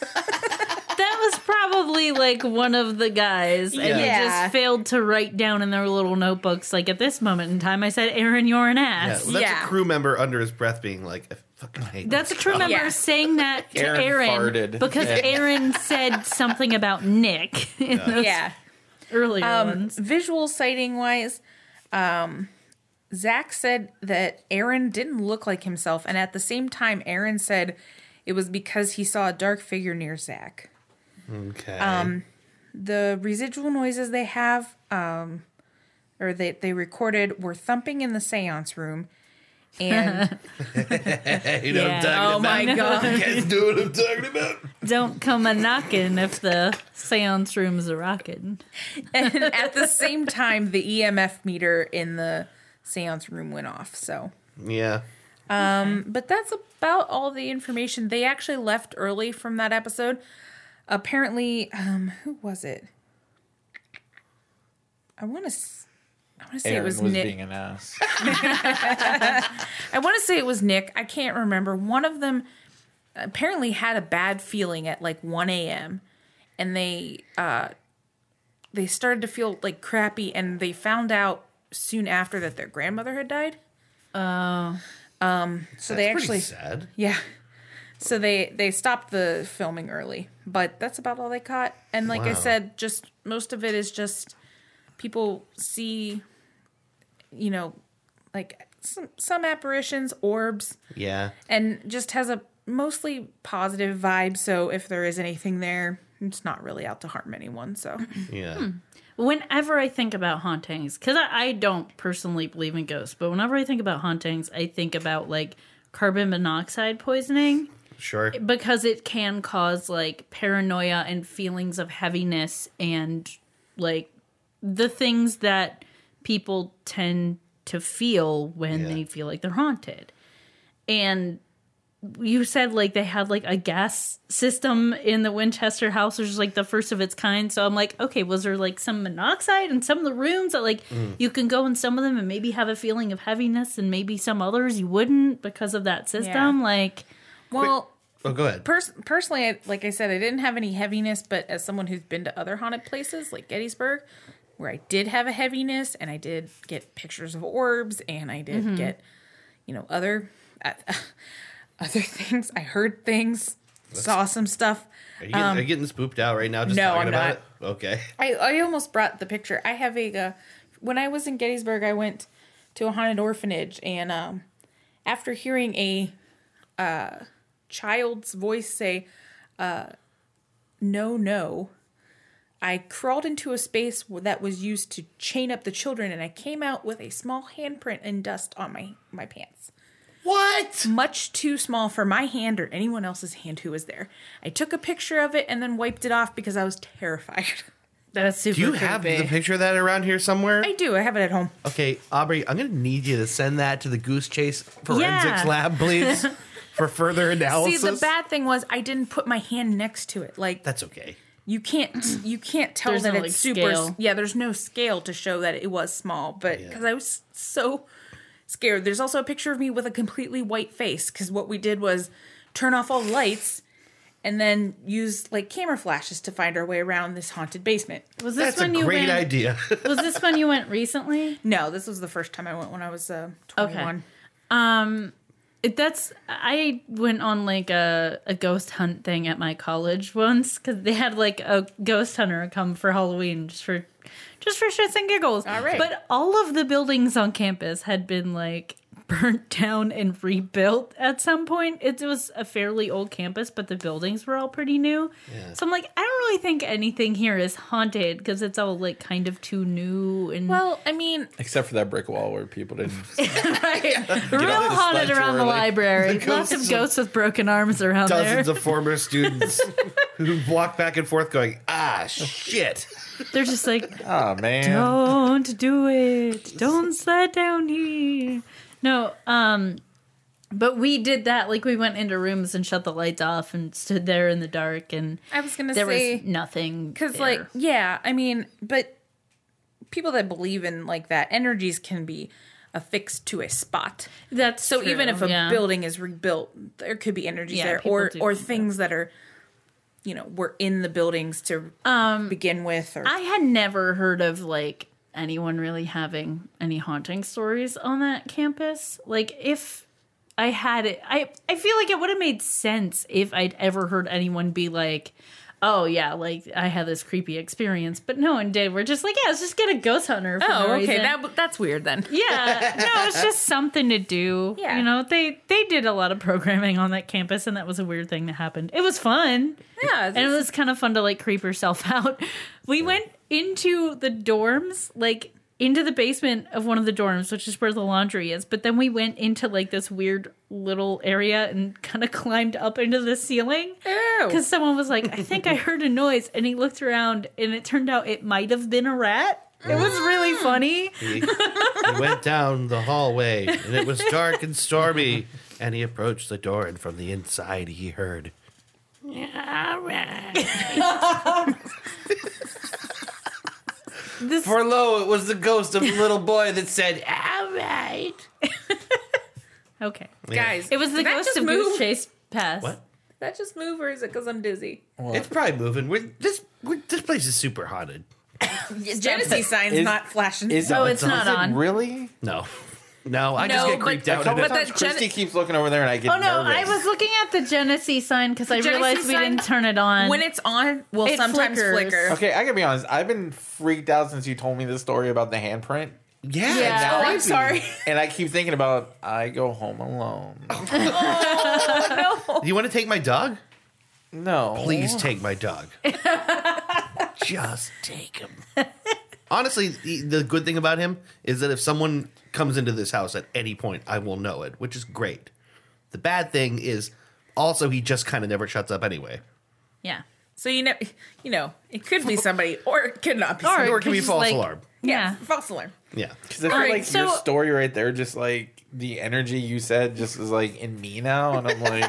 D: That was probably like one of the guys, and they
B: Yeah.
D: just failed to write down in their little notebooks. Like at this moment in time, I said, "Aaron, you're an
C: Yeah,
D: ass."
C: well, that's
B: Yeah.
C: a crew member under his breath being like, I fucking hate
D: That's a
C: this
D: crew
C: guy."
D: member
B: Yeah.
D: saying that to
A: Aaron
D: Aaron,
A: farted.
D: because Aaron said something about Nick in those
B: yeah.
D: earlier
B: Um,
D: ones.
B: visual sighting wise, um, Zach said that Aaron didn't look like himself, and at the same time, Aaron said it was because he saw a dark figure near Zach.
C: Okay.
D: um,
B: The residual noises they have, um, or that they recorded, were thumping in the seance room, and
C: you know
D: yeah.
C: what I'm talking
B: oh my
C: about?
B: god,
C: You guys know what I'm talking about?
D: Don't come a knocking if the seance room's a rockin'.
B: and at the same time, the EMF meter in the seance room went off. So.
C: Yeah.
B: But that's about all the information. They actually left early from that episode. Apparently, um, who was it? I want to. I want to say
A: Aaron
B: it
A: was,
B: was, Nick.
A: being an ass.
B: I want to say it was Nick. I can't remember. One of them apparently had a bad feeling at like 1 a.m. and they uh, they started to feel like crappy, and they found out soon after that their grandmother had died. Oh. Um. So they
C: Pretty
B: actually
C: sad.
B: Yeah. So they they stopped the filming early, but that's about all they caught. And like I said, just most of it is just people see, you know, like some some apparitions, orbs,
C: Yeah.
B: and just has a mostly positive vibe. So if there is anything there, it's not really out to harm anyone. So
C: Yeah.
D: Whenever I think about hauntings, because I, I don't personally believe in ghosts, but whenever I think about hauntings, I think about like carbon monoxide poisoning
C: Sure.
D: because it can cause like paranoia and feelings of heaviness and like the things that people tend to feel when
C: Yeah.
D: they feel like they're haunted. And you said like they had like a gas system in the Winchester house, which is like the first of its kind. So I'm like, okay, was there like some monoxide in some of the rooms that like you can go in some of them and maybe have a feeling of heaviness, and maybe some others you wouldn't because of that system? Like,
B: well.
C: Oh, go ahead.
B: Pers- personally, I, like I said, I didn't have any heaviness, but as someone who's been to other haunted places like Gettysburg, where I did have a heaviness and I did get pictures of orbs and I did get, you know, other uh, other things. I heard things, saw some stuff.
C: Are you, getting, are you getting spooped out right now? Just
B: um, no,
C: talking
B: I'm
C: about
B: not.
C: it. Okay.
B: I, I almost brought the picture. I have a uh, when I was in Gettysburg, I went to a haunted orphanage, and um, after hearing a uh, child's voice say, uh, "No, no," I crawled into a space w- that was used to chain up the children, and I came out with a small handprint and dust on my my pants
C: What?
B: much too small for my hand or anyone else's hand who was there. I took a picture of it and then wiped it off because I was terrified.
D: That's super
C: Do you have the picture of that around here somewhere?
B: I do. I have it at home.
C: Okay, Aubrey, I'm going to need you to send that to the Goose Chase Forensics
D: Yeah.
C: Lab, please, for further
B: See,
C: analysis.
B: the bad thing was I didn't put my hand next to it. Like
C: That's okay.
B: you can't you can't tell
D: There's
B: that
D: no,
B: it's
D: like,
B: super.
D: scale.
B: Yeah, there's no scale to show that it was small, but because I was so scared. There's also a picture of me with a completely white face because what we did was turn off all the lights and then use like camera flashes to find our way around this haunted basement.
D: Was this
C: That's a
D: when you
C: great
D: went?
C: idea.
D: Was this when you went recently?
B: No, this was the first time I went when I was uh, 21.
D: Um, it, that's I went on like a, a ghost hunt thing at my college once because they had like a ghost hunter come for Halloween just for just for shits and giggles. All
B: right.
D: but all of the buildings on campus had been like burnt down and rebuilt at some point. It was a fairly old campus, but the buildings were all pretty new. So I'm like, I don't really think anything here is haunted because it's all like kind of too new and
B: Well, I mean,
A: Except for that brick wall where people didn't.
D: real
A: out of the
D: haunted
A: slide too
D: around the
A: early.
D: library.
C: The
D: Lots of
C: ghosts
D: ghosts with broken arms around there.
C: Dozens of former students who walk back and forth going, ah, shit.
D: They're just like,
A: Oh man.
D: don't do it. Don't slide down here. No, um, but we did that. Like we went into rooms and shut the lights off and stood there in the dark and
B: I was gonna
D: there
B: say
D: was nothing.
B: because
D: there.
B: like yeah i mean but people that believe in like that energies can be affixed to a spot
D: that's
B: so even
D: true,
B: if a
D: yeah.
B: building is rebuilt there could be energies
D: Yeah,
B: there
D: people
B: or
D: do
B: or
D: do that.
B: things that are you know were in the buildings to begin with or
D: Um, I had never heard of like anyone really having any haunting stories on that campus. Like if I had it, I I feel like it would have made sense if I'd ever heard anyone be like, "Oh yeah, like I had this creepy experience," but no one did. We're just like, "Yeah, let's just get a ghost hunter." For no
B: oh okay
D: reason."
B: that that's weird then
D: yeah, no, it's just something to do.
B: Yeah.
D: you know they they did a lot of programming on that campus, and that was a weird thing that happened. It was fun.
B: yeah
D: And it was kind of fun to like creep herself out. We went into the dorms, like into the basement of one of the dorms, which is where the laundry is. But then we went into like this weird little area and kind of climbed up into the ceiling.
B: Ew.
D: Because someone was like, I think I heard a noise. And he looked around and it turned out it might have been a rat. It was
B: Mm.
D: really funny.
C: He, he went down the hallway and it was dark and stormy. And he approached the door, and from the inside, he heard.
G: All right.
D: This
C: For lo, it was the ghost of a little boy that said, ah.
G: All right.
D: Okay.
B: guys
D: It was the
B: did that
D: ghost
B: just
D: of
B: move
D: Goose Chase Pass.
C: What?
B: Did that just move or is it because i'm dizzy
C: It's probably moving. We're, this we're, this place is super haunted.
B: genesee signs
A: Is-
B: not flashing
A: Is
D: Oh,
A: it,
D: it's not
A: is it
D: on.
A: really?
C: No, no, I just
B: No,
C: get
B: but-
C: creeped out.
A: Every
C: at
A: time
C: it.
B: that Gen-
A: Christy keeps looking over there, and I get
D: Oh no,
A: nervous.
D: I was looking at the Genesee sign because I
B: Genesee
D: realized we
B: sign-
D: didn't turn it on.
B: when it's on will
D: It
B: sometimes
D: flickers.
B: flicker
A: Okay, I gotta be honest. I've been freaked out since you told me the story about the handprint,
C: Yeah,
D: Yeah.
C: it's
D: Oh,
B: i'm
C: creepy.
B: sorry
A: and I keep thinking about I go home alone.
C: Do you want to take my dog?
A: No,
C: Please take my dog. just
G: Take him.
C: honestly, the, the good thing about him is that if someone comes into this house at any point, I will know it, which is great. The bad thing is also he just kind of never shuts up anyway.
D: yeah.
B: So you know, you know, it could be somebody, or it could not be. somebody.
C: Or it can be
D: just,
C: false
D: like-
C: alarm.
D: Yeah.
B: false alarm.
C: Yeah.
A: Because I feel
D: Alright,
A: like
D: so-
A: your story right there, just like the energy you said, just is like in me now, and I'm like,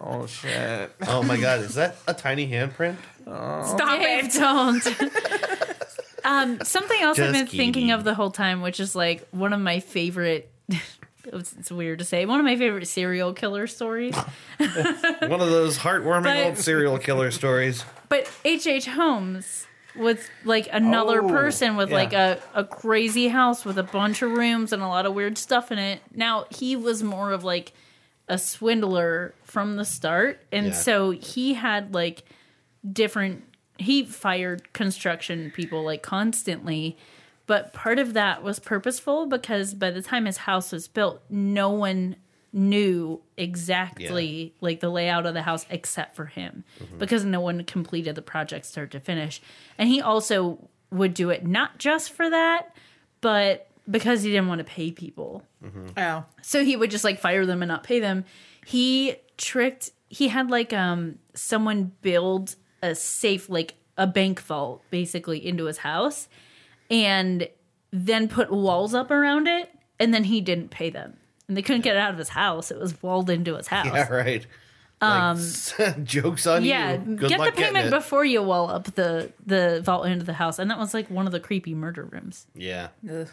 A: oh shit.
C: Oh my god, is that a tiny handprint?
B: Stop
D: Dave, don't. um, something else I've
C: Just
D: been thinking
C: kidding.
D: of the whole time, which is like one of my favorite. It's it's weird to say. One of my favorite serial killer stories.
C: One of those heartwarming
D: But-
C: old serial killer stories.
D: But H.H. H. Holmes was like another
A: Oh,
D: person with
A: yeah.
D: like a, a crazy house with a bunch of rooms and a lot of weird stuff in it. Now, he was more of like a swindler from the start. And
C: Yeah.
D: so he had like different, he fired construction people like constantly. But part of that was purposeful because by the time his house was built, no one knew exactly like the layout of the house except for him because no one completed the project start to finish. And he also would do it not just for that, but because he didn't want to pay people.
B: Oh,
D: So he would just like fire them and not pay them. He tricked he had like um someone build a safe like a bank vault basically into his house and then put walls up around it and then he didn't pay them. And they couldn't get it out of his house. It was walled into his house.
C: All right. Um jokes on
D: Yeah,
C: you. Good
D: get the
C: luck getting
D: payment
C: it.
D: before you wall up the the vault into the house, and that was like one of the creepy murder rooms.
C: Yeah.
B: Ugh.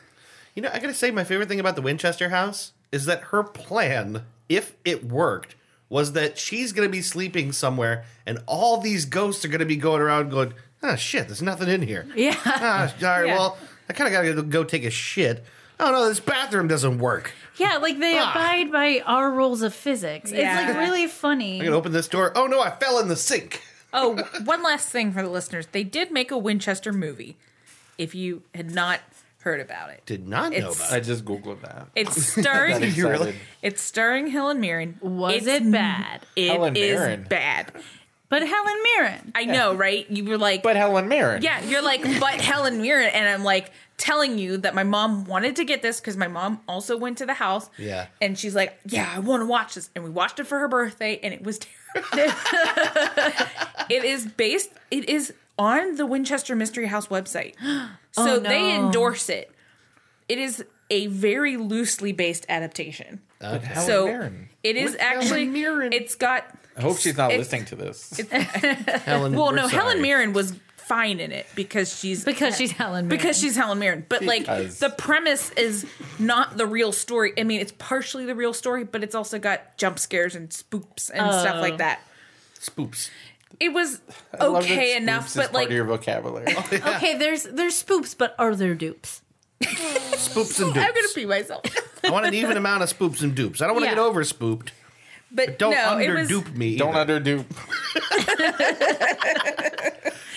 C: You know, I gotta say, my favorite thing about the Winchester house is that her plan, if it worked, was that she's gonna be sleeping somewhere and all these ghosts are gonna be going around going, oh shit, there's nothing in here.
D: Yeah,
C: Ah, all right,
D: Yeah.
C: well, I kinda gotta go take a shit. Oh no, this bathroom doesn't work.
D: yeah, like they
C: Ah.
D: abide by our rules of physics. It's
B: Yeah.
D: like really
C: I'm
D: funny.
C: gonna open this door. Oh no, I fell in the sink.
B: oh, one last thing for the listeners: they did make a Winchester movie. If you had not heard about it,
C: Did not know
B: It's-
C: about
A: I
C: it.
A: just googled that.
B: it's
A: Got
B: starring
A: excited.
C: really?
B: it's starring Helen Mirren.
D: Was
B: It's-
D: it bad?
B: It
A: Helen
B: is
A: Mirren.
B: bad.
D: But Helen Mirren.
B: I know, right? You were like,
A: But Helen Mirren.
B: yeah, you're like, but Helen Mirren, and I'm like telling you that my mom wanted to get this because my mom also went to the house.
C: Yeah.
B: and she's like, yeah, I want to watch this, and we watched it for her birthday, and it was terrible. it is based. It is on the Winchester Mystery House website, so
D: Oh,
B: they
D: no.
B: endorse it. It is a very loosely based adaptation.
A: But Helen
B: so
A: Mirren.
B: it is
C: With Helen
B: actually
C: Mirren.
B: it's got
A: I hope she's not
B: it's-
A: listening to this.
C: Helen.
B: well,
C: we're
B: no, Helen
C: sorry.
B: Mirren was fine in it because she's
D: Because she's Helen Mirren.
B: because she's Helen Mirren. But like
A: Because-
B: the premise is not the real story. I mean, it's partially the real story, but it's also got jump scares and spoops and stuff
D: Oh.
B: like that.
A: Spoops.
B: It was
A: I love that
B: okay
A: spoops
B: enough,
A: is
B: but
A: part
B: like
A: of your vocabulary.
D: Okay, there's there's spoops, but are there dupes?
C: Spoops and
B: I'm gonna
C: dupes.
B: pee myself.
C: I want an even amount of spoops and dupes. I don't want to
D: Yeah.
C: get over spooped.
B: But
C: Don't
B: no, it was
C: underdupe me.
A: Don't
C: either.
A: underdupe.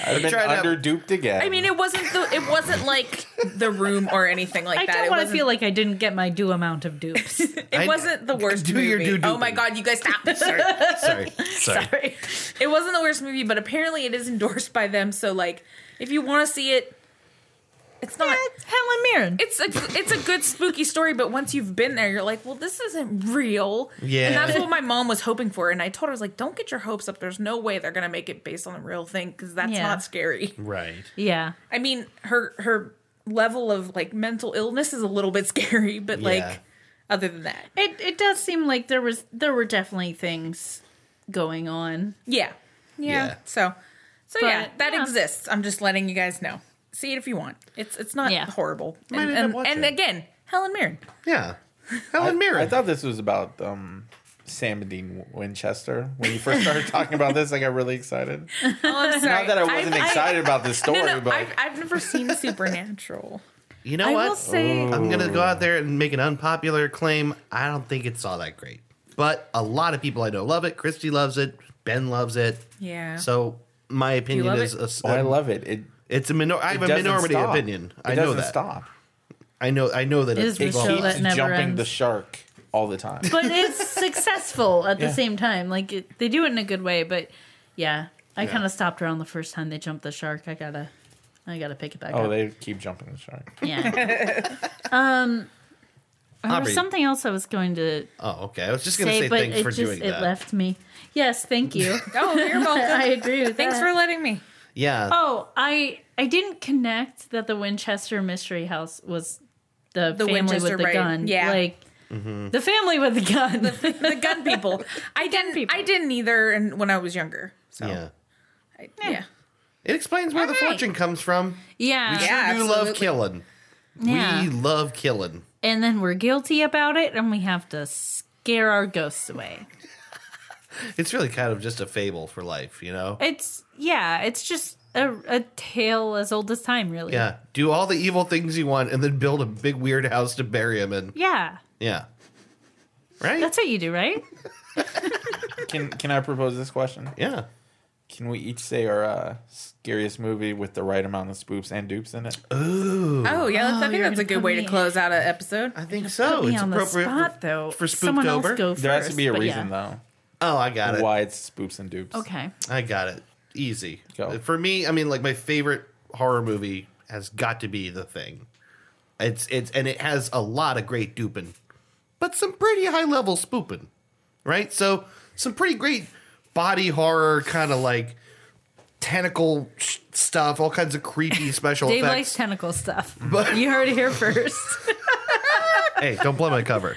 A: I've been
C: Try to-
A: underduped again.
B: I mean, it wasn't the it wasn't like the room or anything like
D: I
B: that.
D: don't
B: it
D: want to
B: wasn't,
D: feel like I didn't get my due amount of dupes.
B: it
C: I-
B: wasn't the worst
C: Do
B: movie.
C: your due
B: oh my
C: duping.
B: god, you guys stop.
C: Sorry. Sorry.
B: It wasn't the worst movie, but apparently it is endorsed by them. So like, if you want to see it, it's not.
D: Helen Mirren.
B: It's a it's a good spooky story, but once you've been there, you're like, well, this isn't real.
C: Yeah.
B: and that's what my mom was hoping for. And I told her, I was like, don't get your hopes up. There's no way they're gonna make it based on a real thing because that's
D: Yeah.
B: not scary.
C: Right.
D: yeah.
B: I mean, her her level of like mental illness is a little bit scary, but
C: Yeah.
B: like, other than that,
D: It it does seem like there was there were definitely things going on.
B: yeah, yeah.
C: Yeah.
B: So, so
D: But,
B: yeah, that
D: yeah.
B: exists. I'm just letting you guys know. See it if you want. It's it's not
D: Yeah.
B: horrible.
C: Might
B: And
C: end up
B: and,
C: watching
B: and
C: it.
B: again, Helen Mirren.
C: Yeah. Helen Mirren.
A: I thought this was about um, Sam and Dean Winchester. When you first started talking about this, I got really excited.
B: Oh, I'm sorry.
A: Not that I wasn't
B: I've- I-
A: excited about this story,
B: No, no,
A: but
B: I've, I've never seen Supernatural.
C: you know
D: I
C: what? Oh.
D: will say
C: I'm gonna go out there and make an unpopular claim. I don't think it's all that great, but a lot of people I know love it. Christy loves it. Ben loves it.
B: Yeah.
C: So my opinion
B: love
C: is,
B: it?
C: a s-
A: oh, I love it. It,
C: it's a minor. I
A: it
C: have a
A: doesn't
C: minority
A: stop.
C: opinion.
A: It
C: I know
A: doesn't
C: that.
A: stop.
C: I know. I know that
D: It is
A: It
C: it's
D: the show
C: wrong.
D: that-
A: keeps
D: never
A: jumping the
D: ends.
A: shark all the time.
D: But it's successful at the
A: Yeah.
D: same time. Like it, they do it in a good way, but yeah. I kind of stopped around the first time they jumped the shark. I gotta I gotta pick it back
A: oh,
D: up.
A: they keep jumping the shark.
D: yeah. um there
C: Aubrey.
D: was something else I was going to
C: Oh, okay. I was just gonna
D: say,
C: say,
D: but
C: thanks
D: it
C: for
D: just
C: doing
D: it
C: that.
D: left me. Yes, thank you.
B: Oh, you're welcome.
D: I agree with
B: Thanks
D: that.
B: for letting me.
C: Yeah.
D: Oh, I I didn't connect that the Winchester Mystery House was the,
B: The
D: family
B: Winchester,
D: with the
B: right.
D: gun.
B: Yeah.
D: like
C: Mm-hmm.
D: the family with the gun.
B: The gun people. I didn't.
D: people.
B: I didn't either. And when I was younger, so
C: Yeah.
B: I, yeah.
C: It explains where the
B: Alright.
C: fortune comes from.
D: yeah,
C: We
B: Yeah,
C: do love
B: absolutely.
C: killing.
D: Yeah.
C: We love killing.
D: and then we're guilty about it, and we have to scare our ghosts away.
C: It's really kind of just a fable for life, you know?
D: It's yeah, it's just a, a tale as old as time, really.
C: Yeah. Do all the evil things you want and then build a big weird house to bury him in.
D: yeah,
C: Yeah. Right?
D: that's what you do, right?
A: Can Can I propose this question?
C: yeah.
A: Can we each say our uh, scariest movie with the right amount of spoops and dupes in it?
B: Oh yeah. That's, I think
D: you're
B: that's a
D: gonna
B: good
D: put
B: way
D: me
B: to close out an episode.
C: I think so.
D: Put me
C: Oh, It's
D: on the
C: appropriate
D: spot,
C: for-
D: though.
C: for
D: Someone else
C: Spooktober.
D: go
A: There has to be a
D: first, but
A: reason
D: yeah.
C: Oh, I got it.
A: why it's spoops and dupes.
D: Okay.
C: I got it. Easy.
A: Go.
C: For me, I mean like my favorite horror movie has got to be The Thing. It's it's and it has a lot of great duping, but some pretty high level spooping. Right? So some pretty great body horror kind of like tentacle sh- stuff, all kinds of creepy special
D: Dave
C: effects.
D: likes tentacle stuff. you heard it here first.
C: hey, don't blow my cover.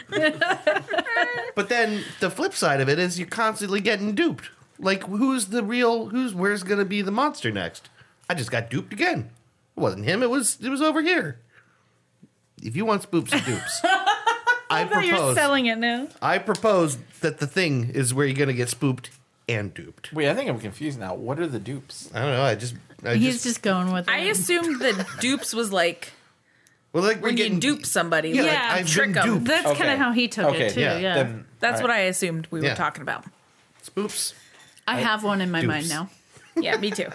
C: but then the flip side of it is you're constantly getting duped. Like who's the real who's where's gonna be the monster next? I just got duped again. It wasn't him, it was it was over here. If you want spoops and dupes. I
D: thought you were
C: propose
D: selling it now.
C: I propose that the thing is where you're gonna get spooped and duped.
A: Wait, I think I'm confused now. What are the dupes?
C: I don't know, I just I
D: He's
C: just,
D: just, going with it.
B: I assumed that dupes was like
C: well like we're
B: when
C: getting
B: you dupe somebody.
C: Yeah,
B: like,
C: like,
D: Yeah,
C: I've
B: trick
C: been
B: 'em.
C: duped.
D: That's kind of how he took
A: Okay,
D: it too.
C: yeah,
D: Yeah,
A: Then,
B: that's
A: all
B: what
A: right.
B: I assumed we
C: Yeah.
B: were talking about.
C: Spoops.
D: I have one in my mind
C: Dupes.
D: now.
B: Yeah, me too.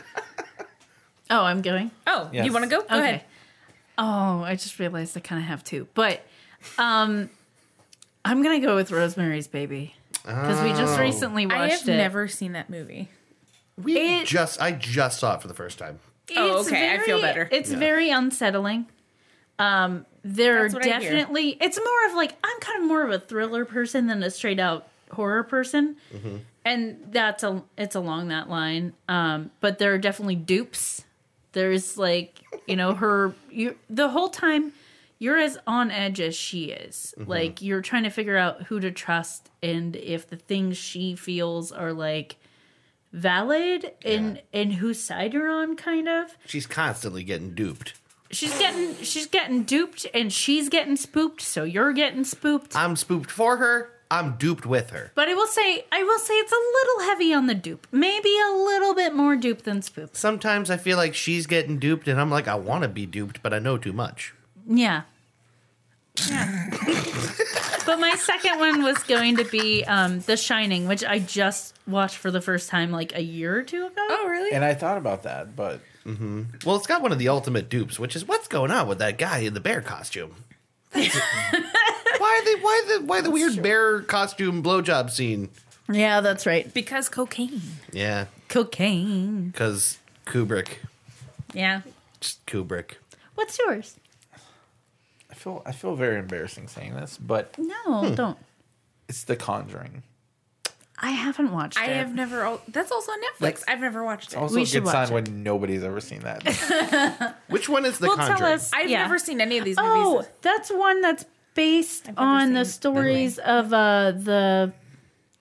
D: Oh, I'm going.
B: Oh,
A: Yes.
B: you want to go? Go
D: okay.
B: ahead.
D: Oh, I just realized I kind of have two, but um, I'm gonna
C: Oh.
D: go with Rosemary's Baby because we just recently
B: I have
D: watched it.
B: never seen that movie.
C: We
D: It-
C: just I just saw it for the first time.
B: Oh, okay, I feel better.
D: It's very unsettling. Um, there are
B: That's what I hear.
D: definitely. It's more of like I'm kind of more of a thriller person than a straight out horror person,
B: Mm-hmm.
D: and that's a it's along that line. Um, but there are definitely dupes. There's like you know her you the whole time you're as on edge as she is.
B: Mm-hmm.
D: Like you're trying to figure out who to trust and if the things she feels are like valid and and whose side you're on kind of
C: She's constantly getting duped.
D: she's getting she's getting duped and she's getting spooked so you're getting spooked
C: I'm spooked for her. I'm duped with her.
D: but i will say i will say it's a little heavy on the dupe maybe a little bit more dupe than spook
C: Sometimes I feel like she's getting duped, and I'm like, I want to be duped, but I know too much.
D: yeah yeah but my second one was going to be um the shining which i just watched for the first time like a year or two ago
B: Oh, really?
A: And I thought about that, but
C: Well, it's got one of the ultimate dupes, which is what's going on with that guy in the bear costume. That's- why are they? Why the? Why the weird bear costume blowjob scene?
D: yeah that's right
B: because cocaine.
C: Yeah,
D: cocaine
C: because Kubrick,
D: yeah
C: just Kubrick.
D: what's yours
A: I feel I feel very embarrassing saying this, but
D: no don't
A: it's The Conjuring.
D: i haven't watched
B: I
D: it.
B: have never. al- That's also on Netflix.
A: Like-
B: I've never watched it.
A: Also,
D: We
A: a
D: should
A: good
D: watch
A: sign when nobody's ever seen that.
C: Which one is the
D: well
C: Conjuring?
D: tell us
B: I've
D: yeah.
B: never seen any of these movies.
D: Oh, that's one that's based
B: never
D: on the
B: seen it.
D: stories of uh the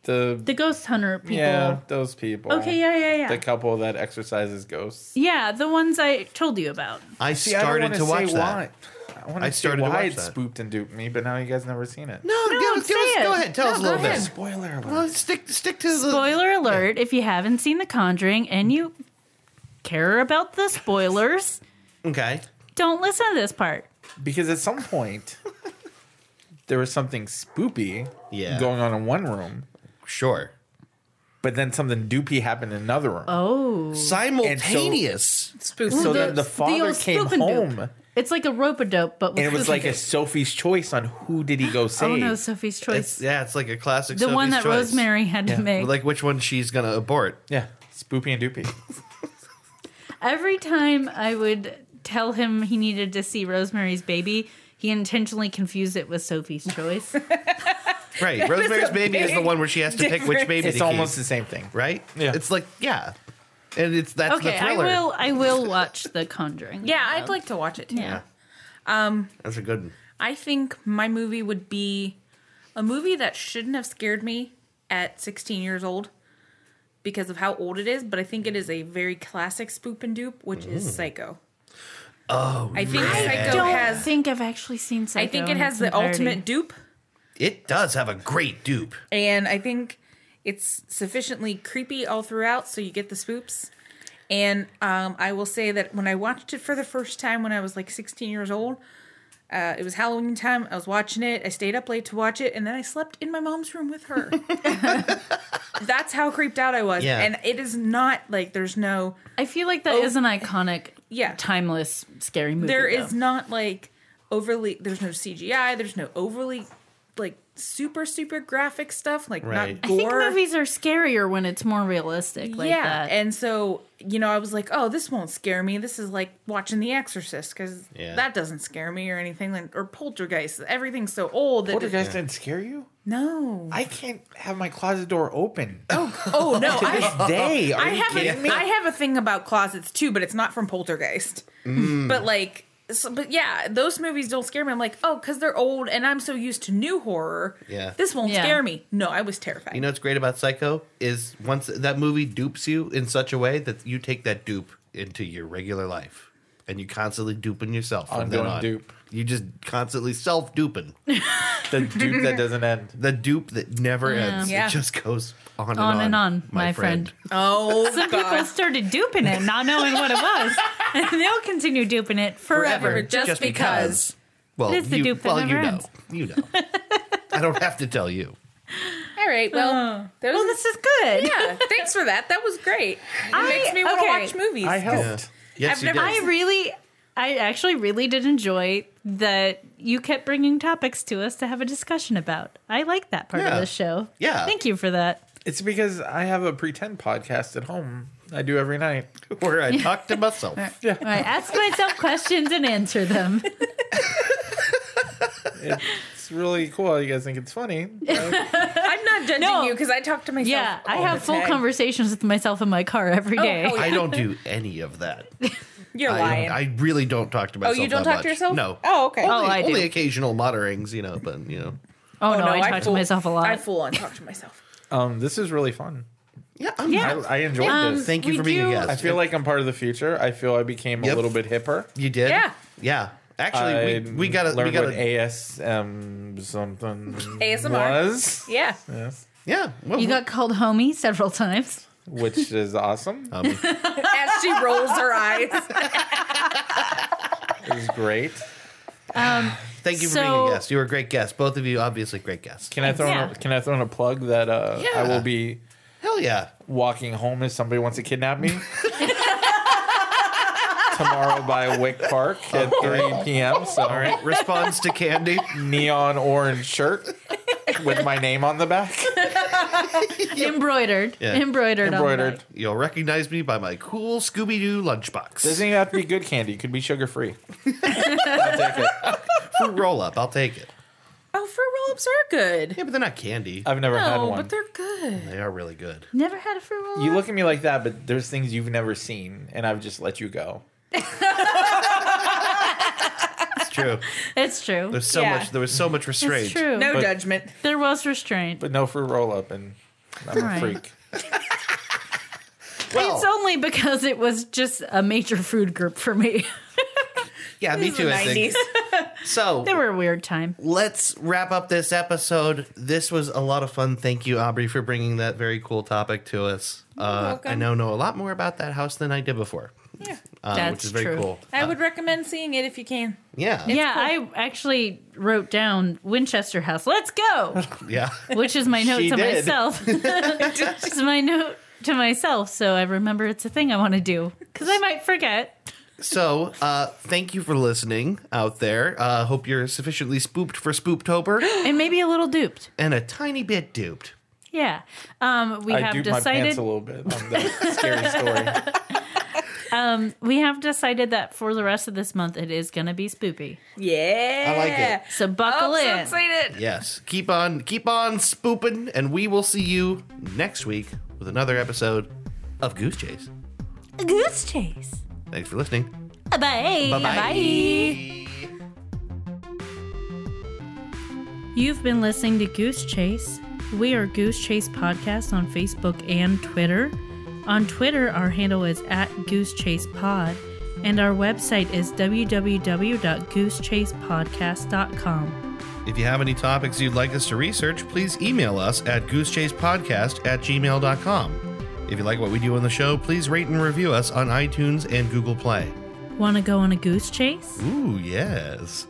A: the,
D: the ghost hunter people.
A: yeah, those people.
D: Okay, yeah, yeah, yeah.
A: The couple that exercises ghosts.
D: yeah, the ones I told you about.
C: I
A: See, I don't
C: started
A: wanna
C: to watch
A: say
C: that.
A: Why. I, wanna
C: I
A: say
C: started to
A: why
C: watch
A: it
C: that.
A: spooked and duped me, but now you guys never seen it.
C: No,
D: No,
C: give us, give
D: say
C: us,
D: it.
C: go ahead. Tell
B: No,
C: us a
B: go
C: little
B: ahead.
C: bit.
A: Spoiler alert.
C: Well, stick stick to the
D: Spoiler alert, if you haven't seen The Conjuring and you care about the spoilers,
C: Okay.
D: don't listen to this part.
A: because at some point there was something spoopy
C: Yeah.
A: going on in one room,
C: Sure.
A: but then something doopy happened in another room.
D: Oh.
C: Simultaneous.
B: Spook.
A: So
D: Ooh,
A: then
D: the
A: the father
D: old
A: came
D: spook and
A: home,
D: dupe. It's like a rope a dope, but with
A: and it was like a Sophie's Choice on who did he go save.
D: Oh no, Sophie's choice.
C: It's- yeah, it's like a classic.
D: the one that
C: Sophie's Choice.
D: Rosemary had to make.
C: Like which one she's gonna abort?
A: Yeah, spoopy and doopy.
D: Every time I would tell him he needed to see Rosemary's Baby, he intentionally confused it with Sophie's Choice.
C: Right. Rosemary's Baby is the one where she has to pick which baby.
A: It's
C: to
A: almost the
C: keep,
A: same thing.
C: right.
A: Yeah.
C: It's like yeah, and it's that's
D: okay,
C: the
D: I
C: thriller.
D: will. I will watch The Conjuring.
B: Yeah, I'd like to watch it too.
D: Yeah.
C: That's a good one.
B: I think my movie would be a movie that shouldn't have scared me at 16 years old because of how old it is, but I think it is a very classic spoop and dupe, which is Psycho. Oh, I think Psycho
D: don't
B: has.
D: think I've actually seen. Psycho
B: I think it
D: in
B: has
D: its
B: the
D: entirety.
B: ultimate dupe,
C: It does have a great dupe.
B: and I think it's sufficiently creepy all throughout, so you get the spoops. And um, I will say that when I watched it for the first time when I was like 16 years old, uh, it was Halloween time. I was watching it. I stayed up late to watch it, and then I slept in my mom's room with her. That's how creeped out I was.
C: Yeah.
B: And it is not like there's no
D: I feel like that is an iconic,
B: yeah.
D: timeless scary movie.
B: There is
D: though.
B: not like overly there's no CGI. There's no overly like super super graphic stuff like
C: Right.
B: not
D: I
B: gore.
D: think movies are scarier when it's more realistic. Like
B: yeah,
D: that.
B: and so you know, I was like, "Oh, this won't scare me. This is like watching The Exorcist because
C: Yeah.
B: that doesn't scare me or anything." Like, or Poltergeist. Everything's so old. That
A: What, you guys didn't scare you?
B: no,
A: I can't have my closet door open. Oh,
B: oh no, I,
A: day. Are
B: I
A: you
B: have
A: kidding
B: a,
A: me?
B: I have a thing about closets too, but it's not from Poltergeist.
C: Mm.
B: But like, so, but yeah, those movies don't scare me. I'm like, oh, because they're old, and I'm so used to new horror.
C: Yeah.
B: this won't
D: Yeah.
B: scare me. No, I was terrified.
C: You know what's great about Psycho is once that movie dupes you in such a way that you take that dupe into your regular life, and you constantly duping yourself. from then
A: Ongoing
C: on.
A: dupe.
C: You just constantly self duping.
A: the dupe that doesn't end.
C: the dupe that never ends.
B: Yeah.
C: It just goes on, and
D: On
C: on
D: and on, my friend.
B: oh
D: Some people started duping it, not knowing what it was, and they'll continue duping it forever.
B: Forever. Just because.
C: Well,
D: It's the
C: you,
D: dupe that
C: well,
D: never
C: you know,
D: ends.
C: you know. I don't have to tell you.
B: All right, well, those
D: Well, this is good.
B: yeah, thanks for that. That was great. It
D: I-
B: makes me want to
D: okay.
B: watch movies.
A: I helped.
C: Yes,
B: I've never-
C: you
D: I
C: did.
D: really, I actually really did enjoy that you kept bringing topics to us to have a discussion about. I like that part
C: Yeah.
D: of the show.
C: Yeah.
D: Thank you for that.
A: It's because I have a pretend podcast at home I do every night.
C: where I talk to myself.
D: I ask myself questions and answer them.
A: It's really cool. You guys think it's funny?
B: I'm not judging
D: No.
B: you because I talk to myself.
D: Yeah, I
B: all
D: have
B: the
D: full
B: time.
D: conversations with myself in my car every day.
B: hell yeah.
C: I don't do any of that.
B: You're
C: I,
B: lying.
C: I really don't talk to
B: oh,
C: myself.
B: you don't
C: that
B: talk
C: much.
B: to yourself?
C: No.
B: Oh, okay.
D: Oh, I do.
C: only occasional mutterings, you know, but you know.
D: oh, no, I talk
B: fool-
D: to myself a lot.
B: I fool and talk to myself.
A: Um, this is really fun.
C: Yeah, I'm
A: I,
D: Yeah.
A: I enjoyed
D: Um,
A: this.
C: Thank you
D: We
C: for being
D: do-
C: a guest.
A: I feel like I'm part of the future. I feel I became a
C: Yep.
A: little bit hipper.
C: you did.
B: Yeah.
C: Yeah. Actually, we,
A: I
C: we got a we
A: learned
C: got
A: what
C: a
A: ASM something
B: ASMR.
A: was,
B: Yeah.
A: yes,
C: yeah. Well,
D: you got called homie several times.
A: which is awesome.
C: um,
B: As she rolls her eyes.
A: It was great.
C: thank you for being
D: So-
C: a guest. You were a great guest. Both of you, obviously, great guests.
A: Can I throw in
D: Yeah.
A: a, can I throw in a plug that uh, I
C: Yeah.
A: will be
C: Hell yeah.
A: walking home if somebody wants to kidnap me. Tomorrow by Wick Park at 3 p.m. So
C: Oh. All right. Response to Candy.
A: neon orange shirt with my name on the back,
D: Embroidered.
C: Yeah.
D: Embroidered.
A: embroidered.
C: You'll recognize me by my cool Scooby Doo lunchbox.
A: Doesn't even have to be good candy. It could be sugar free. I'll take it.
C: Fruit roll up. I'll take it.
B: Oh, fruit roll ups are good.
C: Yeah, but they're not candy.
D: Uh,
A: I've never had
B: No,
A: one.
B: but they're good.
C: They are really good.
D: Never had a fruit roll.
A: You look at me like that, but there's things you've never seen, and I've just let you go.
C: It's true.
D: It's true.
C: There's so
B: Yeah.
C: much. There was so much restraint.
D: It's true.
B: No
A: But-
B: judgment.
D: There was restraint.
A: But no fruit roll up, and I'm
D: Right.
A: a freak.
C: Well,
D: it's only because it was just a major food group for me.
C: yeah, me
B: This is
C: too.
B: the
C: I think
B: 90s.
C: so.
D: they were a weird time.
C: let's wrap up this episode. This was a lot of fun. Thank you, Aubrey, for bringing that very cool topic to us. Uh,
B: welcome.
C: I now know a lot more about that house than I did before,
B: Yeah.
C: uh, which
D: That's
C: is very
D: true.
C: cool.
B: I would recommend seeing it if you can.
C: Yeah,
D: yeah, I actually wrote down Winchester House. Let's go,
C: yeah.
D: which is my note
A: She
D: to
A: did.
D: myself. it's my note to myself, so I remember it's a thing I want to do because I might forget.
C: so, uh, thank you for listening out there. Uh, hope you're sufficiently spooked for Spooptober
D: And maybe a little duped.
C: and a tiny bit duped.
D: Yeah, um, we
A: I
D: have
A: do my
D: decided.
A: pants a little bit on the scary story.
D: We have decided that for the rest of this month, it is going to be spoopy.
B: Yeah. Oh,
C: I like it.
D: Oh, So
B: I'm
D: buckle
B: so
D: in.
B: excited.
C: Yes, keep on, keep on spooping, and we will see you next week with another episode of Goose Chase.
D: Goose chase.
C: Thanks for listening.
D: Bye.
C: Bye-bye.
D: You've been listening to Goose Chase. We are Goose Chase Podcast on Facebook and Twitter. On Twitter, our handle is at Goose Chase Pod, and our website is www.goosechasepodcast.com.
C: If you have any topics you'd like us to research, please email us at goosechasepodcast at gmail.com. If you like what we do on the show, please rate and review us on iTunes and Google Play.
D: Want to go on a goose chase?
C: Ooh, yes.